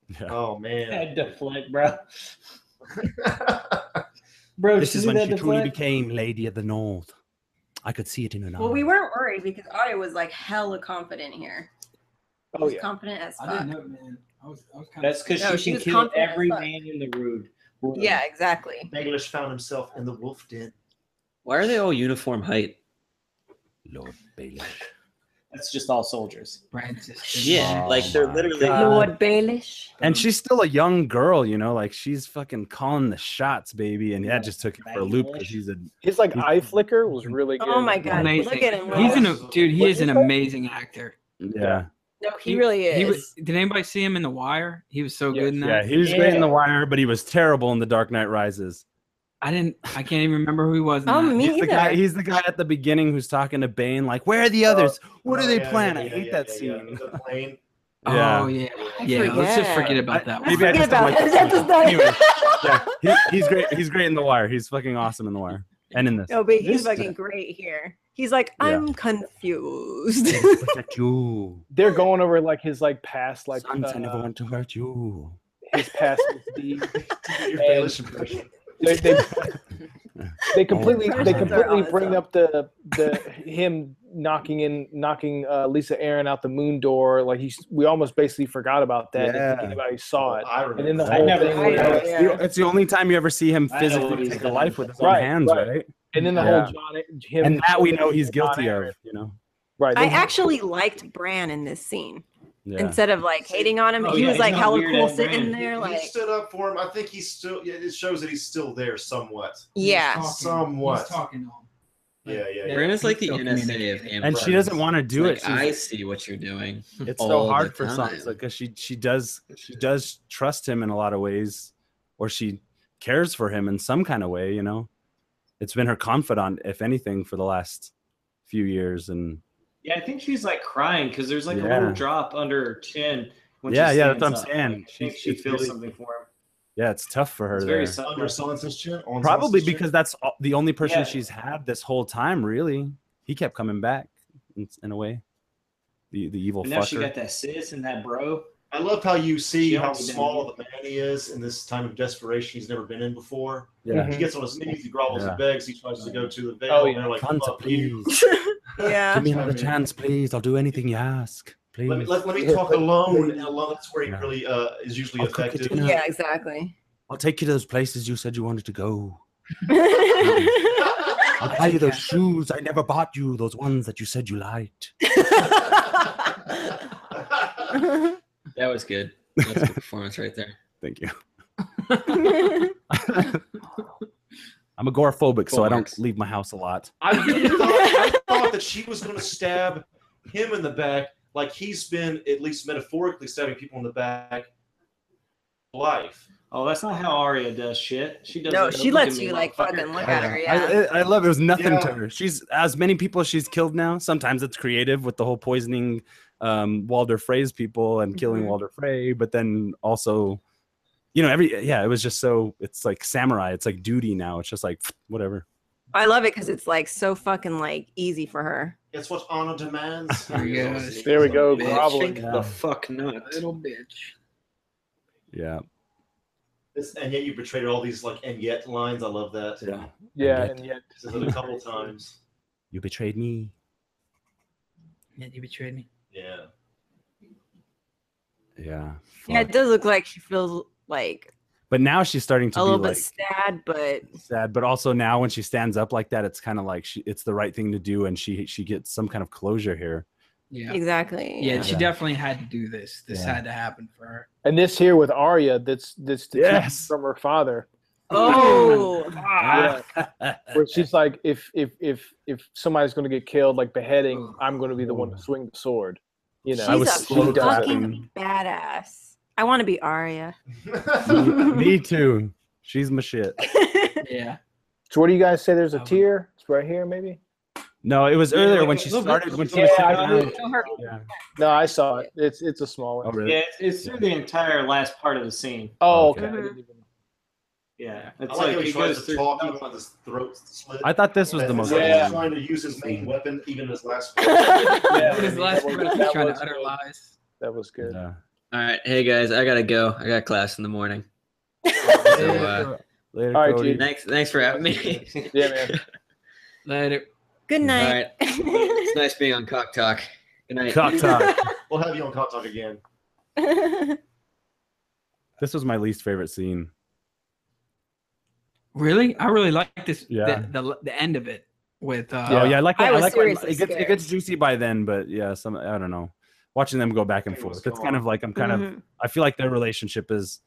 Speaker 7: Yeah.
Speaker 3: Oh man.
Speaker 9: Head deflect, bro. Bro,
Speaker 7: This
Speaker 9: she
Speaker 7: is
Speaker 9: did
Speaker 7: when
Speaker 9: that
Speaker 7: she truly
Speaker 9: deflect?
Speaker 7: became Lady of the North. I could see it in her eyes.
Speaker 8: Well, we weren't worried because Arya was like hella confident here. She
Speaker 5: Oh
Speaker 8: was
Speaker 5: yeah.
Speaker 8: confident as
Speaker 4: I didn't
Speaker 8: fuck.
Speaker 4: know, man. I was, I was kind
Speaker 9: That's because
Speaker 8: No, she
Speaker 9: she can
Speaker 8: was
Speaker 9: kill
Speaker 8: confident as
Speaker 9: every
Speaker 8: fuck.
Speaker 9: man in the room.
Speaker 8: Yeah, exactly.
Speaker 3: Baelish found himself in the wolf den.
Speaker 6: Why are they all uniform height?
Speaker 7: Lord Baelish.
Speaker 9: That's just all soldiers.
Speaker 4: of Francis.
Speaker 6: Yeah,
Speaker 7: Oh
Speaker 6: like they're
Speaker 7: my
Speaker 6: literally.
Speaker 7: God. Lord
Speaker 8: Baelish.
Speaker 7: And she's still a young girl, you know, like she's fucking calling the shots, baby. And that just took him for a loop because she's a
Speaker 5: His like
Speaker 7: He's-
Speaker 5: eye flicker was really good.
Speaker 8: Oh my god,
Speaker 4: Amazing.
Speaker 8: look at him.
Speaker 4: He's
Speaker 8: Will.
Speaker 4: an dude. He is an amazing actor.
Speaker 7: yeah.
Speaker 8: no, he really is.
Speaker 4: He was, did anybody see him in The Wire? He was so
Speaker 5: Yes.
Speaker 4: good in that.
Speaker 7: Yeah, he was great in
Speaker 9: Yeah.
Speaker 7: The Wire, but he was terrible in The Dark Knight Rises.
Speaker 4: I didn't. I can't even remember who he was. in
Speaker 8: Oh,
Speaker 4: that.
Speaker 8: me
Speaker 7: He's the guy.
Speaker 8: either.
Speaker 7: He's the guy at the beginning who's talking to Bane, like, "Where are the others? what
Speaker 3: Oh,
Speaker 7: do they
Speaker 3: yeah, yeah,
Speaker 7: plan?" I
Speaker 3: yeah,
Speaker 7: hate
Speaker 3: yeah,
Speaker 7: that
Speaker 3: yeah, yeah.
Speaker 7: scene.
Speaker 3: The plane.
Speaker 7: Yeah.
Speaker 4: Oh yeah,
Speaker 8: I
Speaker 4: yeah. Let's just forget about that.
Speaker 7: Maybe I
Speaker 8: forget
Speaker 7: just don't
Speaker 8: about
Speaker 7: like
Speaker 8: it.
Speaker 7: that
Speaker 8: That's
Speaker 7: movie.
Speaker 8: not-
Speaker 7: Anyway, yeah, he, he's great. He's great in The Wire. He's fucking awesome in The Wire and in this.
Speaker 8: No, but he's
Speaker 9: This-
Speaker 8: fucking great here. He's like,
Speaker 7: Yeah.
Speaker 8: I'm confused.
Speaker 7: Protect you.
Speaker 5: They're going over like his like past like
Speaker 7: Sons, I never
Speaker 5: uh,
Speaker 7: want to hurt you.
Speaker 5: his past misdeeds.
Speaker 3: Your
Speaker 5: And-
Speaker 3: Baelish impression.
Speaker 5: they, they, they
Speaker 7: Oh,
Speaker 5: completely
Speaker 7: Impressions
Speaker 5: they
Speaker 7: are
Speaker 5: completely
Speaker 8: honest,
Speaker 5: bring
Speaker 8: though.
Speaker 5: up the the him knocking in knocking uh, Lisa Aaron out the moon door like he's we almost basically forgot about that if
Speaker 7: Yeah.
Speaker 5: anybody saw it
Speaker 3: I remember.
Speaker 5: and then the
Speaker 7: I
Speaker 5: whole
Speaker 9: never
Speaker 5: thing
Speaker 9: knew
Speaker 5: with-
Speaker 9: that.
Speaker 7: It's,
Speaker 8: Yeah.
Speaker 7: the, it's the only time you ever see him
Speaker 9: I know what
Speaker 7: physically
Speaker 9: he's
Speaker 7: take a
Speaker 9: done.
Speaker 7: life with his own
Speaker 5: Right,
Speaker 7: hands,
Speaker 5: right.
Speaker 7: right?
Speaker 5: and then the
Speaker 7: Yeah.
Speaker 5: whole John him
Speaker 7: And that we know he's guilty of, you know.
Speaker 5: right
Speaker 8: I
Speaker 5: they-
Speaker 8: actually liked Bran in this scene
Speaker 7: Yeah.
Speaker 8: instead of like hating on him.
Speaker 9: Oh,
Speaker 8: he
Speaker 9: yeah,
Speaker 8: was
Speaker 9: he's
Speaker 8: like
Speaker 9: not
Speaker 8: hella
Speaker 9: weird
Speaker 8: cool
Speaker 9: at Bran.
Speaker 8: sitting there,
Speaker 3: he
Speaker 8: like,
Speaker 3: stood up for him. I think he's still. yeah, It shows that he's still there somewhat.
Speaker 8: yeah.
Speaker 4: He's talking-
Speaker 3: Somewhat.
Speaker 4: He's talking to him.
Speaker 3: Yeah, yeah. yeah.
Speaker 6: Brandon's like the
Speaker 4: Still
Speaker 6: NSA of
Speaker 4: communicating.
Speaker 6: Amber.
Speaker 7: and she doesn't want to do
Speaker 6: Like,
Speaker 7: it.
Speaker 6: I
Speaker 7: She's-
Speaker 6: see what you're doing.
Speaker 7: it's
Speaker 6: all
Speaker 7: so
Speaker 6: the
Speaker 7: hard for
Speaker 6: time.
Speaker 7: Sansa because she she does she does trust him in a lot of ways, or she cares for him in some kind of way. You know, it's been her confidant, if anything, for the last few years. And
Speaker 9: Yeah, I think she's like crying because there's like a
Speaker 7: Yeah.
Speaker 9: little drop under her chin. When
Speaker 7: Yeah,
Speaker 9: she
Speaker 7: yeah, that's
Speaker 9: stands
Speaker 7: what I'm
Speaker 9: up. Like,
Speaker 7: saying.
Speaker 9: I think
Speaker 7: She's-
Speaker 9: she
Speaker 7: it's
Speaker 9: feels
Speaker 7: really-
Speaker 9: something for him.
Speaker 7: yeah, it's tough for her
Speaker 9: It's
Speaker 7: there.
Speaker 9: very subtle.
Speaker 3: Under Sansa's chin. on
Speaker 7: Probably
Speaker 3: Sansa's chin?
Speaker 7: because that's all, the only person
Speaker 9: Yeah.
Speaker 7: she's had this whole time. Really, he kept coming back in, in a way. The the evil
Speaker 9: But now she
Speaker 7: fucker.
Speaker 9: got that sis and that bro.
Speaker 3: I love how you see
Speaker 9: She
Speaker 3: how
Speaker 9: always did.
Speaker 3: small the man he is in this time of desperation he's never been in before.
Speaker 7: yeah.
Speaker 3: He gets on his knees, he grovels
Speaker 7: Yeah.
Speaker 3: and begs, he tries to go to the veil,
Speaker 5: Mm-hmm. Oh,
Speaker 3: and they're like,
Speaker 7: Sansa,
Speaker 3: "Fuck you."
Speaker 7: please.
Speaker 8: yeah.
Speaker 7: Give me another
Speaker 3: Sorry.
Speaker 7: chance, please. I'll do anything you ask. Please.
Speaker 3: Let me, let, let me talk alone. and alone that's where he
Speaker 7: Yeah.
Speaker 3: really uh, is usually
Speaker 7: I'll cook you
Speaker 3: effective.
Speaker 7: dinner.
Speaker 8: Yeah, exactly.
Speaker 7: I'll take you to those places you said you wanted to go.
Speaker 8: I
Speaker 7: I'll buy you those shoes I never bought you, those ones that you said you liked.
Speaker 6: That was good. That's a good performance right there.
Speaker 7: Thank you. I'm agoraphobic, so
Speaker 6: Full
Speaker 7: I don't
Speaker 6: marks.
Speaker 7: leave my house a lot.
Speaker 3: I really thought, I thought that she was going to stab him in the back, like he's been at least metaphorically stabbing people in the back. Life.
Speaker 9: Oh, that's not how Arya does shit. She does.
Speaker 8: no,
Speaker 9: it,
Speaker 8: she
Speaker 9: "Look
Speaker 8: lets
Speaker 9: at me,
Speaker 8: you like
Speaker 9: motherfucker."
Speaker 8: fucking look at her.
Speaker 7: I-
Speaker 8: Yeah.
Speaker 7: I, I love it. It was nothing
Speaker 3: Yeah.
Speaker 7: to her. She's as many people as she's killed now. Sometimes it's creative with the whole poisoning um, Walder Frey's people and killing
Speaker 3: Mm-hmm.
Speaker 8: Mhm.
Speaker 7: Walder Frey, but then also, you know, every yeah, it was just so. It's like samurai. It's like duty now. It's just like whatever.
Speaker 8: I love it because it's like so fucking like easy for her.
Speaker 3: It's what honor demands.
Speaker 4: There we go.
Speaker 5: there we go
Speaker 6: Bitch,
Speaker 5: groveling
Speaker 7: Yeah.
Speaker 6: The fuck not.
Speaker 4: Little bitch.
Speaker 7: Yeah,
Speaker 3: This- and yet you betrayed all these like and yet lines. I love that.
Speaker 7: yeah.
Speaker 5: yeah and yet
Speaker 3: Says it a couple times.
Speaker 7: You betrayed me.
Speaker 4: Yeah, you betrayed me.
Speaker 3: Yeah.
Speaker 7: Yeah.
Speaker 8: Yeah, it
Speaker 7: fuck.
Speaker 8: does look like she feels like
Speaker 7: But now she's starting
Speaker 8: a
Speaker 7: to be
Speaker 8: little
Speaker 7: like
Speaker 8: bit sad, but
Speaker 7: sad. But also now when she stands up like that, it's kind of like she, it's the right thing to do, and she she gets some kind of closure here.
Speaker 4: Yeah.
Speaker 8: exactly.
Speaker 4: Yeah, she
Speaker 7: Yeah.
Speaker 4: definitely had to do this. This
Speaker 7: Yeah.
Speaker 4: had to happen for her.
Speaker 5: and this here with Arya that's that's the
Speaker 7: Yes.
Speaker 5: from her father
Speaker 8: Oh,
Speaker 5: Yeah. where she's like if if if if somebody's going to get killed like beheading I'm going to be the one to swing the sword you know
Speaker 8: she's
Speaker 7: I was
Speaker 8: a fucking
Speaker 7: slow clapping.
Speaker 8: badass. I want to be Arya.
Speaker 7: me too. She's my shit.
Speaker 4: Yeah.
Speaker 5: So where do you guys say there's
Speaker 4: I
Speaker 5: a
Speaker 4: would-
Speaker 5: tier? It's right here, maybe.
Speaker 7: No, it was earlier when
Speaker 9: like a
Speaker 7: she
Speaker 9: little bit.
Speaker 7: started. When she was
Speaker 5: Yeah, I
Speaker 7: sitting down.
Speaker 5: did.
Speaker 8: Show her-
Speaker 7: Yeah.
Speaker 5: No, I saw it. It's it's a small
Speaker 7: Oh,
Speaker 5: one.
Speaker 7: really?
Speaker 9: Yeah, it's, it's through the entire last part of the scene.
Speaker 5: Oh, okay.
Speaker 8: Okay.
Speaker 5: I didn't even-
Speaker 9: Yeah,
Speaker 3: I
Speaker 9: it's
Speaker 3: like how
Speaker 9: like
Speaker 3: he
Speaker 9: it
Speaker 3: tries
Speaker 9: goes
Speaker 3: to
Speaker 9: through.
Speaker 3: talk even on his throat slit.
Speaker 7: I thought this was the
Speaker 3: It's
Speaker 7: most.
Speaker 3: like he's
Speaker 5: Yeah.
Speaker 3: trying to use his main weapon, even his last.
Speaker 5: Yeah,
Speaker 4: His
Speaker 5: that
Speaker 4: last
Speaker 5: was-
Speaker 4: breath, he's
Speaker 5: that
Speaker 4: trying
Speaker 5: was
Speaker 4: to utter
Speaker 5: good.
Speaker 4: lies.
Speaker 5: That was good.
Speaker 7: Yeah.
Speaker 6: All right, hey guys, I gotta go. I got class in the morning. So, uh,
Speaker 7: Later,
Speaker 5: All right,
Speaker 7: Cody.
Speaker 5: dude.
Speaker 6: thanks, thanks for having me.
Speaker 5: Yeah, man.
Speaker 4: Later.
Speaker 8: Good
Speaker 6: All
Speaker 8: night.
Speaker 6: right, it's nice being on Cock Talk. Good night.
Speaker 7: Cock talk.
Speaker 3: We'll have you on Cock Talk again.
Speaker 7: This was my least favorite scene.
Speaker 4: Really? I really like this.
Speaker 7: Yeah.
Speaker 4: The, the, the end of it with. Uh,
Speaker 7: oh yeah, I like.
Speaker 8: I
Speaker 7: I,
Speaker 8: was
Speaker 7: like when-
Speaker 8: seriously
Speaker 7: it gets it
Speaker 8: scared.
Speaker 7: gets juicy by then, but yeah, some I don't know. Watching them go back and
Speaker 3: It was
Speaker 7: forth, it's kind of like I'm kind of.
Speaker 8: Mhm.
Speaker 7: I feel like their relationship is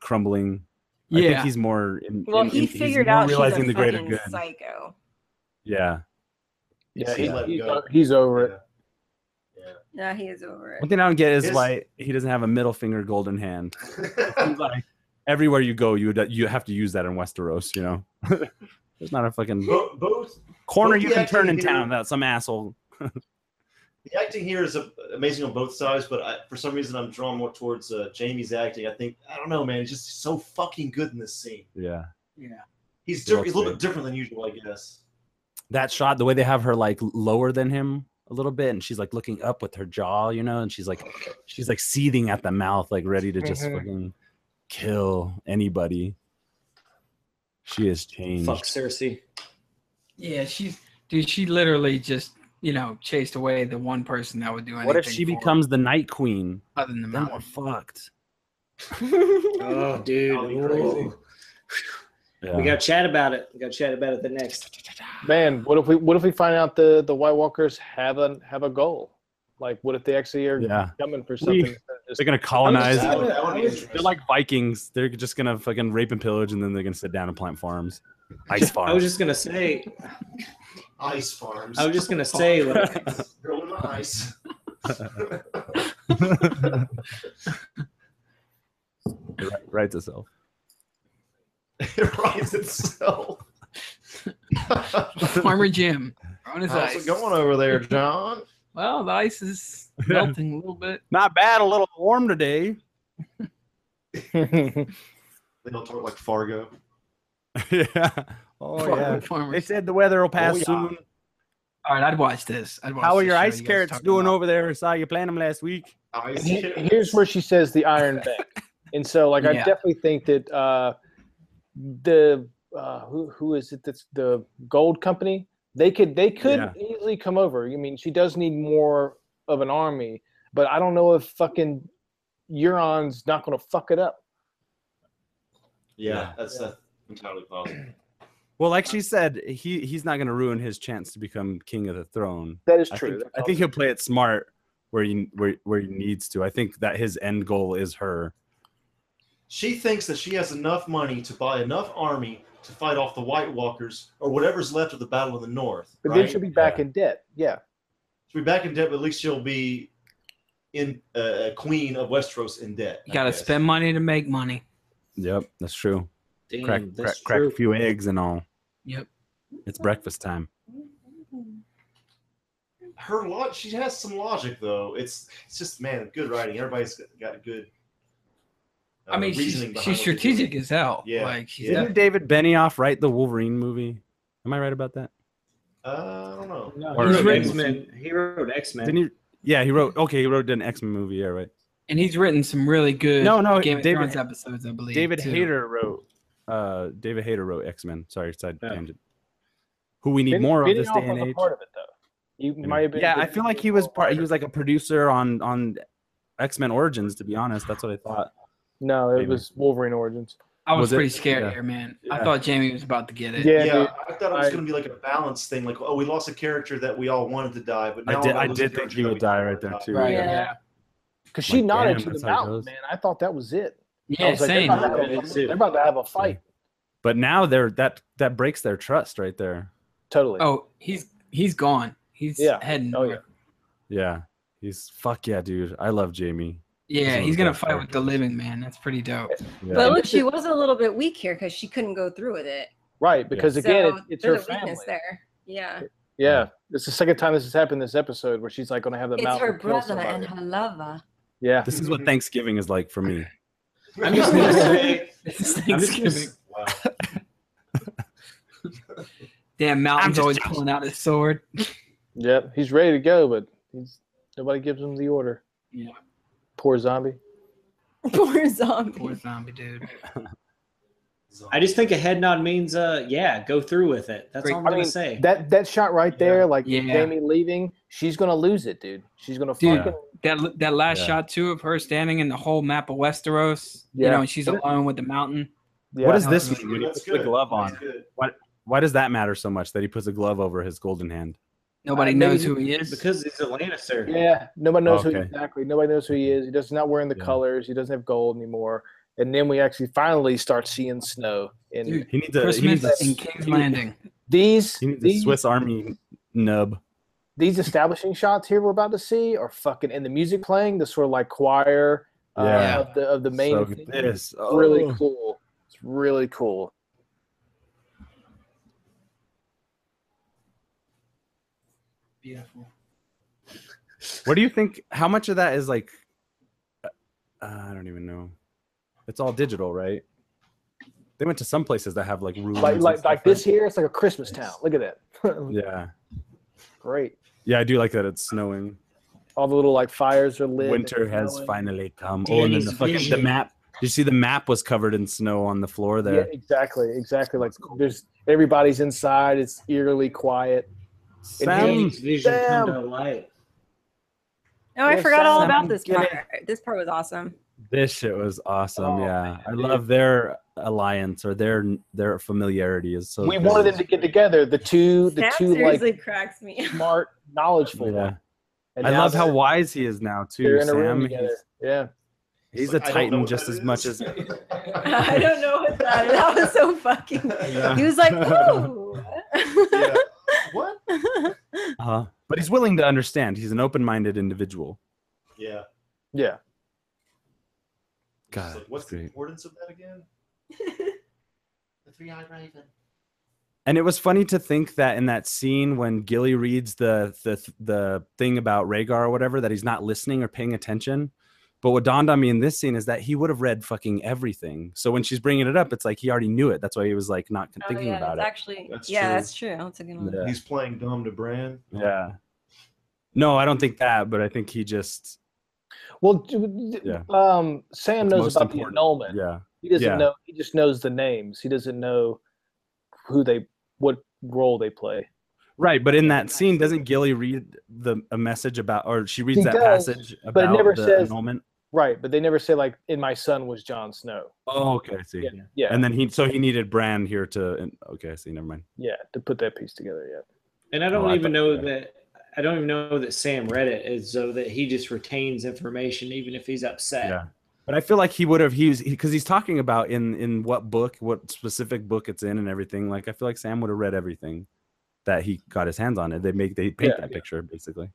Speaker 7: crumbling. I think
Speaker 4: Yeah.
Speaker 7: he's more. In,
Speaker 8: well,
Speaker 7: in-
Speaker 8: he
Speaker 7: in- he's
Speaker 8: figured
Speaker 7: more
Speaker 8: out
Speaker 7: realizing
Speaker 8: she's a
Speaker 7: the greater
Speaker 8: fucking
Speaker 7: good.
Speaker 8: psycho.
Speaker 7: Yeah.
Speaker 5: Yeah,
Speaker 3: He's
Speaker 5: he's,
Speaker 3: let
Speaker 5: he's,
Speaker 3: go.
Speaker 5: o- he's over it.
Speaker 3: Yeah.
Speaker 8: Yeah, he is over
Speaker 7: One
Speaker 8: it.
Speaker 7: thing I don't get is
Speaker 3: His-
Speaker 7: why he doesn't have a middle finger golden hand.
Speaker 3: Yeah.
Speaker 7: He's like, everywhere you go, you would, you have to use that in Westeros. You know, there's not a fucking
Speaker 3: Bo- both
Speaker 7: corner
Speaker 3: both
Speaker 7: you
Speaker 3: the
Speaker 7: can turn in
Speaker 3: acting
Speaker 7: town
Speaker 3: here-
Speaker 7: that some asshole.
Speaker 3: the acting here is uh, amazing on both sides, but I, for some reason I'm drawn more towards uh, Jamie's acting. I think I don't know, man. He's just so fucking good in this scene.
Speaker 7: Yeah,
Speaker 3: He's,
Speaker 7: He
Speaker 3: diff-
Speaker 7: looks
Speaker 3: he's a little
Speaker 7: good.
Speaker 3: bit different than usual, I guess.
Speaker 7: that shot, the way they have her like lower than him a little bit, and she's like looking up with her jaw, you know, and she's like, she's like seething at the mouth, like ready to just
Speaker 9: Mhm.
Speaker 7: fucking kill anybody. She has changed.
Speaker 9: Fuck Cersei.
Speaker 4: Yeah, she's dude. She literally just you know chased away the one person that would do anything.
Speaker 7: What if she
Speaker 4: for her
Speaker 7: becomes the Night Queen?
Speaker 4: other than the
Speaker 7: Then we're
Speaker 4: mountain?
Speaker 7: fucked.
Speaker 9: Oh, dude.
Speaker 3: That'll be crazy.
Speaker 9: Ooh. We got to chat about it. We got to chat about it the next.
Speaker 5: Man, what if we what if we find out the the White Walkers have a have a goal? Like, what if they actually are
Speaker 7: yeah.
Speaker 5: coming for
Speaker 7: We-
Speaker 5: something? Just-
Speaker 7: They're gonna colonize.
Speaker 9: I
Speaker 3: That
Speaker 9: would-
Speaker 3: would, that would
Speaker 9: I
Speaker 3: be
Speaker 9: would-
Speaker 3: interesting.
Speaker 7: They're like Vikings. They're just gonna fucking rape and pillage, and then they're gonna sit down and plant farms, ice
Speaker 9: I was
Speaker 7: farms.
Speaker 9: just gonna say.
Speaker 3: ice farms.
Speaker 9: I was just gonna say. Like,
Speaker 3: Rolling the ice.
Speaker 7: right, right to self.
Speaker 3: it writes itself.
Speaker 4: Farmer Jim. throwing his
Speaker 3: How's
Speaker 4: ice.
Speaker 3: it going over there, John?
Speaker 4: Well, the ice is melting a little bit.
Speaker 7: Not bad. A little warm today.
Speaker 3: They don't talk like Fargo.
Speaker 7: yeah. Oh
Speaker 4: Farmer-
Speaker 7: yeah.
Speaker 4: Farmer-
Speaker 7: They said the weather will pass
Speaker 3: Oh, yeah.
Speaker 7: soon.
Speaker 4: All right, I'd watch this. I'd watch
Speaker 7: How are
Speaker 4: this
Speaker 7: your
Speaker 4: show
Speaker 7: ice
Speaker 4: you guys
Speaker 7: carrots
Speaker 4: talking
Speaker 7: doing
Speaker 4: about.
Speaker 7: over there? I saw you plant them last week.
Speaker 3: Ice.
Speaker 5: And he-
Speaker 3: kids.
Speaker 5: and here's where she says the Iron Bank, and so like I
Speaker 4: Yeah.
Speaker 5: definitely think that uh, the uh, who who is it that's the gold company? They could they could
Speaker 7: Yeah.
Speaker 5: easily come over. I mean, she does need more of an army, but I don't know if fucking Euron's not going to fuck it up.
Speaker 3: yeah,
Speaker 7: Yeah.
Speaker 3: that's that's entirely possible.
Speaker 7: Well, like she said, he he's not gonna ruin his chance to become king of the throne.
Speaker 5: That is
Speaker 7: I
Speaker 5: true.
Speaker 7: think,
Speaker 5: That's
Speaker 7: I
Speaker 5: all.
Speaker 7: think he'll play it smart where he where where he needs to. I think that his end goal is her.
Speaker 3: She thinks that she has enough money to buy enough army to fight off the White Walkers or whatever's left of the Battle of the North.
Speaker 5: but
Speaker 3: right?
Speaker 5: then she'll be back
Speaker 7: Yeah.
Speaker 5: in debt. Yeah.
Speaker 3: She'll be back in debt, but at least she'll be in uh, queen of Westeros in debt.
Speaker 4: You
Speaker 3: I
Speaker 4: gotta
Speaker 3: guess.
Speaker 4: spend money to make money.
Speaker 7: Yep, that's true.
Speaker 6: Damn,
Speaker 7: crack crack,
Speaker 6: Mm, that's
Speaker 7: crack a
Speaker 6: true.
Speaker 7: few eggs and all.
Speaker 4: Yep.
Speaker 7: It's breakfast time.
Speaker 3: her lot. She has some logic though. It's it's just man, good writing. Everybody's got- got good. uh,
Speaker 4: I mean, she's,
Speaker 3: reasoning behind
Speaker 4: she's
Speaker 3: what they're doing.
Speaker 4: strategic as hell.
Speaker 3: Yeah.
Speaker 4: Like she's
Speaker 3: Yeah.
Speaker 7: Didn't David Benioff write the Wolverine movie? Am I right about that?
Speaker 3: Uh, I don't know.
Speaker 9: no,
Speaker 7: Or-
Speaker 9: he wrote X Men. He wrote X Men.
Speaker 7: Didn't he? Yeah, he wrote. Okay, he wrote an X Men movie. Yeah, right.
Speaker 4: and he's written some really good
Speaker 7: No, no,
Speaker 4: Game of
Speaker 7: David-
Speaker 4: Thrones episodes, I believe.
Speaker 7: David
Speaker 4: too.
Speaker 7: Hayter wrote. Uh, David Hayter wrote X Men. Sorry, side
Speaker 9: Yeah.
Speaker 7: tangent. Who we need
Speaker 5: Ben-
Speaker 7: more of
Speaker 5: Benioff
Speaker 7: this day and
Speaker 5: was a
Speaker 7: age.
Speaker 5: Part of it though. You might have been.
Speaker 7: Yeah, I feel like he was part. He was like a producer on on X Men Origins. To be honest, that's what I thought.
Speaker 5: No, it
Speaker 7: Maybe.
Speaker 5: was Wolverine Origins.
Speaker 4: I was,
Speaker 7: Was it?
Speaker 4: pretty scared
Speaker 7: Yeah.
Speaker 4: here, man.
Speaker 7: Yeah.
Speaker 4: I thought Jamie was about to get it.
Speaker 5: Yeah,
Speaker 3: Yeah,
Speaker 5: dude.
Speaker 3: I thought it was
Speaker 5: I-
Speaker 3: going to be like a balance thing. Like, oh, we lost a character that we all wanted to die, but now
Speaker 7: I did.
Speaker 3: we're
Speaker 7: I
Speaker 3: losing
Speaker 7: did think
Speaker 3: characters
Speaker 7: he
Speaker 3: that
Speaker 7: would
Speaker 3: we
Speaker 7: die
Speaker 3: don't
Speaker 7: right
Speaker 3: wanna
Speaker 7: there
Speaker 3: die.
Speaker 7: too.
Speaker 4: Right.
Speaker 7: yeah.
Speaker 4: Yeah.
Speaker 8: Yeah.
Speaker 5: Because she
Speaker 7: Like,
Speaker 5: nodded to
Speaker 7: damn,
Speaker 5: the
Speaker 7: that's how it
Speaker 5: mountain,
Speaker 7: goes.
Speaker 5: man. I thought that was it. I
Speaker 4: Yeah.
Speaker 5: was like,
Speaker 4: same.
Speaker 5: They're, about
Speaker 9: I
Speaker 5: to have a-
Speaker 9: did too.
Speaker 5: they're about to have a fight.
Speaker 7: But now they're that that breaks their trust right there.
Speaker 5: Totally.
Speaker 4: Oh, he's he's gone. He's
Speaker 5: Yeah.
Speaker 4: heading.
Speaker 5: Oh,
Speaker 4: north.
Speaker 5: yeah.
Speaker 7: Yeah, he's fuck yeah, dude. I love Jamie.
Speaker 4: Yeah,
Speaker 7: He's one
Speaker 4: he's
Speaker 7: of
Speaker 4: gonna
Speaker 7: those
Speaker 4: fight with the living man. That's pretty dope.
Speaker 7: Yeah.
Speaker 8: But look, she was a little bit weak here because she couldn't go through with it.
Speaker 5: Right. Because again,
Speaker 8: so
Speaker 5: it, it's her
Speaker 8: there's a
Speaker 5: family.
Speaker 8: weakness there. Yeah,
Speaker 5: Yeah. It's the second time this has happened this episode where she's like going to have the
Speaker 8: it's
Speaker 5: mountain.
Speaker 8: her
Speaker 5: kill
Speaker 8: brother and
Speaker 5: somebody.
Speaker 8: her lover.
Speaker 5: Yeah.
Speaker 7: this is what Thanksgiving is like for me.
Speaker 9: I'm just gonna say.
Speaker 4: This is
Speaker 9: I'm just gonna
Speaker 4: Thanksgiving.
Speaker 9: s-
Speaker 3: Wow.
Speaker 4: Damn, Mountain's always pulling out his sword.
Speaker 5: Yep. He's ready to go, but he's, nobody gives him the order.
Speaker 4: Yeah.
Speaker 5: Poor zombie.
Speaker 8: Poor zombie.
Speaker 4: Poor zombie dude.
Speaker 9: I just think a head nod means uh yeah, go through with it. That's
Speaker 4: Great.
Speaker 9: all I'm
Speaker 5: I
Speaker 9: gonna
Speaker 5: mean,
Speaker 9: say.
Speaker 5: That that shot right
Speaker 9: Yeah.
Speaker 5: there, like
Speaker 4: Yeah.
Speaker 5: Jamie leaving, she's going to lose it, dude. She's going to
Speaker 4: Dude.
Speaker 5: fucking.
Speaker 4: That that last
Speaker 7: Yeah.
Speaker 4: shot too of her standing in the whole map of Westeros.
Speaker 5: Yeah.
Speaker 4: You know, and she's alone with the mountain.
Speaker 5: Yeah.
Speaker 7: What is
Speaker 4: No,
Speaker 7: this
Speaker 4: that's
Speaker 7: mean when he
Speaker 3: That's
Speaker 7: puts the
Speaker 3: good.
Speaker 7: glove
Speaker 3: That's
Speaker 7: on?
Speaker 3: good.
Speaker 7: Why does that matter so much that he puts a glove over his golden hand?
Speaker 4: Nobody
Speaker 5: Uh,
Speaker 4: knows who
Speaker 5: maybe
Speaker 4: he is.
Speaker 9: Because he's a Lannister.
Speaker 5: Yeah, nobody knows who
Speaker 7: Okay.
Speaker 5: exactly. Nobody knows who he is. He does not wearing the
Speaker 7: Yeah.
Speaker 5: colors. He doesn't have gold anymore. And then we actually finally start seeing snow. And
Speaker 4: Dude,
Speaker 7: He needs a he needs
Speaker 4: Christmas
Speaker 7: a,
Speaker 4: in King's Landing.
Speaker 5: these
Speaker 7: he needs a
Speaker 5: these,
Speaker 7: Swiss Army nub.
Speaker 5: these establishing shots here we're about to see are fucking. And the music playing, the sort of like choir uh,
Speaker 7: Yeah.
Speaker 5: of the of the main
Speaker 7: so
Speaker 5: thing. uh,
Speaker 7: this.
Speaker 5: It's really
Speaker 7: oh.
Speaker 5: cool. It's really cool.
Speaker 4: Beautiful.
Speaker 7: What do you think? How much of that is like? uh, I don't even know. It's all digital, right? They went to some places that have like rooms.
Speaker 5: Like
Speaker 7: and
Speaker 5: like
Speaker 7: stuff,
Speaker 5: like this
Speaker 7: right?
Speaker 5: here, it's like a Christmas town. Look at that.
Speaker 7: Yeah,
Speaker 5: Great.
Speaker 7: yeah, I do like that. It's snowing.
Speaker 5: All the little like fires are lit.
Speaker 7: Winter
Speaker 5: It's
Speaker 7: has
Speaker 5: snowing.
Speaker 7: finally come. Oh, and then the
Speaker 4: Danny's
Speaker 7: fucking the
Speaker 4: vision.
Speaker 7: map. Did you see the map was covered in snow on the floor there?
Speaker 5: Yeah, exactly, exactly. Like there's everybody's inside. It's eerily quiet.
Speaker 7: Sam,
Speaker 9: Danny's vision come
Speaker 5: Sam.
Speaker 9: to light.
Speaker 8: No, I
Speaker 5: Yeah,
Speaker 8: forgot all
Speaker 7: Sam,
Speaker 8: about this
Speaker 7: get
Speaker 8: part.
Speaker 7: it.
Speaker 8: This part was awesome.
Speaker 7: this shit was awesome.
Speaker 5: Oh,
Speaker 7: yeah, I
Speaker 5: dude.
Speaker 7: love their alliance or their their familiarity is so.
Speaker 5: we
Speaker 7: good.
Speaker 5: wanted them to get together. The two, the
Speaker 8: That
Speaker 5: two like
Speaker 8: seriously cracks me.
Speaker 5: smart, knowledgeful.
Speaker 7: Yeah.
Speaker 5: ones. And
Speaker 7: I
Speaker 5: now
Speaker 7: love how
Speaker 5: they're-
Speaker 7: wise he is now too.
Speaker 5: they're in a room
Speaker 7: Sam,
Speaker 5: together.
Speaker 7: he's,
Speaker 5: Yeah,
Speaker 7: he's a
Speaker 3: like, I don't know
Speaker 7: titan
Speaker 3: what
Speaker 7: just
Speaker 3: that
Speaker 7: as
Speaker 3: is.
Speaker 7: much as
Speaker 8: I don't know what that. That was so fucking. He was like, "Oh."
Speaker 3: Yeah. What?
Speaker 7: Uh, but he's willing to understand. He's an open-minded individual.
Speaker 3: Yeah.
Speaker 5: yeah.
Speaker 3: It's
Speaker 7: God,
Speaker 3: like, what's
Speaker 7: that's
Speaker 3: the
Speaker 7: great.
Speaker 3: importance of that again? The three-eyed raven.
Speaker 7: And it was funny to think that in that scene when Gilly reads the the the thing about Rhaegar or whatever, that he's not listening or paying attention. But what dawned on me in this scene is that he would have read fucking everything. So when she's bringing it up, it's like he already knew it. That's why he was like not
Speaker 8: oh,
Speaker 7: thinking
Speaker 8: yeah,
Speaker 7: about
Speaker 8: that's
Speaker 7: it.
Speaker 8: actually.
Speaker 3: That's
Speaker 8: yeah,
Speaker 3: true.
Speaker 8: that's true. That's a good one.
Speaker 7: Yeah.
Speaker 3: He's playing dumb to Bran.
Speaker 7: Yeah. No, I don't think that, but I think he just
Speaker 5: Well, d- d-
Speaker 7: Yeah.
Speaker 5: um, Sam
Speaker 7: It's
Speaker 5: knows
Speaker 7: most
Speaker 5: about
Speaker 7: important.
Speaker 5: the annulment.
Speaker 7: yeah.
Speaker 5: He doesn't
Speaker 7: Yeah.
Speaker 5: know. He just knows the names. He doesn't know who they, what role they play.
Speaker 7: Right, but in that scene, doesn't Gilly read the a message about, or she reads
Speaker 5: He
Speaker 7: that
Speaker 5: does,
Speaker 7: passage about
Speaker 5: it never
Speaker 7: the
Speaker 5: says-
Speaker 7: annulment?
Speaker 5: Right, but they never say like, "In my son was Jon Snow."
Speaker 7: Oh, okay, I see.
Speaker 5: Yeah, yeah,
Speaker 7: And then he, so he needed Bran here to. and- Okay, I see. Never mind.
Speaker 5: yeah. To put that piece together, yeah.
Speaker 9: And I
Speaker 7: Oh,
Speaker 9: don't
Speaker 7: I
Speaker 9: even
Speaker 7: thought-
Speaker 9: know
Speaker 7: yeah.
Speaker 9: that I don't even know that Sam read it as though that he just retains information even if he's upset.
Speaker 7: Yeah, but I feel like he would have. He's because he's talking about in in what book, what specific book it's in, and everything. Like I feel like Sam would have read everything that he got his hands on. It. They make they paint
Speaker 5: Yeah.
Speaker 7: that picture basically.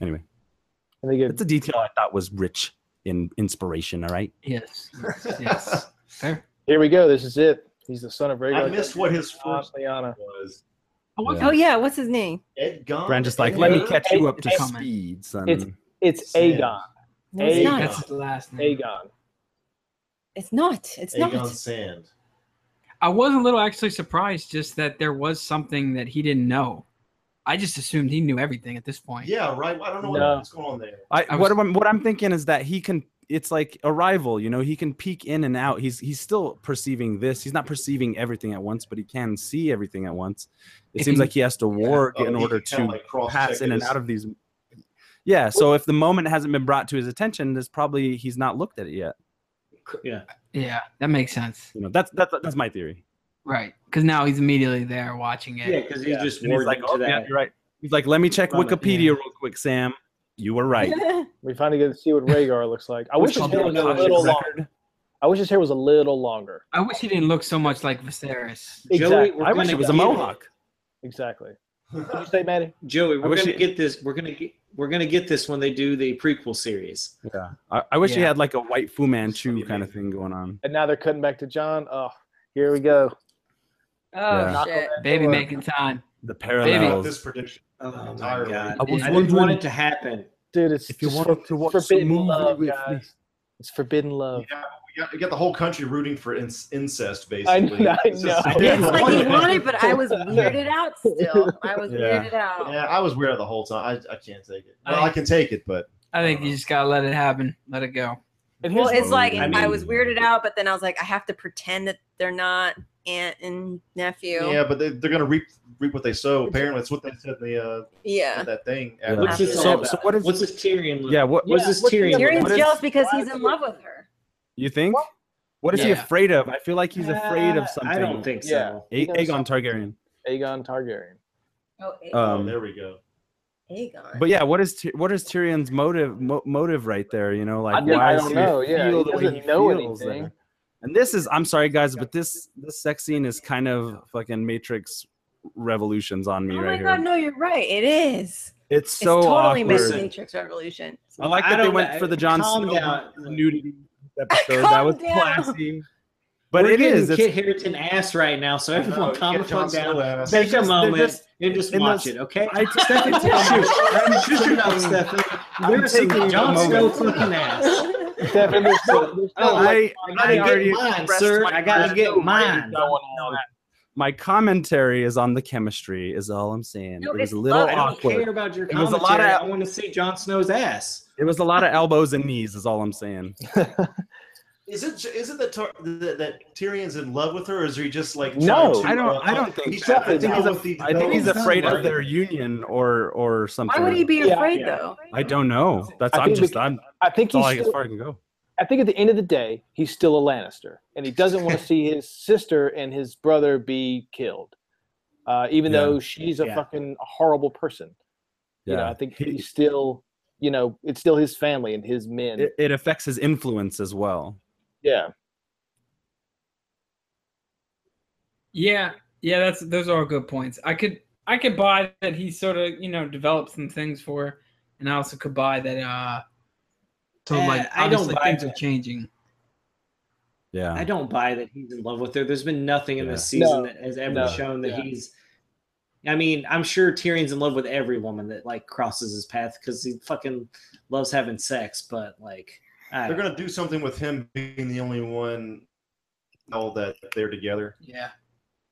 Speaker 7: Anyway,
Speaker 5: And they give
Speaker 7: that's a detail I thought was rich in inspiration. All right.
Speaker 4: Yes. Yes. Fair.
Speaker 5: Here we go. This is it. He's the son of Rhaegar. Uh,
Speaker 3: I missed what his
Speaker 5: Jon
Speaker 3: first
Speaker 5: Lyanna.
Speaker 3: was.
Speaker 8: Oh yeah, what's his name?
Speaker 3: Ed Gunn.
Speaker 7: Bran just like let me
Speaker 5: Yeah.
Speaker 7: catch you up to
Speaker 5: It's-
Speaker 7: speed, son.
Speaker 5: it's- It's
Speaker 3: Sam.
Speaker 5: Aegon.
Speaker 8: No, it's
Speaker 5: Aegon.
Speaker 8: not.
Speaker 4: That's his last name.
Speaker 5: Aegon.
Speaker 8: It's not. It's
Speaker 3: Aegon
Speaker 8: not.
Speaker 3: Sand.
Speaker 4: I was a little actually surprised just that there was something that he didn't know. I just assumed he knew everything at this point.
Speaker 3: Yeah, right. I don't know
Speaker 5: No.
Speaker 3: what's going on there.
Speaker 7: I,
Speaker 4: I
Speaker 7: what
Speaker 4: was-
Speaker 7: I'm what I'm thinking is that he can. It's like a rival, you know. He can peek in and out. He's he's still perceiving this. He's not perceiving everything at once, but he can see everything at once. It
Speaker 4: If
Speaker 7: seems
Speaker 4: he-
Speaker 7: like he has to ward
Speaker 3: Oh,
Speaker 7: in
Speaker 3: he
Speaker 7: order
Speaker 3: can kinda,
Speaker 7: to
Speaker 3: like, cross-check
Speaker 7: pass in and
Speaker 3: his-
Speaker 7: out of these. Yeah. So if the moment hasn't been brought to his attention, there's probably he's not looked at it yet.
Speaker 4: Yeah, that makes sense.
Speaker 7: You know, that's that's that's my theory.
Speaker 4: Right. Because now he's immediately there watching it.
Speaker 9: Yeah, because he
Speaker 5: Yeah.
Speaker 9: just
Speaker 7: And he's
Speaker 9: warned
Speaker 7: like,
Speaker 9: him
Speaker 7: oh,
Speaker 9: to
Speaker 7: yeah,
Speaker 9: that.
Speaker 7: you're right. He's like, let me check
Speaker 9: Moment, yeah.
Speaker 7: Wikipedia real quick, Sam. You were right.
Speaker 5: We finally get to see what Rhaegar looks like. I wish his
Speaker 7: Which
Speaker 5: hair
Speaker 7: I'll
Speaker 5: was
Speaker 7: do
Speaker 5: a
Speaker 7: on
Speaker 5: little
Speaker 7: the
Speaker 5: longer.
Speaker 7: record.
Speaker 5: I wish his hair was a little longer.
Speaker 4: I wish he didn't look so much like Viserys.
Speaker 5: Exactly.
Speaker 9: we're
Speaker 7: I wish
Speaker 9: gonna
Speaker 7: it was a
Speaker 9: get
Speaker 7: mohawk.
Speaker 5: Exactly. What'd you say, Maddie?
Speaker 9: Joey, we're
Speaker 7: wish
Speaker 9: gonna
Speaker 7: it-
Speaker 9: get this. We're gonna get. We're gonna get this when they do the prequel series.
Speaker 7: Yeah. I, I wish he
Speaker 4: Yeah.
Speaker 7: had like a white Fu Manchu
Speaker 9: Something
Speaker 7: kind of
Speaker 9: amazing.
Speaker 7: thing going on.
Speaker 5: And now they're cutting back to John. Oh, here we go.
Speaker 7: Yeah.
Speaker 8: Oh
Speaker 5: Knock on
Speaker 8: shit.
Speaker 5: that
Speaker 4: Baby
Speaker 5: door.
Speaker 4: making time.
Speaker 7: The
Speaker 3: I
Speaker 4: Maybe.
Speaker 3: like
Speaker 7: parallels.
Speaker 3: this prediction.
Speaker 9: Oh my
Speaker 3: Entirely.
Speaker 9: god!
Speaker 7: I
Speaker 9: I,
Speaker 7: was
Speaker 9: didn't want
Speaker 7: wondering-
Speaker 9: it to happen.
Speaker 5: Dude, it's
Speaker 7: If you
Speaker 5: just
Speaker 7: wanted
Speaker 5: for-
Speaker 7: to watch some
Speaker 5: forbidden
Speaker 7: movie
Speaker 5: love,
Speaker 7: with me.
Speaker 5: guys. It's forbidden love.
Speaker 3: Yeah, we got, we got the whole country rooting for in- incest,
Speaker 5: Uh, I
Speaker 3: basically.
Speaker 5: know. I
Speaker 3: It's
Speaker 5: know.
Speaker 3: just-
Speaker 8: It's
Speaker 3: Yeah.
Speaker 8: like he wanted, but I was weirded out still. I was
Speaker 7: Yeah.
Speaker 8: weirded out.
Speaker 3: Yeah, I was weird the whole time. I, I can't take it. Well,
Speaker 4: I-
Speaker 3: I can take it, but
Speaker 4: I think you just gotta let it happen. Let it go.
Speaker 5: And here's
Speaker 8: Well, it's like
Speaker 7: I
Speaker 8: I,
Speaker 7: mean-
Speaker 8: was weirded out, but then I was like, I have to pretend that they're not aunt and nephew.
Speaker 3: yeah, but they, they're gonna reap reap what they sow. Apparently, it's what they said in the uh,
Speaker 8: Yeah.
Speaker 3: that thing.
Speaker 7: Yeah.
Speaker 9: What's this all
Speaker 7: So,
Speaker 9: about?
Speaker 7: so what is
Speaker 9: What's this Tyrion? look-
Speaker 7: Yeah, what-
Speaker 9: what's
Speaker 5: yeah,
Speaker 9: this
Speaker 5: what's
Speaker 9: Tyrion?
Speaker 5: this-
Speaker 9: look-
Speaker 8: Tyrion's
Speaker 7: What is-
Speaker 8: jealous because
Speaker 5: why
Speaker 8: he's
Speaker 5: is
Speaker 8: in
Speaker 5: it-
Speaker 8: love with her.
Speaker 7: you think? What is he
Speaker 4: Yeah.
Speaker 7: afraid of? I feel like he's afraid
Speaker 9: Uh,
Speaker 7: of something.
Speaker 9: I don't think so.
Speaker 5: Yeah.
Speaker 7: A- Aegon Targaryen.
Speaker 5: Aegon Targaryen.
Speaker 8: Oh, A-
Speaker 3: Oh,
Speaker 7: Um,
Speaker 3: there we go.
Speaker 8: Aegon.
Speaker 7: but yeah, what is Ty- what is Tyrion's motive mo- motive right there? You know, like
Speaker 5: I don't-
Speaker 7: why
Speaker 5: I
Speaker 7: does
Speaker 5: don't
Speaker 7: he
Speaker 5: know, yeah,
Speaker 7: feel
Speaker 5: he
Speaker 7: the way
Speaker 5: doesn't
Speaker 7: he
Speaker 5: know
Speaker 7: feels
Speaker 5: anything.
Speaker 7: there? And this is I'm sorry guys, but this this sex scene is kind of fucking Matrix revolutions on me
Speaker 8: oh
Speaker 7: right
Speaker 8: my
Speaker 7: here.
Speaker 8: god, no, you're right. It is.
Speaker 7: It's so
Speaker 8: it's totally
Speaker 7: awkward.
Speaker 8: missing Matrix Revolution.
Speaker 7: I like
Speaker 9: I
Speaker 7: that they
Speaker 9: don't
Speaker 7: went
Speaker 9: know.
Speaker 7: for the John
Speaker 9: Calm
Speaker 7: Snow
Speaker 9: down.
Speaker 7: nudity episode. that
Speaker 8: Calm
Speaker 7: was
Speaker 8: down.
Speaker 7: classy. But
Speaker 9: We're
Speaker 7: it
Speaker 9: getting
Speaker 7: is.
Speaker 9: Kit
Speaker 7: It's,
Speaker 9: Harrington ass right now, so
Speaker 3: Oh,
Speaker 9: everyone calm the fuck down.
Speaker 3: ass.
Speaker 9: Take
Speaker 7: They're
Speaker 9: a
Speaker 7: just-
Speaker 9: moment
Speaker 7: they're just-
Speaker 9: and just
Speaker 7: in
Speaker 9: watch
Speaker 7: those-
Speaker 9: it, okay?
Speaker 7: I just-
Speaker 9: Stefan, shoot. I'm shooting up, Stefan.
Speaker 7: I'm
Speaker 9: There's some
Speaker 7: taking a
Speaker 9: John Snow
Speaker 7: moment.
Speaker 9: fucking ass.
Speaker 5: Stefan, there's no, there's no
Speaker 9: Oh,
Speaker 5: like,
Speaker 7: I,
Speaker 9: I
Speaker 7: I
Speaker 9: gotta
Speaker 7: already
Speaker 9: get mine, sir. I gotta get mine.
Speaker 5: going on.
Speaker 7: my commentary is on the chemistry. Is all I'm saying.
Speaker 8: No,
Speaker 7: it was
Speaker 8: it's
Speaker 7: a little
Speaker 8: love.
Speaker 9: I don't
Speaker 7: awkward.
Speaker 9: care about your
Speaker 7: It was
Speaker 9: commentary.
Speaker 7: a lot of-
Speaker 9: I want to see Jon Snow's ass.
Speaker 7: It was a lot of elbows and knees. Is all I'm saying.
Speaker 3: Is it is it that, Tar- that that Tyrion's in love with her, or is he just like trying
Speaker 5: No.
Speaker 3: to,
Speaker 7: I don't.
Speaker 3: uh,
Speaker 7: I don't think.
Speaker 3: He's
Speaker 7: so.
Speaker 3: definitely
Speaker 7: I think
Speaker 3: not
Speaker 7: he's,
Speaker 3: with the-
Speaker 7: a, I think
Speaker 3: no,
Speaker 7: he's
Speaker 3: it's not
Speaker 7: afraid of
Speaker 3: right.
Speaker 7: their union or or something.
Speaker 8: Why would he be
Speaker 5: Yeah.
Speaker 8: afraid
Speaker 9: Yeah.
Speaker 8: though?
Speaker 7: I don't know. That's
Speaker 5: I
Speaker 7: I'm
Speaker 5: think
Speaker 7: just
Speaker 5: the-
Speaker 7: I'm
Speaker 5: I think
Speaker 7: that's all
Speaker 5: he's
Speaker 7: Oh, I, as
Speaker 5: still,
Speaker 7: far as I can go.
Speaker 5: I think at the end of the day, he's still a Lannister, and he doesn't want to see his sister and his brother be killed, uh, even
Speaker 7: Yeah.
Speaker 5: though she's a
Speaker 9: Yeah.
Speaker 5: fucking horrible person.
Speaker 7: Yeah,
Speaker 5: You know, I think
Speaker 7: He-
Speaker 5: he's still, you know, it's still his family and his men.
Speaker 7: it, it affects his influence as well.
Speaker 5: yeah,
Speaker 4: Yeah, yeah, that's those are all good points. I could I could buy that he sort of you know developed some things for, her, and I also could buy that. uh So
Speaker 9: Eh,
Speaker 4: like
Speaker 9: I don't
Speaker 4: obviously
Speaker 9: buy
Speaker 4: things are
Speaker 9: that.
Speaker 4: changing.
Speaker 7: Yeah,
Speaker 9: I don't buy that he's in love with her. There's been nothing in this
Speaker 5: Yeah.
Speaker 9: season
Speaker 5: No.
Speaker 9: that has ever
Speaker 5: No.
Speaker 9: shown that
Speaker 5: Yeah.
Speaker 9: he's. I mean, I'm sure Tyrion's in love with every woman that like crosses his path because he fucking loves having sex. But like, I
Speaker 3: They're
Speaker 9: don't-
Speaker 3: gonna do something with him being the only one. All that they're together.
Speaker 4: Yeah,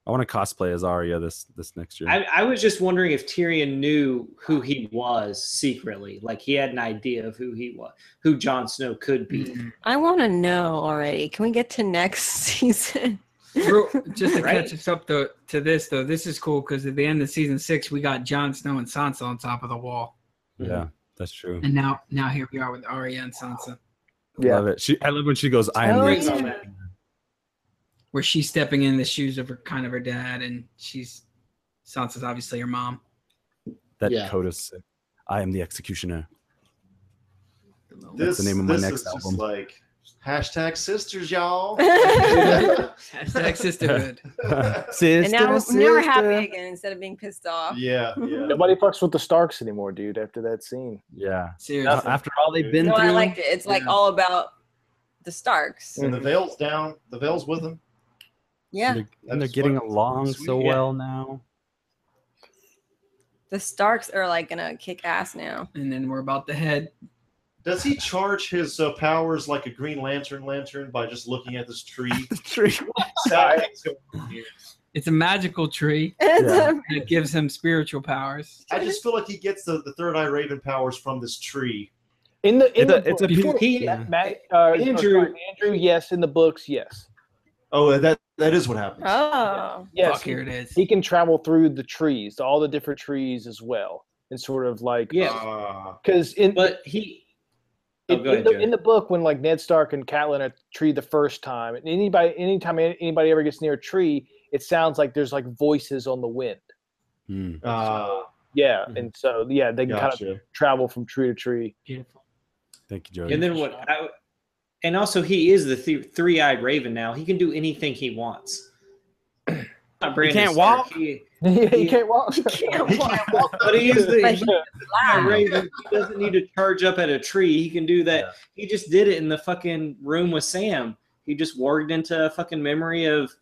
Speaker 7: I want to cosplay as Arya this this next year.
Speaker 9: I, I was just wondering if Tyrion knew who he was secretly. Like, he had an idea of who he was, who Jon Snow could
Speaker 5: Mm-hmm.
Speaker 9: be.
Speaker 4: Mm-hmm.
Speaker 8: I want to know already. Can we get to next season?
Speaker 4: Real- just to
Speaker 9: Right.
Speaker 4: catch us up to, to this though, this is cool because at the end of season six, we got Jon Snow and Sansa on top of the wall,
Speaker 7: yeah, that's true.
Speaker 4: and now now here we are with Arya and Sansa,
Speaker 5: Yeah.
Speaker 7: Love it. She, I love when she goes. I am
Speaker 8: Oh,
Speaker 7: the
Speaker 8: yeah.
Speaker 7: exception."
Speaker 4: where she's stepping in the shoes of her kind of her dad, and she's Sansa's obviously her mom.
Speaker 7: that
Speaker 9: Yeah.
Speaker 7: coat is sick. I am the executioner.
Speaker 3: This,
Speaker 7: the name of my
Speaker 3: this
Speaker 7: next
Speaker 3: is just
Speaker 7: album.
Speaker 3: like hashtag sisters, y'all.
Speaker 4: Hashtag sisterhood.
Speaker 7: sister,
Speaker 8: and now, now we're happy
Speaker 7: sister.
Speaker 8: again instead of being pissed off.
Speaker 3: yeah, yeah.
Speaker 5: nobody fucks with the Starks anymore, dude. After that scene,
Speaker 7: Yeah.
Speaker 4: Seriously.
Speaker 3: Nothing.
Speaker 7: After all they've been
Speaker 8: No,
Speaker 7: through,
Speaker 8: I liked it. It's like
Speaker 4: Yeah.
Speaker 8: all about the Starks.
Speaker 3: And the veil's down. The veil's with him.
Speaker 8: Yeah,
Speaker 7: and they're, and they're
Speaker 3: That's
Speaker 7: getting
Speaker 3: fucking
Speaker 7: along
Speaker 3: sweet,
Speaker 7: so
Speaker 3: yeah.
Speaker 7: well now.
Speaker 8: the Starks are like gonna kick ass now.
Speaker 4: and then we're about to head.
Speaker 3: Does he charge his uh, powers like a Green Lantern lantern by just looking at this tree? Sorry.
Speaker 4: It's a magical tree
Speaker 7: Yeah.
Speaker 4: that gives him spiritual powers.
Speaker 3: I just feel like he gets the, the third eye raven powers from this tree.
Speaker 5: in the in
Speaker 7: It's
Speaker 5: the
Speaker 7: a, it's a
Speaker 5: books,
Speaker 7: beautiful.
Speaker 9: He-
Speaker 7: yeah.
Speaker 5: Matt, uh, or
Speaker 9: Andrew-
Speaker 5: sorry, Andrew, yes, in the books, yes,
Speaker 3: Oh, that that is what happens.
Speaker 8: Oh,
Speaker 5: yes,
Speaker 4: Fuck, here it is.
Speaker 5: he can travel through the trees, all the different trees as well, and sort of like
Speaker 9: Yeah.
Speaker 3: Ah.
Speaker 5: because in
Speaker 9: But he. Oh,
Speaker 5: in,
Speaker 9: go
Speaker 5: in
Speaker 9: ahead,
Speaker 5: the,
Speaker 9: Joe.
Speaker 5: in the book when like ned stark and catelyn are tree the first time and anybody anytime an- anybody ever gets near a tree it sounds like there's like voices on the wind
Speaker 7: Hmm.
Speaker 3: Ah,
Speaker 5: yeah
Speaker 9: Mm-hmm.
Speaker 7: Mhm.
Speaker 5: and so yeah they can kind
Speaker 3: gotcha.
Speaker 5: of travel from tree to tree
Speaker 4: Beautiful.
Speaker 7: Thank you, Jody.
Speaker 9: And then what? I, and also, he is the th- three-eyed raven now. He can do anything he wants. Not Brandon
Speaker 7: can't
Speaker 9: Stark,
Speaker 7: walk?
Speaker 9: he-
Speaker 5: yeah
Speaker 9: Yeah.
Speaker 5: you can't walk
Speaker 8: can't walk.
Speaker 9: but he is the
Speaker 8: But
Speaker 9: he's
Speaker 8: he
Speaker 9: the three-eyed
Speaker 8: Wow.
Speaker 9: raven. He doesn't need to charge up at a tree. He can do that.
Speaker 7: Yeah.
Speaker 9: He just did it in the fucking room with Sam. He just warged into a fucking memory of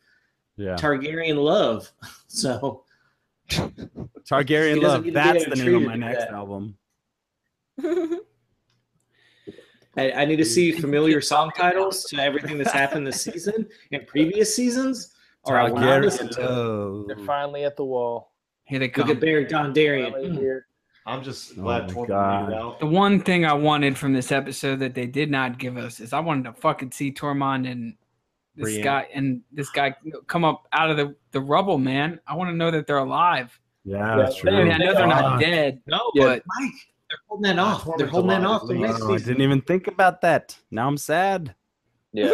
Speaker 7: Yeah.
Speaker 9: Targaryen love. So
Speaker 7: Targaryen
Speaker 9: He doesn't get to
Speaker 7: love.
Speaker 9: be
Speaker 7: That's
Speaker 9: a
Speaker 7: the
Speaker 9: tree
Speaker 7: name
Speaker 9: to
Speaker 7: of my
Speaker 9: do
Speaker 7: next
Speaker 9: that.
Speaker 7: album.
Speaker 9: I, I need to see familiar song titles to everything that's happened this season and previous seasons. Or I will not listen
Speaker 7: Targaryen
Speaker 9: to it.
Speaker 7: love.
Speaker 5: they're finally at the wall
Speaker 4: Here they come.
Speaker 9: Look at Barry Dondarrion.
Speaker 5: finally
Speaker 9: Mm.
Speaker 5: here.
Speaker 3: I'm just
Speaker 7: Oh
Speaker 3: glad
Speaker 7: my
Speaker 3: Tormund
Speaker 7: God.
Speaker 3: made it out.
Speaker 4: The one thing I wanted from this episode that they did not give us is I wanted to fucking see Tormund and this
Speaker 3: Brienne.
Speaker 4: guy and this guy come up out of the, the rubble, man. I want to know that they're alive.
Speaker 7: Yeah,
Speaker 5: Yeah.
Speaker 7: that's
Speaker 4: I,
Speaker 7: true.
Speaker 4: mean, I know they're
Speaker 7: Ah.
Speaker 4: not dead.
Speaker 9: No,
Speaker 5: Yeah.
Speaker 9: but Mike, they're holding that off. They're
Speaker 3: Torment's
Speaker 9: holding that
Speaker 3: alive,
Speaker 9: off. The
Speaker 3: at
Speaker 9: next
Speaker 3: least.
Speaker 7: Oh, I
Speaker 9: season.
Speaker 7: didn't even think about that. Now I'm sad.
Speaker 9: Mm.
Speaker 5: yeah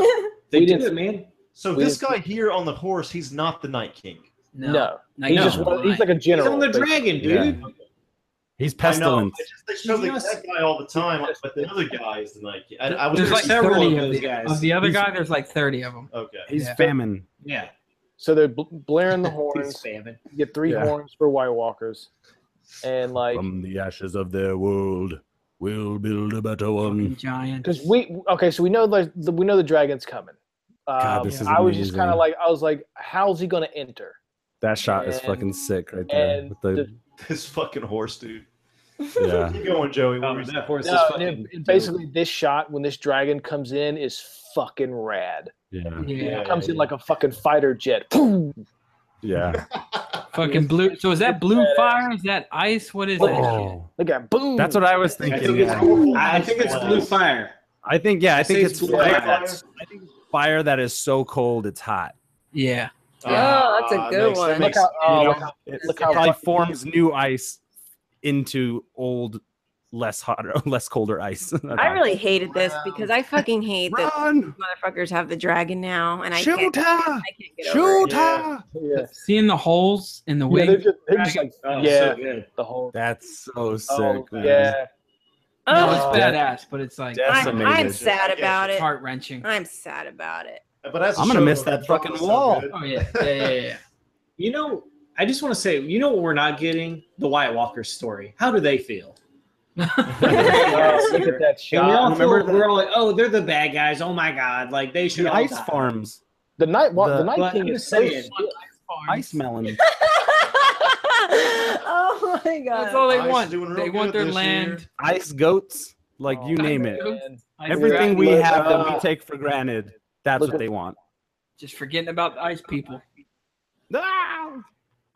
Speaker 9: They
Speaker 5: We
Speaker 9: did
Speaker 5: didn't-
Speaker 9: it, man.
Speaker 3: So
Speaker 5: We
Speaker 3: this
Speaker 5: didn't-
Speaker 3: guy here on the horse, he's not the Night King.
Speaker 5: no,
Speaker 4: not
Speaker 5: he's
Speaker 4: yet.
Speaker 5: just one, he's like a
Speaker 9: He's
Speaker 5: general
Speaker 9: on the
Speaker 5: basically.
Speaker 9: dragon, dude.
Speaker 7: He's
Speaker 3: I know.
Speaker 7: pestilent.
Speaker 3: I just- They show the,
Speaker 9: Yes.
Speaker 3: that guy all the time, but the other guy is the Night King. I, I was
Speaker 4: there's like
Speaker 9: there's several
Speaker 4: 30
Speaker 9: of
Speaker 4: of
Speaker 9: those
Speaker 4: the,
Speaker 9: guys.
Speaker 4: Of the other
Speaker 7: He's-
Speaker 4: guy, there's like 30 of them.
Speaker 3: okay.
Speaker 7: He's
Speaker 4: Yeah.
Speaker 7: famine.
Speaker 9: Yeah.
Speaker 5: so they're bl- blaring the
Speaker 9: He's
Speaker 5: horns
Speaker 9: famine.
Speaker 5: you get three
Speaker 7: Yeah.
Speaker 5: horns for white walkers and like
Speaker 7: From the ashes of their world, we'll build a better
Speaker 4: Fucking
Speaker 7: one.
Speaker 4: giant.
Speaker 5: because we okay, so we know like the, we know the dragon's coming. Um,
Speaker 7: God, this is
Speaker 5: I was just kind of like
Speaker 7: amazing.
Speaker 5: I was like, how's he gonna enter?
Speaker 7: That shot is fucking
Speaker 5: And-
Speaker 7: sick right there.
Speaker 5: and
Speaker 7: with the-
Speaker 3: This fucking horse, dude.
Speaker 7: yeah.
Speaker 3: Keep going, Joey. What
Speaker 9: Oh,
Speaker 3: were you
Speaker 9: that
Speaker 3: saying?
Speaker 9: horse is
Speaker 5: No,
Speaker 9: fucking.
Speaker 5: it- basically, this shot when this dragon comes in is fucking rad.
Speaker 7: Yeah.
Speaker 4: yeah.
Speaker 5: it comes in like a fucking fighter jet. Boom!
Speaker 7: Yeah.
Speaker 4: Fucking blue. So is that blue fire? Is that ice? What is that? shit?
Speaker 7: Oh,
Speaker 5: Look at boom.
Speaker 7: that's what I was
Speaker 9: I
Speaker 7: thinking.
Speaker 9: think it's,
Speaker 7: yeah.
Speaker 9: blue- I think it's blue fire.
Speaker 7: I think yeah, I
Speaker 9: Say
Speaker 7: think it's
Speaker 9: blue
Speaker 7: fire.
Speaker 9: fire.
Speaker 7: That's, I think it's fire that is so cold it's hot.
Speaker 4: Yeah.
Speaker 8: Yeah, that's a
Speaker 3: Ah,
Speaker 8: good
Speaker 3: makes- that
Speaker 8: one.
Speaker 5: Look
Speaker 3: makes-
Speaker 5: how, oh,
Speaker 7: you
Speaker 5: look
Speaker 7: know,
Speaker 5: how-
Speaker 7: It,
Speaker 5: look
Speaker 7: it
Speaker 5: how
Speaker 7: probably
Speaker 5: fucking-
Speaker 7: forms new ice into old, less hotter, less colder ice.
Speaker 8: I really hated this because I fucking hate that
Speaker 7: run,
Speaker 8: motherfuckers have the dragon now, and I
Speaker 7: shoot
Speaker 8: can't.
Speaker 7: her,
Speaker 8: I can't get over
Speaker 7: shoot
Speaker 8: it.
Speaker 7: her.
Speaker 5: yeah.
Speaker 4: Seeing the holes in the
Speaker 5: Yeah,
Speaker 4: wings.
Speaker 5: they're just, they're just like
Speaker 9: Dragon- Oh,
Speaker 5: yeah.
Speaker 9: so good.
Speaker 5: the whole.
Speaker 7: That's so sick.
Speaker 5: Oh,
Speaker 7: man.
Speaker 5: yeah.
Speaker 4: no, it's
Speaker 8: Oh,
Speaker 7: Yeah.
Speaker 4: badass, but it's like
Speaker 7: That's
Speaker 8: I'm,
Speaker 7: amazing.
Speaker 8: I'm sad about it.
Speaker 4: heart wrenching.
Speaker 8: I'm sad about it.
Speaker 3: But as a
Speaker 7: I'm gonna
Speaker 3: show,
Speaker 7: miss that
Speaker 3: drop
Speaker 7: fucking
Speaker 3: is so
Speaker 7: wall.
Speaker 3: good.
Speaker 4: Oh yeah. Yeah. Yeah. Yeah.
Speaker 9: You know, I just want to say, you know what we're not getting? The White Walker story. How do they feel?
Speaker 5: Oh, look at that
Speaker 9: And we all
Speaker 5: shot.
Speaker 9: feel,
Speaker 7: remember that-
Speaker 9: we're all like, oh, they're the bad guys. Oh my god, like they should
Speaker 7: The
Speaker 9: all
Speaker 7: ice
Speaker 9: die.
Speaker 7: farms,
Speaker 5: The night, wa- the
Speaker 7: The-
Speaker 5: night
Speaker 9: But
Speaker 5: king
Speaker 9: I'm
Speaker 5: is
Speaker 9: just
Speaker 5: so
Speaker 9: saying,
Speaker 7: ice melon.
Speaker 8: oh my
Speaker 4: That's
Speaker 8: god.
Speaker 4: all they
Speaker 3: Ice is
Speaker 4: want.
Speaker 3: doing real
Speaker 4: They want
Speaker 3: good
Speaker 4: their
Speaker 3: this
Speaker 4: land.
Speaker 3: year.
Speaker 7: ice goats, like you
Speaker 5: Oh,
Speaker 7: name it.
Speaker 5: man.
Speaker 4: Ice
Speaker 7: Everything we
Speaker 5: Look
Speaker 7: have that we
Speaker 5: up.
Speaker 7: take for granted, that's
Speaker 5: Look
Speaker 7: what
Speaker 5: at-
Speaker 7: they want.
Speaker 4: Just forgetting about the ice people.
Speaker 7: Ah!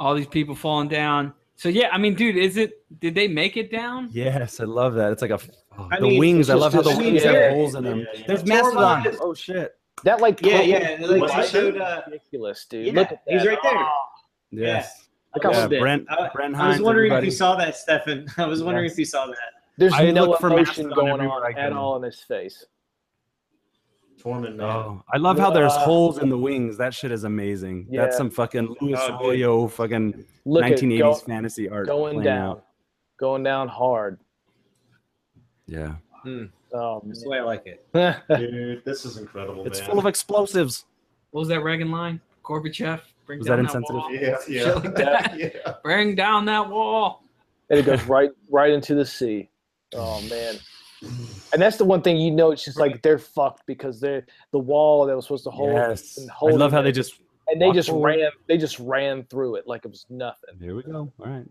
Speaker 4: All these people falling down. So yeah, I mean, dude, is it? Did they make it down?
Speaker 7: Yes, I love that. It's like a oh,
Speaker 9: I
Speaker 7: the
Speaker 9: mean,
Speaker 7: wings. I
Speaker 5: it's
Speaker 7: love how
Speaker 5: just-
Speaker 7: the
Speaker 5: I mean,
Speaker 7: wings
Speaker 5: yeah,
Speaker 7: have holes in them.
Speaker 9: yeah, yeah.
Speaker 7: um, There's
Speaker 9: Tormund
Speaker 7: mastodon.
Speaker 9: is-
Speaker 7: Oh shit.
Speaker 5: That like
Speaker 9: Yeah,
Speaker 5: purple
Speaker 9: yeah. and, Like,
Speaker 3: What's
Speaker 9: I
Speaker 3: he
Speaker 9: showed, uh,
Speaker 5: ridiculous, dude.
Speaker 9: yeah,
Speaker 5: Look at that.
Speaker 9: he's right there.
Speaker 7: Yes.
Speaker 5: Look
Speaker 9: I
Speaker 5: how
Speaker 9: love
Speaker 7: Yeah,
Speaker 5: yeah,
Speaker 9: that.
Speaker 7: Brent.
Speaker 9: I-
Speaker 7: Brent Hines.
Speaker 9: I was wondering
Speaker 7: everybody.
Speaker 9: if you saw that, Stefan. I was wondering if you saw that.
Speaker 5: there's
Speaker 7: I
Speaker 5: no
Speaker 7: look for
Speaker 5: emotion
Speaker 7: mastodon
Speaker 5: going
Speaker 7: everywhere I
Speaker 5: on at
Speaker 7: go.
Speaker 5: all in his face.
Speaker 3: Tormund, man.
Speaker 7: Oh, I love how there's
Speaker 5: Yeah.
Speaker 7: holes in the wings. That shit is amazing.
Speaker 5: Yeah.
Speaker 7: That's some fucking Louis
Speaker 9: Oh, dude.
Speaker 7: Arroyo fucking
Speaker 5: Look at
Speaker 7: 1980s
Speaker 5: go,
Speaker 7: fantasy art
Speaker 5: going
Speaker 7: playing
Speaker 5: down,
Speaker 7: out.
Speaker 5: going down hard.
Speaker 7: Yeah,
Speaker 5: Oh,
Speaker 9: That's the way I like it.
Speaker 5: man.
Speaker 3: Dude, this is incredible,
Speaker 7: Oh, it's
Speaker 3: man.
Speaker 7: full of explosives.
Speaker 4: What was that Reagan line? Gorbachev, bring
Speaker 7: Was
Speaker 4: down
Speaker 7: that
Speaker 4: that,
Speaker 7: insensitive?
Speaker 4: wall.
Speaker 3: Yeah, yeah.
Speaker 4: Shit like that.
Speaker 3: yeah.
Speaker 4: Bring down that wall.
Speaker 5: and it goes right right into the sea. Oh man. And that's the one thing you know. It's just like they're fucked because they're the wall that was supposed to hold,
Speaker 7: Yes,
Speaker 5: and
Speaker 7: I love
Speaker 5: holding
Speaker 7: how
Speaker 5: it.
Speaker 7: they just.
Speaker 5: and they
Speaker 7: walk
Speaker 5: just
Speaker 7: forward.
Speaker 5: ran. They just ran through it like it was nothing.
Speaker 7: Here we go. All right.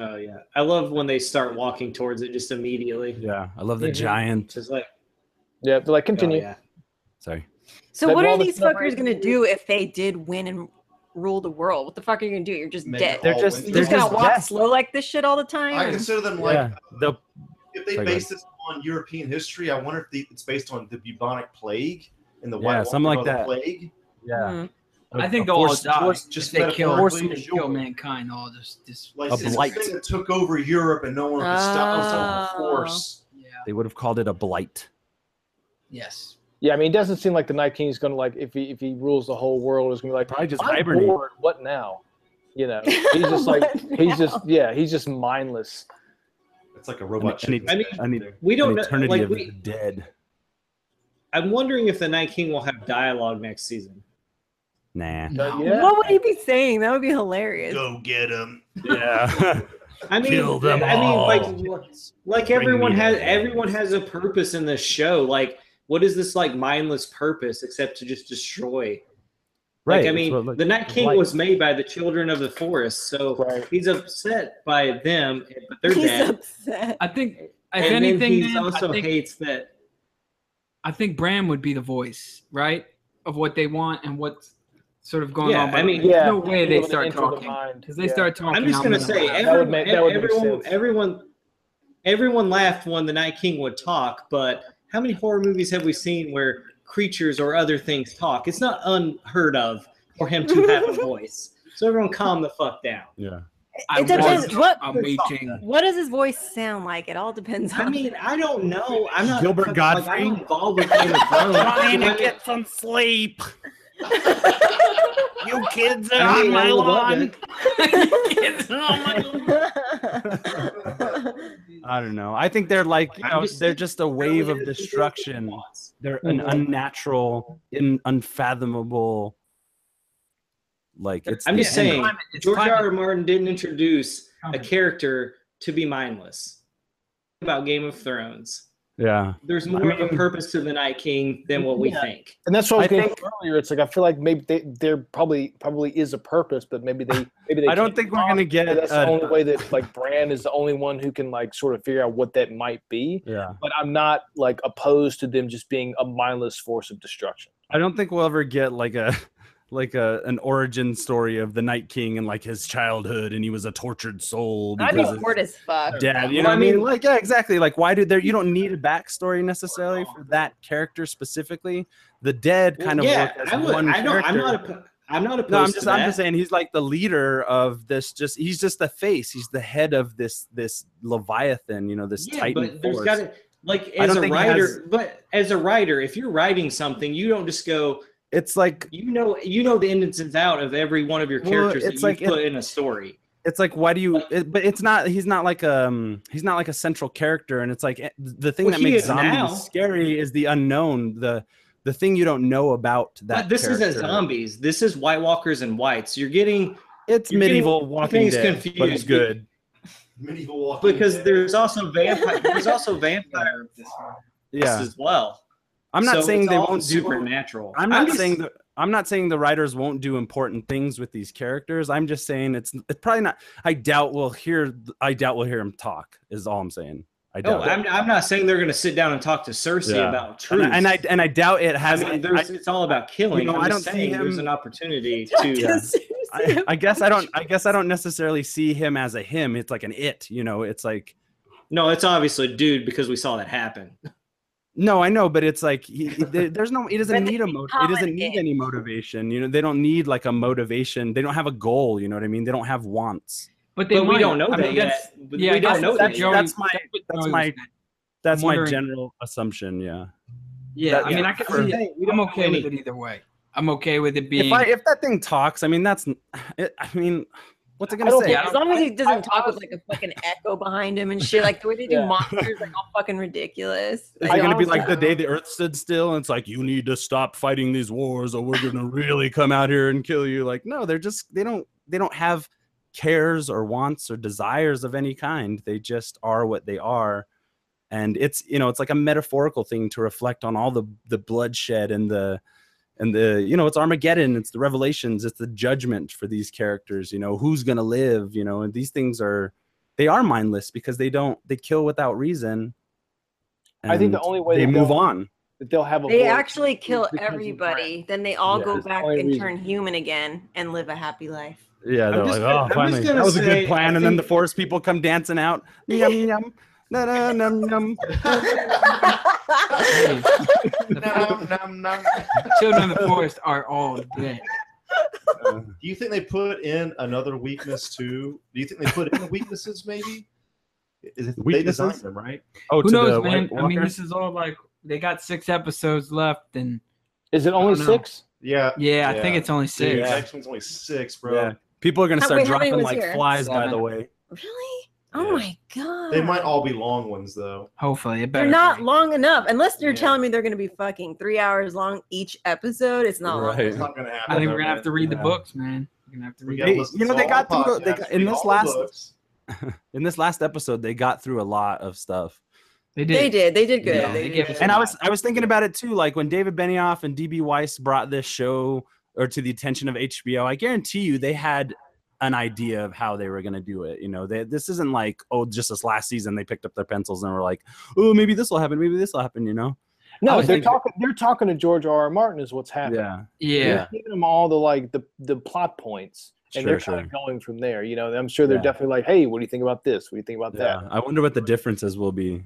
Speaker 9: Oh yeah, I love when they start walking towards it just immediately.
Speaker 7: Yeah, I love the
Speaker 5: Mhm.
Speaker 7: giant.
Speaker 9: Just like
Speaker 5: Yeah, they're like
Speaker 9: oh,
Speaker 5: continue.
Speaker 9: yeah.
Speaker 7: Sorry.
Speaker 8: So
Speaker 5: That
Speaker 8: what
Speaker 5: wall
Speaker 8: are
Speaker 5: that's
Speaker 8: these
Speaker 5: not
Speaker 8: fuckers gonna do if they did win and rule the world? What the fuck are you gonna do? You're just
Speaker 3: Man,
Speaker 8: dead.
Speaker 7: They're
Speaker 3: all
Speaker 7: just-
Speaker 3: winter
Speaker 8: You're
Speaker 7: they're
Speaker 8: just gonna
Speaker 7: just
Speaker 8: walk
Speaker 7: dead.
Speaker 8: slow like this shit all the time.
Speaker 3: I consider them like
Speaker 7: yeah, the
Speaker 3: if they
Speaker 7: Sorry, go
Speaker 3: base this on European history, I wonder if the, it's based on the bubonic plague and the
Speaker 7: Yeah,
Speaker 3: White
Speaker 7: something
Speaker 3: Walker
Speaker 7: like that.
Speaker 3: plague.
Speaker 7: yeah.
Speaker 8: Mhm.
Speaker 7: a-
Speaker 4: I think
Speaker 7: a
Speaker 4: they'll all
Speaker 7: forced-
Speaker 4: die.
Speaker 3: forced- just
Speaker 4: just they kill,
Speaker 3: metaphorically
Speaker 4: they kill
Speaker 3: sure.
Speaker 4: mankind. All just, just
Speaker 3: Like
Speaker 7: A
Speaker 3: it's
Speaker 7: blight.
Speaker 3: the thing that took over Europe and no one could stop us on
Speaker 8: Oh.
Speaker 3: force.
Speaker 4: yeah.
Speaker 7: They would have called it a blight.
Speaker 4: Yes.
Speaker 5: Yeah, I mean, it doesn't seem like the Night King is gonna like if he if he rules the whole world is gonna be like
Speaker 7: Probably just
Speaker 5: "I'm
Speaker 7: hibernate.
Speaker 5: bored, What now? You know, he's just like
Speaker 8: What
Speaker 5: he's
Speaker 8: now?
Speaker 5: just yeah, he's just mindless.
Speaker 3: It's like a robot
Speaker 7: And it-
Speaker 3: chicken.
Speaker 9: I mean,
Speaker 7: I mean,
Speaker 9: we don't
Speaker 7: an
Speaker 9: know.
Speaker 7: eternity
Speaker 9: Like
Speaker 7: of the
Speaker 9: we,
Speaker 7: dead.
Speaker 9: I'm wondering if the Night King will have dialogue next season.
Speaker 7: Nah.
Speaker 5: But
Speaker 4: No.
Speaker 5: yeah,
Speaker 8: What would he be saying? That would be hilarious.
Speaker 1: Go get him.
Speaker 7: Yeah.
Speaker 9: I mean,
Speaker 7: Kill them
Speaker 9: I
Speaker 7: all.
Speaker 9: mean, like, like
Speaker 7: Bring
Speaker 9: everyone
Speaker 7: me
Speaker 9: has
Speaker 7: their
Speaker 9: everyone has a purpose in this show. Like, what is this like mindless purpose except to just destroy?
Speaker 7: right.
Speaker 9: Like, I
Speaker 7: that's
Speaker 9: mean,
Speaker 7: what it looked-
Speaker 9: the Night King
Speaker 7: light.
Speaker 9: was made by the children of the forest, so
Speaker 5: Right.
Speaker 9: he's upset by them, but they're
Speaker 8: He's
Speaker 9: dead.
Speaker 8: upset.
Speaker 4: I think if
Speaker 9: and then
Speaker 4: anything,
Speaker 9: he
Speaker 4: man,
Speaker 9: also
Speaker 4: I, think,
Speaker 9: hates that.
Speaker 4: I think Bram would be the voice, right, of what they want and what's sort of going
Speaker 9: Yeah,
Speaker 4: on. But
Speaker 9: I mean,
Speaker 4: there's
Speaker 5: yeah,
Speaker 4: no way
Speaker 5: be
Speaker 4: they
Speaker 5: able to
Speaker 4: start
Speaker 5: enter the
Speaker 4: talking
Speaker 5: mind,
Speaker 4: because they
Speaker 5: yeah.
Speaker 4: start talking.
Speaker 9: I'm just gonna
Speaker 4: laugh.
Speaker 9: say,
Speaker 5: That would
Speaker 9: everyone,
Speaker 5: make- that would make
Speaker 9: everyone,
Speaker 5: sense.
Speaker 9: everyone, everyone laughed when the Night King would talk. But how many horror movies have we seen where creatures or other things talk? It's not unheard of for him to have a voice. So everyone, calm the fuck down.
Speaker 7: Yeah.
Speaker 4: I
Speaker 8: It depends.
Speaker 4: want
Speaker 8: What
Speaker 4: a meeting.
Speaker 8: what does his voice sound like? It all depends on.
Speaker 9: I mean, I don't know. I'm not fucking-
Speaker 7: Gilbert Gottfried?
Speaker 9: Like, I'm involved with Game of Thrones. But-
Speaker 7: some sleep. you kids
Speaker 9: I mean, I love it.
Speaker 7: I don't know. I think they're like, you
Speaker 9: I'm
Speaker 7: know,
Speaker 9: just-
Speaker 7: they're just a wave of destruction. They're
Speaker 9: Mm-hmm.
Speaker 7: an
Speaker 5: Mhm.
Speaker 7: unnatural, in, unfathomable. Like it's.
Speaker 9: I'm
Speaker 7: the
Speaker 9: just
Speaker 7: end.
Speaker 9: saying,
Speaker 4: It's
Speaker 9: George
Speaker 4: climate.
Speaker 9: R. R. Martin didn't introduce
Speaker 4: coming.
Speaker 9: a character to be mindless. About Game of Thrones,
Speaker 7: Yeah.
Speaker 9: there's more of a purpose to the Night King than what we
Speaker 5: Yeah.
Speaker 9: think.
Speaker 5: And that's what I was
Speaker 7: I
Speaker 5: getting
Speaker 7: think-
Speaker 5: at earlier. It's like I feel like maybe they, there probably probably is a purpose, but maybe they maybe they.
Speaker 7: I don't
Speaker 5: can't
Speaker 7: think we're
Speaker 5: talk,
Speaker 7: gonna
Speaker 5: but
Speaker 7: get.
Speaker 5: That's the
Speaker 7: a-
Speaker 5: only way that like Bran is the only one who can like sort of figure out what that might be.
Speaker 7: yeah.
Speaker 5: But I'm not like opposed to them just being a mindless force of destruction.
Speaker 7: I don't think we'll ever get like a like a an origin story of the Night King and like his childhood and he was a tortured soul
Speaker 8: I'd be
Speaker 7: because of
Speaker 8: bored as fuck.
Speaker 7: dad. You
Speaker 9: Well,
Speaker 7: know
Speaker 9: I
Speaker 7: what I mean?
Speaker 9: mean-
Speaker 7: Like yeah, exactly. Like why did there? You don't need a backstory necessarily for that character specifically. The dead kind of
Speaker 9: Well,
Speaker 7: work as
Speaker 9: I would.
Speaker 7: one
Speaker 9: I don't.
Speaker 7: character.
Speaker 9: I'm not. oppo- I'm not opposed
Speaker 7: no, I'm
Speaker 9: to
Speaker 7: just
Speaker 9: that.
Speaker 7: I'm just saying he's like the leader of this. Just he's just the face. He's the head of this this leviathan. You know this
Speaker 9: yeah,
Speaker 7: titan
Speaker 9: but there's
Speaker 7: force.
Speaker 9: got to like
Speaker 7: I
Speaker 9: as
Speaker 7: don't
Speaker 9: a
Speaker 7: think he
Speaker 9: writer.
Speaker 7: has-
Speaker 9: But as a writer, if you're writing something, you don't just go.
Speaker 7: it's like
Speaker 9: You know. You know the ins and out of every one of your
Speaker 7: Well,
Speaker 9: characters
Speaker 7: it's
Speaker 9: that
Speaker 7: like
Speaker 9: you
Speaker 7: it-
Speaker 9: put in a story.
Speaker 7: it's like why do you it, but it's not he's not like um he's not like a central character and it's like eh, the thing
Speaker 9: Well,
Speaker 7: that
Speaker 9: he
Speaker 7: makes
Speaker 9: is
Speaker 7: zombies
Speaker 9: now.
Speaker 7: scary is the unknown the the thing you don't know about that
Speaker 9: but this
Speaker 7: character.
Speaker 9: isn't zombies. This is White Walkers and whites. You're getting
Speaker 7: it's
Speaker 9: You're getting-
Speaker 7: medieval walking
Speaker 9: things
Speaker 7: dead but it's
Speaker 9: confused.
Speaker 7: good
Speaker 3: Medieval walking
Speaker 9: because
Speaker 3: dead.
Speaker 9: there's also vampire. There's also vampire
Speaker 7: yeah
Speaker 9: as well.
Speaker 7: i'm not
Speaker 9: So
Speaker 7: saying
Speaker 9: it's
Speaker 7: they
Speaker 9: all
Speaker 7: won't do
Speaker 9: supernatural.
Speaker 7: i'm not
Speaker 9: just-
Speaker 7: saying that I'm not saying the writers won't do important things with these characters. I'm just saying it's it's probably not. I doubt we'll hear. I doubt we'll hear him talk. Is all I'm saying. I
Speaker 9: No,
Speaker 7: doubt. it.
Speaker 9: I'm, I'm not saying they're going to sit down and talk to Cersei
Speaker 7: Yeah.
Speaker 9: about
Speaker 7: And
Speaker 9: truth.
Speaker 7: I- and I and I doubt it
Speaker 9: I
Speaker 7: has.
Speaker 9: mean, there's, it's all about killing.
Speaker 7: you know,
Speaker 9: I'm
Speaker 7: I
Speaker 9: just
Speaker 7: don't see
Speaker 9: saying there's
Speaker 7: him-
Speaker 9: an opportunity to.
Speaker 7: Yeah. I,
Speaker 8: Seriously.
Speaker 7: I guess I don't. I guess I don't necessarily see him as a him. It's like an it. You know. It's like
Speaker 9: No, it's obviously dude because we saw that happen.
Speaker 7: no, I know, but it's like he, he- there- there's no. He doesn't
Speaker 8: But
Speaker 7: need a
Speaker 8: they
Speaker 7: mo- He
Speaker 8: call
Speaker 7: doesn't
Speaker 8: it
Speaker 7: need
Speaker 8: it.
Speaker 7: any motivation. You know. They don't need like a motivation. They don't have a goal. You know what I mean? They don't have wants.
Speaker 4: but they
Speaker 9: But we
Speaker 4: might.
Speaker 9: don't know
Speaker 4: I
Speaker 9: that
Speaker 4: mean, that's-
Speaker 9: yet.
Speaker 4: yeah,
Speaker 9: we don't
Speaker 4: that's-
Speaker 9: know that
Speaker 7: that's,
Speaker 9: yet.
Speaker 7: that's my
Speaker 4: what
Speaker 7: that's
Speaker 4: Joey
Speaker 7: my-
Speaker 4: was saying.
Speaker 7: that's my
Speaker 4: wondering-
Speaker 7: general assumption. Yeah.
Speaker 4: Yeah,
Speaker 7: that-
Speaker 4: I mean,
Speaker 7: yeah,
Speaker 4: I can
Speaker 7: for-
Speaker 4: see it.
Speaker 9: We don't
Speaker 4: I'm
Speaker 9: know
Speaker 4: okay with it either way. I'm okay with it being.
Speaker 7: If I if that thing talks, I mean that's. n- It, I mean, what's it
Speaker 5: I
Speaker 7: gonna
Speaker 5: don't
Speaker 7: say?
Speaker 5: think-
Speaker 8: as long as he doesn't talk with like a fucking echo behind him and shit, like the way they do
Speaker 5: Yeah.
Speaker 8: monsters, like all fucking ridiculous.
Speaker 7: Is
Speaker 5: I
Speaker 7: it going to be
Speaker 5: honestly
Speaker 7: like the
Speaker 5: don't
Speaker 7: day the Earth stood still, and it's like you need to stop fighting these wars, or we're going to really come out here and kill you? Like, no, they're just they don't they don't have cares or wants or desires of any kind. They just are what they are, and it's you know it's like a metaphorical thing to reflect on all the the bloodshed and the and the you know it's Armageddon, it's the revelations, it's the judgment for these characters. You know who's going to live? You know, and these things are they are mindless because they don't they kill without reason.
Speaker 5: I think the
Speaker 7: and-
Speaker 5: only way
Speaker 7: they
Speaker 5: that
Speaker 7: move
Speaker 5: they'll-
Speaker 7: on.
Speaker 5: That they'll have a
Speaker 8: They
Speaker 5: voice
Speaker 8: actually
Speaker 5: is
Speaker 8: kill
Speaker 5: because of
Speaker 8: everybody. Then they all
Speaker 7: Yeah,
Speaker 8: go
Speaker 7: it's
Speaker 8: back
Speaker 5: only
Speaker 8: and
Speaker 5: reason.
Speaker 8: turn human again and live a happy life.
Speaker 7: Yeah,
Speaker 9: they're just like, gonna- "Oh, I'm just finally,
Speaker 7: that
Speaker 9: gonna
Speaker 7: was a
Speaker 9: say,
Speaker 7: good plan.
Speaker 9: I
Speaker 7: And then the
Speaker 9: think-
Speaker 7: forest people come dancing out. Yum yum. Na, na, num, num.
Speaker 4: Hey, the
Speaker 3: Nom, nom, nom.
Speaker 4: fo- children of the forest are all dead.
Speaker 3: Do you think they put in another weakness too? Do you think they put in weaknesses maybe? Is it, they designed
Speaker 7: Weaknesses?
Speaker 3: them right.
Speaker 7: Oh,
Speaker 4: Who
Speaker 7: to the
Speaker 4: knows,
Speaker 7: White
Speaker 4: man? I mean,
Speaker 7: Walker?
Speaker 4: this is all like they got six episodes left, and
Speaker 5: Is it only
Speaker 4: don't know.
Speaker 5: six?
Speaker 3: Yeah,
Speaker 4: yeah, I
Speaker 3: Yeah.
Speaker 4: think it's only
Speaker 3: dude,
Speaker 4: six.
Speaker 7: Yeah.
Speaker 3: next one's only six, bro.
Speaker 7: Yeah. people are gonna
Speaker 8: How-
Speaker 7: start
Speaker 8: wait, how many was
Speaker 7: dropping like
Speaker 8: here?
Speaker 7: flies. By the
Speaker 4: Seven.
Speaker 7: way,
Speaker 8: Really? Oh
Speaker 3: Yeah.
Speaker 8: my god.
Speaker 3: They might all be long ones though.
Speaker 4: Hopefully, it
Speaker 8: They're
Speaker 4: better.
Speaker 8: not
Speaker 4: be.
Speaker 8: long enough, unless you're
Speaker 3: Yeah.
Speaker 8: telling me they're going to be fucking three hours long each episode. It's not long.
Speaker 7: right?
Speaker 3: It's not gonna happen.
Speaker 4: I think
Speaker 3: though,
Speaker 4: we're gonna have to
Speaker 3: man.
Speaker 4: read the
Speaker 7: Yeah.
Speaker 4: books, man. We're gonna have to
Speaker 3: We
Speaker 4: read.
Speaker 3: gotta
Speaker 7: Hey,
Speaker 3: listen
Speaker 7: you know,
Speaker 3: to
Speaker 7: they
Speaker 3: all
Speaker 7: got
Speaker 3: the
Speaker 7: through the- they
Speaker 3: podcasts,
Speaker 7: got- in
Speaker 3: read
Speaker 7: this
Speaker 3: all the
Speaker 7: last-
Speaker 3: books.
Speaker 7: In this last episode, they got through a lot of stuff.
Speaker 4: They did.
Speaker 8: They did. They did good.
Speaker 4: Yeah,
Speaker 8: they
Speaker 4: they
Speaker 8: did
Speaker 4: gave
Speaker 8: good.
Speaker 4: us
Speaker 7: And I
Speaker 4: Yeah.
Speaker 7: was I was thinking about it too. Like when David Benioff and DB Weiss brought this show or to the attention of HBO, I guarantee you they had an idea of how they were going to do it. You know, they, this isn't like oh, just this last season they picked up their pencils and were like, oh, maybe this will happen, maybe this will happen. You know?
Speaker 5: No,
Speaker 4: was
Speaker 5: they're
Speaker 4: thinking-
Speaker 5: talking. They're talking to George R. R. Martin. Is what's happening.
Speaker 7: Yeah.
Speaker 4: Yeah.
Speaker 5: They're giving them all the like the the plot points, and they're
Speaker 7: Sure,
Speaker 5: kind of going from there. You know, I'm sure they're
Speaker 7: Yeah.
Speaker 5: definitely like, "Hey, what do you think about this? What do you think about
Speaker 7: Yeah. I wonder what the differences will be.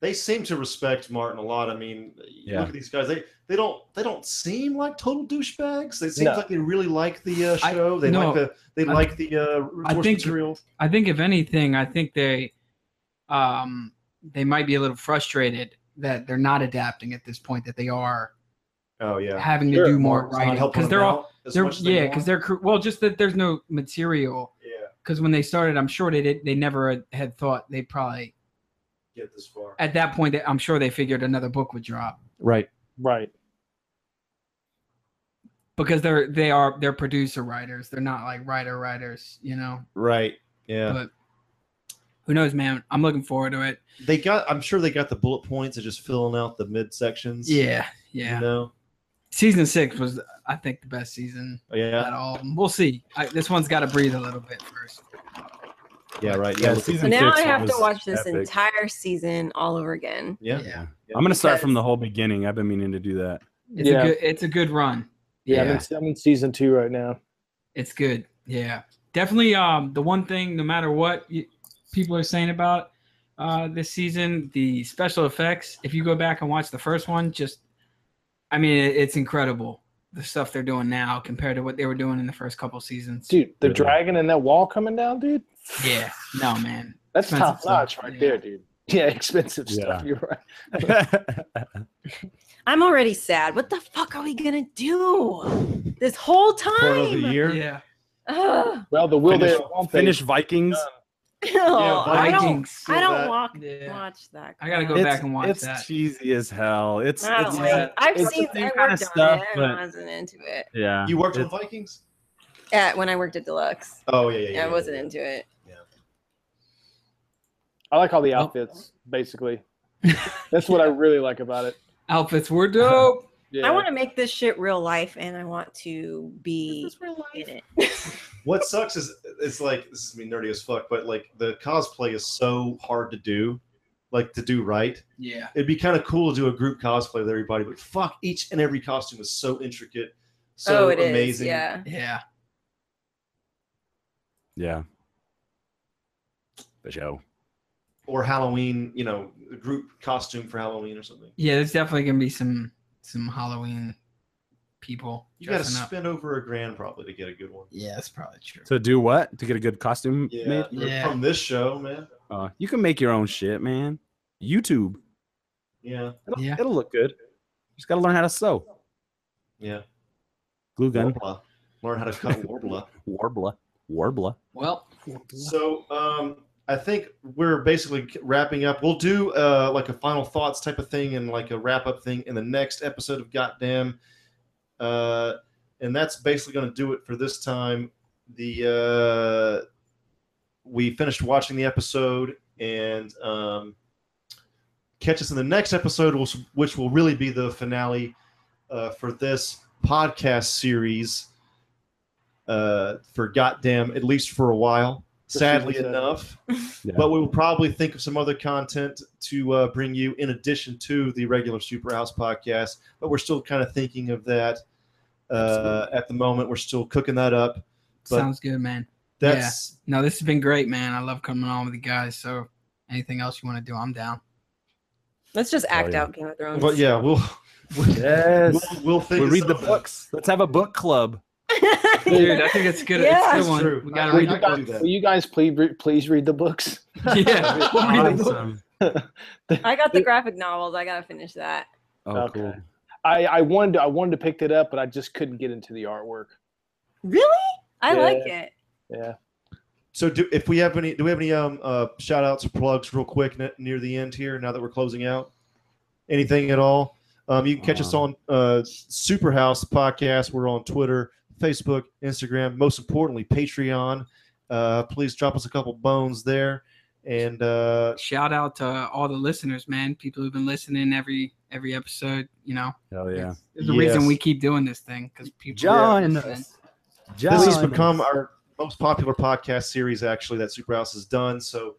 Speaker 3: They seem to respect Martin a lot. I mean, you
Speaker 7: Yeah.
Speaker 3: look at these guys. They they don't they don't seem like total douchebags. They seem
Speaker 5: No.
Speaker 3: like they really like the uh,
Speaker 4: I-
Speaker 3: show. they
Speaker 4: no.
Speaker 3: like the they
Speaker 4: I-
Speaker 3: like the uh,
Speaker 4: I
Speaker 3: source
Speaker 4: think-
Speaker 3: material.
Speaker 4: I think if anything, I think they, um, they might be a little frustrated that they're not adapting at this point. That they are
Speaker 3: Oh yeah,
Speaker 4: having to
Speaker 5: Sure.
Speaker 4: do more
Speaker 3: It's not
Speaker 4: writing
Speaker 3: helping
Speaker 4: because
Speaker 3: them
Speaker 4: they're all
Speaker 3: out as
Speaker 4: they're
Speaker 3: much as they
Speaker 4: yeah
Speaker 3: want.
Speaker 4: because they're cr- well just that there's no material
Speaker 3: yeah
Speaker 4: because when they started, I'm sure they did they never had thought they probably
Speaker 3: get this far.
Speaker 4: at that point they, I'm sure they figured another book would drop
Speaker 7: Right.
Speaker 5: that?" Right.
Speaker 4: because they're they are they're producer writers. They're not like writer writers, you know.
Speaker 3: Right. Yeah.
Speaker 4: But who knows, man? I'm looking forward to it.
Speaker 3: They got. I'm sure they got the bullet points and just filling out the mid sections.
Speaker 4: Yeah,
Speaker 3: You
Speaker 4: yeah.
Speaker 3: know.
Speaker 4: Season six was, I think, the best season at
Speaker 3: Oh, Yeah.
Speaker 4: all. We'll see. I, this one's got to breathe a little bit first.
Speaker 3: Yeah. Right. Yeah.
Speaker 7: Yeah, season
Speaker 8: So now
Speaker 7: six
Speaker 8: I have to
Speaker 7: was
Speaker 8: watch this
Speaker 7: epic.
Speaker 8: entire season all over again.
Speaker 3: Yeah.
Speaker 7: I'm gonna start from
Speaker 8: Because-
Speaker 7: the whole beginning. I've been meaning to do that.
Speaker 4: It's
Speaker 5: Yeah.
Speaker 4: a good. It's a good run.
Speaker 5: Yeah, I'm, in, I'm in season two right now.
Speaker 4: It's good. Yeah. Definitely um the one thing no matter what you, people are saying about uh this season, the special effects, if you go back and watch the first one, just I mean, it, it's incredible the stuff they're doing now compared to what they were doing in the first couple seasons.
Speaker 5: Dude, the
Speaker 7: Really?
Speaker 5: dragon and that wall coming down, dude.
Speaker 4: Yeah. No, man.
Speaker 5: That's
Speaker 4: Expensive
Speaker 5: top notch
Speaker 4: stuff,
Speaker 5: right
Speaker 4: yeah.
Speaker 5: there, dude. Yeah, expensive stuff.
Speaker 7: Yeah.
Speaker 5: You're right.
Speaker 8: I'm already sad. What the fuck are we gonna do this whole time?
Speaker 3: Part of the year.
Speaker 4: Yeah.
Speaker 8: Ugh.
Speaker 5: Well, the will
Speaker 7: Finish-
Speaker 5: there won't they-
Speaker 7: Finish Vikings.
Speaker 8: I don't.
Speaker 4: Vikings.
Speaker 8: I don't
Speaker 3: that-
Speaker 8: walk,
Speaker 4: Yeah.
Speaker 8: watch that.
Speaker 4: I gotta
Speaker 8: crap.
Speaker 4: go
Speaker 7: It's-
Speaker 4: back and watch
Speaker 7: it's
Speaker 4: that. Ah.
Speaker 7: cheesy as hell. It's,
Speaker 8: I don't
Speaker 7: it's
Speaker 8: like. I've
Speaker 5: it's the
Speaker 8: seen. I
Speaker 7: same
Speaker 8: worked
Speaker 7: kinda
Speaker 8: on
Speaker 7: stuff,
Speaker 8: it,
Speaker 7: but-
Speaker 8: and I wasn't into it.
Speaker 7: yeah.
Speaker 3: You worked on
Speaker 7: It's-
Speaker 3: Vikings.
Speaker 8: At, when I worked at Deluxe,
Speaker 3: Oh yeah. Yeah.
Speaker 8: I wasn't into it.
Speaker 5: I like all the
Speaker 4: Oh.
Speaker 5: outfits, basically. That's what I really like about it.
Speaker 4: Outfits were dope.
Speaker 5: Yeah.
Speaker 8: I want to make this shit real life, and I want to be in it.
Speaker 3: What sucks is it's like this is me nerdy as fuck, but like the cosplay is so hard to do, like to do right.
Speaker 4: Yeah.
Speaker 3: It'd be kind of cool to do a group cosplay with everybody, but fuck, each and every costume is so intricate, so
Speaker 8: oh, it is.
Speaker 3: amazing.
Speaker 8: Yeah.
Speaker 4: Yeah.
Speaker 7: Yeah. The show.
Speaker 3: Or Halloween, you know, a group costume for Halloween or something.
Speaker 4: Yeah, there's definitely gonna be some some Halloween people
Speaker 3: You got to
Speaker 4: dressing up.
Speaker 3: spend over a grand probably to get a good one.
Speaker 4: Yeah, that's probably true.
Speaker 7: To do what? To get a good costume
Speaker 3: Yeah,
Speaker 7: made?
Speaker 4: Yeah.
Speaker 3: from this show, man.
Speaker 7: Uh, you can make your own shit, man. YouTube.
Speaker 3: Yeah,
Speaker 7: It'll,
Speaker 4: Yeah.
Speaker 7: it'll look good. Just got to learn how to sew.
Speaker 3: yeah.
Speaker 7: Glue gun.
Speaker 3: Warbler. Learn how to cut warbler.
Speaker 7: Warbler. Warbler.
Speaker 4: Well,
Speaker 3: So um, I think we're basically wrapping up. We'll do uh, like a final thoughts type of thing and like a wrap up thing in the next episode of Goddamn. Uh, and that's basically going to do it for this time. The uh, we finished watching the episode and um, catch us in the next episode, which, which will really be the finale uh, for this podcast series. Uh, for goddamn, at least for a while.
Speaker 5: For
Speaker 3: Sadly
Speaker 5: season seven.
Speaker 3: enough,
Speaker 7: Yeah.
Speaker 3: but we will probably think of some other content to uh, bring you in addition to the regular Super House podcast. But we're still kind of thinking of that uh, at the moment. We're still cooking that up. But-
Speaker 4: sounds good, man. Yeah.
Speaker 3: That's
Speaker 4: No, this has been great, man. I love coming on with you guys. So, anything else you want to do, I'm down.
Speaker 8: Let's just act
Speaker 7: yeah.
Speaker 8: out Game of Thrones.
Speaker 3: but yeah, we'll we'll,
Speaker 7: Yes.
Speaker 3: we'll think.
Speaker 7: We'll
Speaker 3: of
Speaker 7: read the
Speaker 3: something.
Speaker 7: books. Let's have a book club.
Speaker 4: Dude, I think it's good.
Speaker 8: Yeah.
Speaker 3: That's
Speaker 4: It's a good one.
Speaker 3: true.
Speaker 4: We gotta
Speaker 3: I-
Speaker 4: read
Speaker 3: I
Speaker 4: the
Speaker 3: gotta
Speaker 4: book.
Speaker 3: do that.
Speaker 5: Will you guys please re- please read the books?
Speaker 4: Yeah, we'll read the book.
Speaker 7: Awesome.
Speaker 8: I got the graphic novels. I gotta finish that.
Speaker 7: Oh,
Speaker 5: Okay.
Speaker 7: cool.
Speaker 5: I, I wanted to, I wanted to pick it up, but I just couldn't get into the artwork.
Speaker 8: Really? I
Speaker 5: Yeah.
Speaker 8: like it.
Speaker 5: Yeah.
Speaker 3: So, do if we have any, do we have any um uh, shout outs or plugs real quick ne- near the end here? Now that we're closing out, anything at all? Um, you can catch us on uh, Superhouse Podcast. We're on Twitter, Facebook, Instagram. Most importantly, Patreon. Uh, please drop us a couple bones there, and uh,
Speaker 4: Shout out to all the listeners, man. People who've been listening every every episode. You know,
Speaker 7: Hell yeah.
Speaker 4: It's- it's the
Speaker 3: Yes.
Speaker 4: reason we keep doing this thing because people. are
Speaker 7: John.
Speaker 4: listening.
Speaker 7: John.
Speaker 3: this has become our most popular podcast series actually that Superhouse has done. So.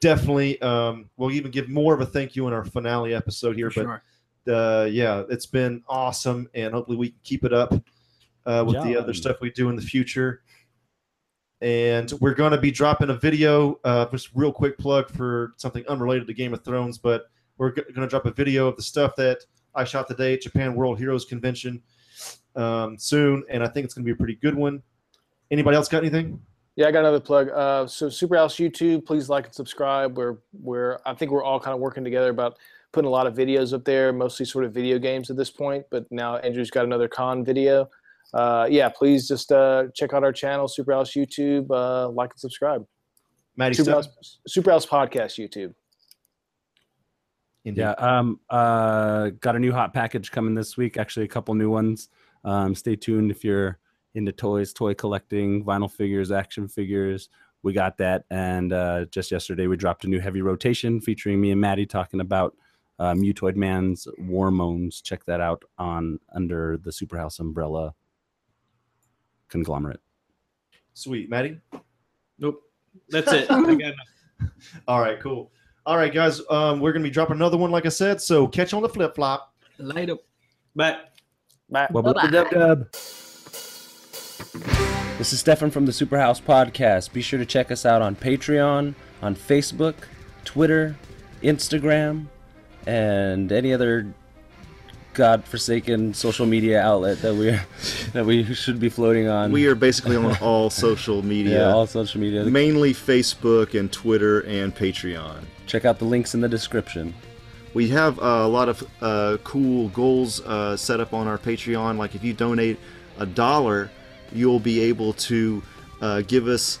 Speaker 3: Definitely, um, we'll even give more of a thank you in our finale episode here.
Speaker 4: For
Speaker 3: But
Speaker 4: sure.
Speaker 3: uh, yeah, it's been awesome, and hopefully we can keep it up uh, with the other
Speaker 7: Yum.
Speaker 3: stuff we do in the future. And we're going to be dropping a video, uh, just real quick plug for something unrelated to Game of Thrones, but we're going to drop a video of the stuff that I shot today at Japan World Heroes Convention um, soon, and I think it's going to be a pretty good one. Anybody else got anything?
Speaker 5: Yeah, I got another plug. Uh, so Superhouse YouTube, please like and subscribe. We're we're I think we're all kind of working together about putting a lot of videos up there, mostly sort of video games at this point. But now Andrew's got another con video. Uh, yeah, please just uh, check out our channel, Superhouse YouTube. Uh, like and subscribe.
Speaker 3: Maddie,
Speaker 5: Superhouse,
Speaker 3: stuff?
Speaker 5: Superhouse Podcast YouTube.
Speaker 3: Indeed.
Speaker 7: Yeah. Um. Uh. Got a new hot package coming this week. Actually, a couple new ones. Um. Stay tuned if you're into toys, toy collecting, vinyl figures, action figures, we got that. And uh, just yesterday, we dropped a new heavy rotation featuring me and Maddie talking about uh, Mutoid Man's Warmones. Check that out on under the Superhouse umbrella conglomerate.
Speaker 10: Sweet, Maddie.
Speaker 9: Nope. That's it. I got
Speaker 10: All right, cool. All right, guys, um, we're gonna be dropping another one, like I said. So catch you on the flip flop.
Speaker 4: Later.
Speaker 9: but
Speaker 7: Well,
Speaker 11: Bye-bye.
Speaker 7: dub dub. This is Stefan from the Superhouse Podcast. Be sure to check us out on Patreon, on Facebook, Twitter, Instagram, and any other godforsaken social media outlet that we that we should be floating on.
Speaker 3: We are basically on all social
Speaker 7: yeah,
Speaker 3: media,
Speaker 7: all social media.
Speaker 3: mainly Facebook and Twitter and Patreon.
Speaker 7: Check out the links in the description.
Speaker 3: We have uh, a lot of uh, cool goals uh, set up on our Patreon. Like if you donate a dollar, you'll be able to uh, give us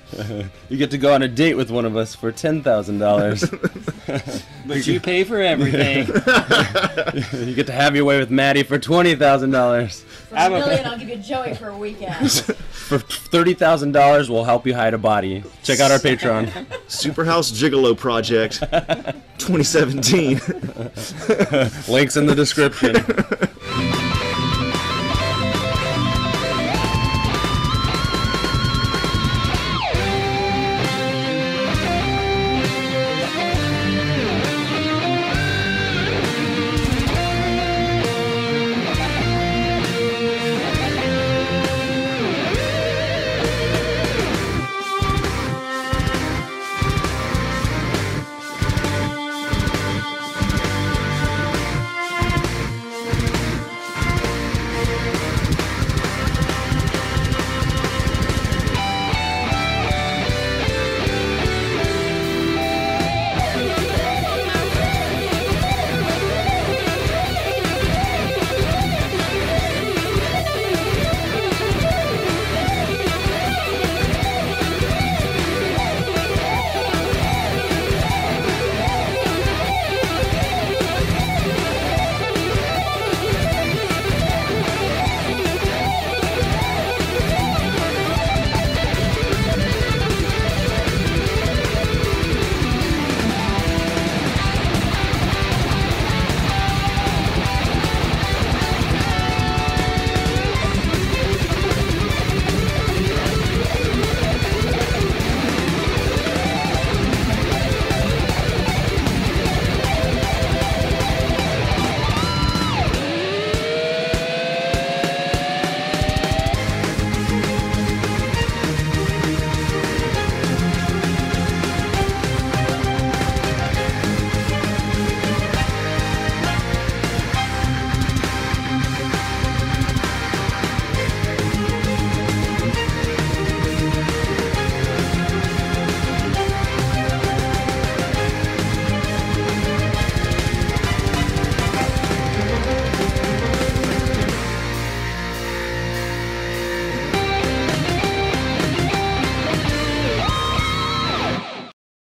Speaker 7: You get to go on a date with one of us for ten thousand dollars.
Speaker 12: But you pay for everything.
Speaker 7: you get to have your way with Maddie for twenty thousand dollars.
Speaker 8: For
Speaker 12: I'm
Speaker 8: a
Speaker 12: a-
Speaker 8: million, I'll give you Joey for a weekend.
Speaker 7: For thirty thousand dollars, we'll help you hide a body. Check out our Patreon.
Speaker 3: Superhouse Gigolo Project 2017.
Speaker 7: Links in the description.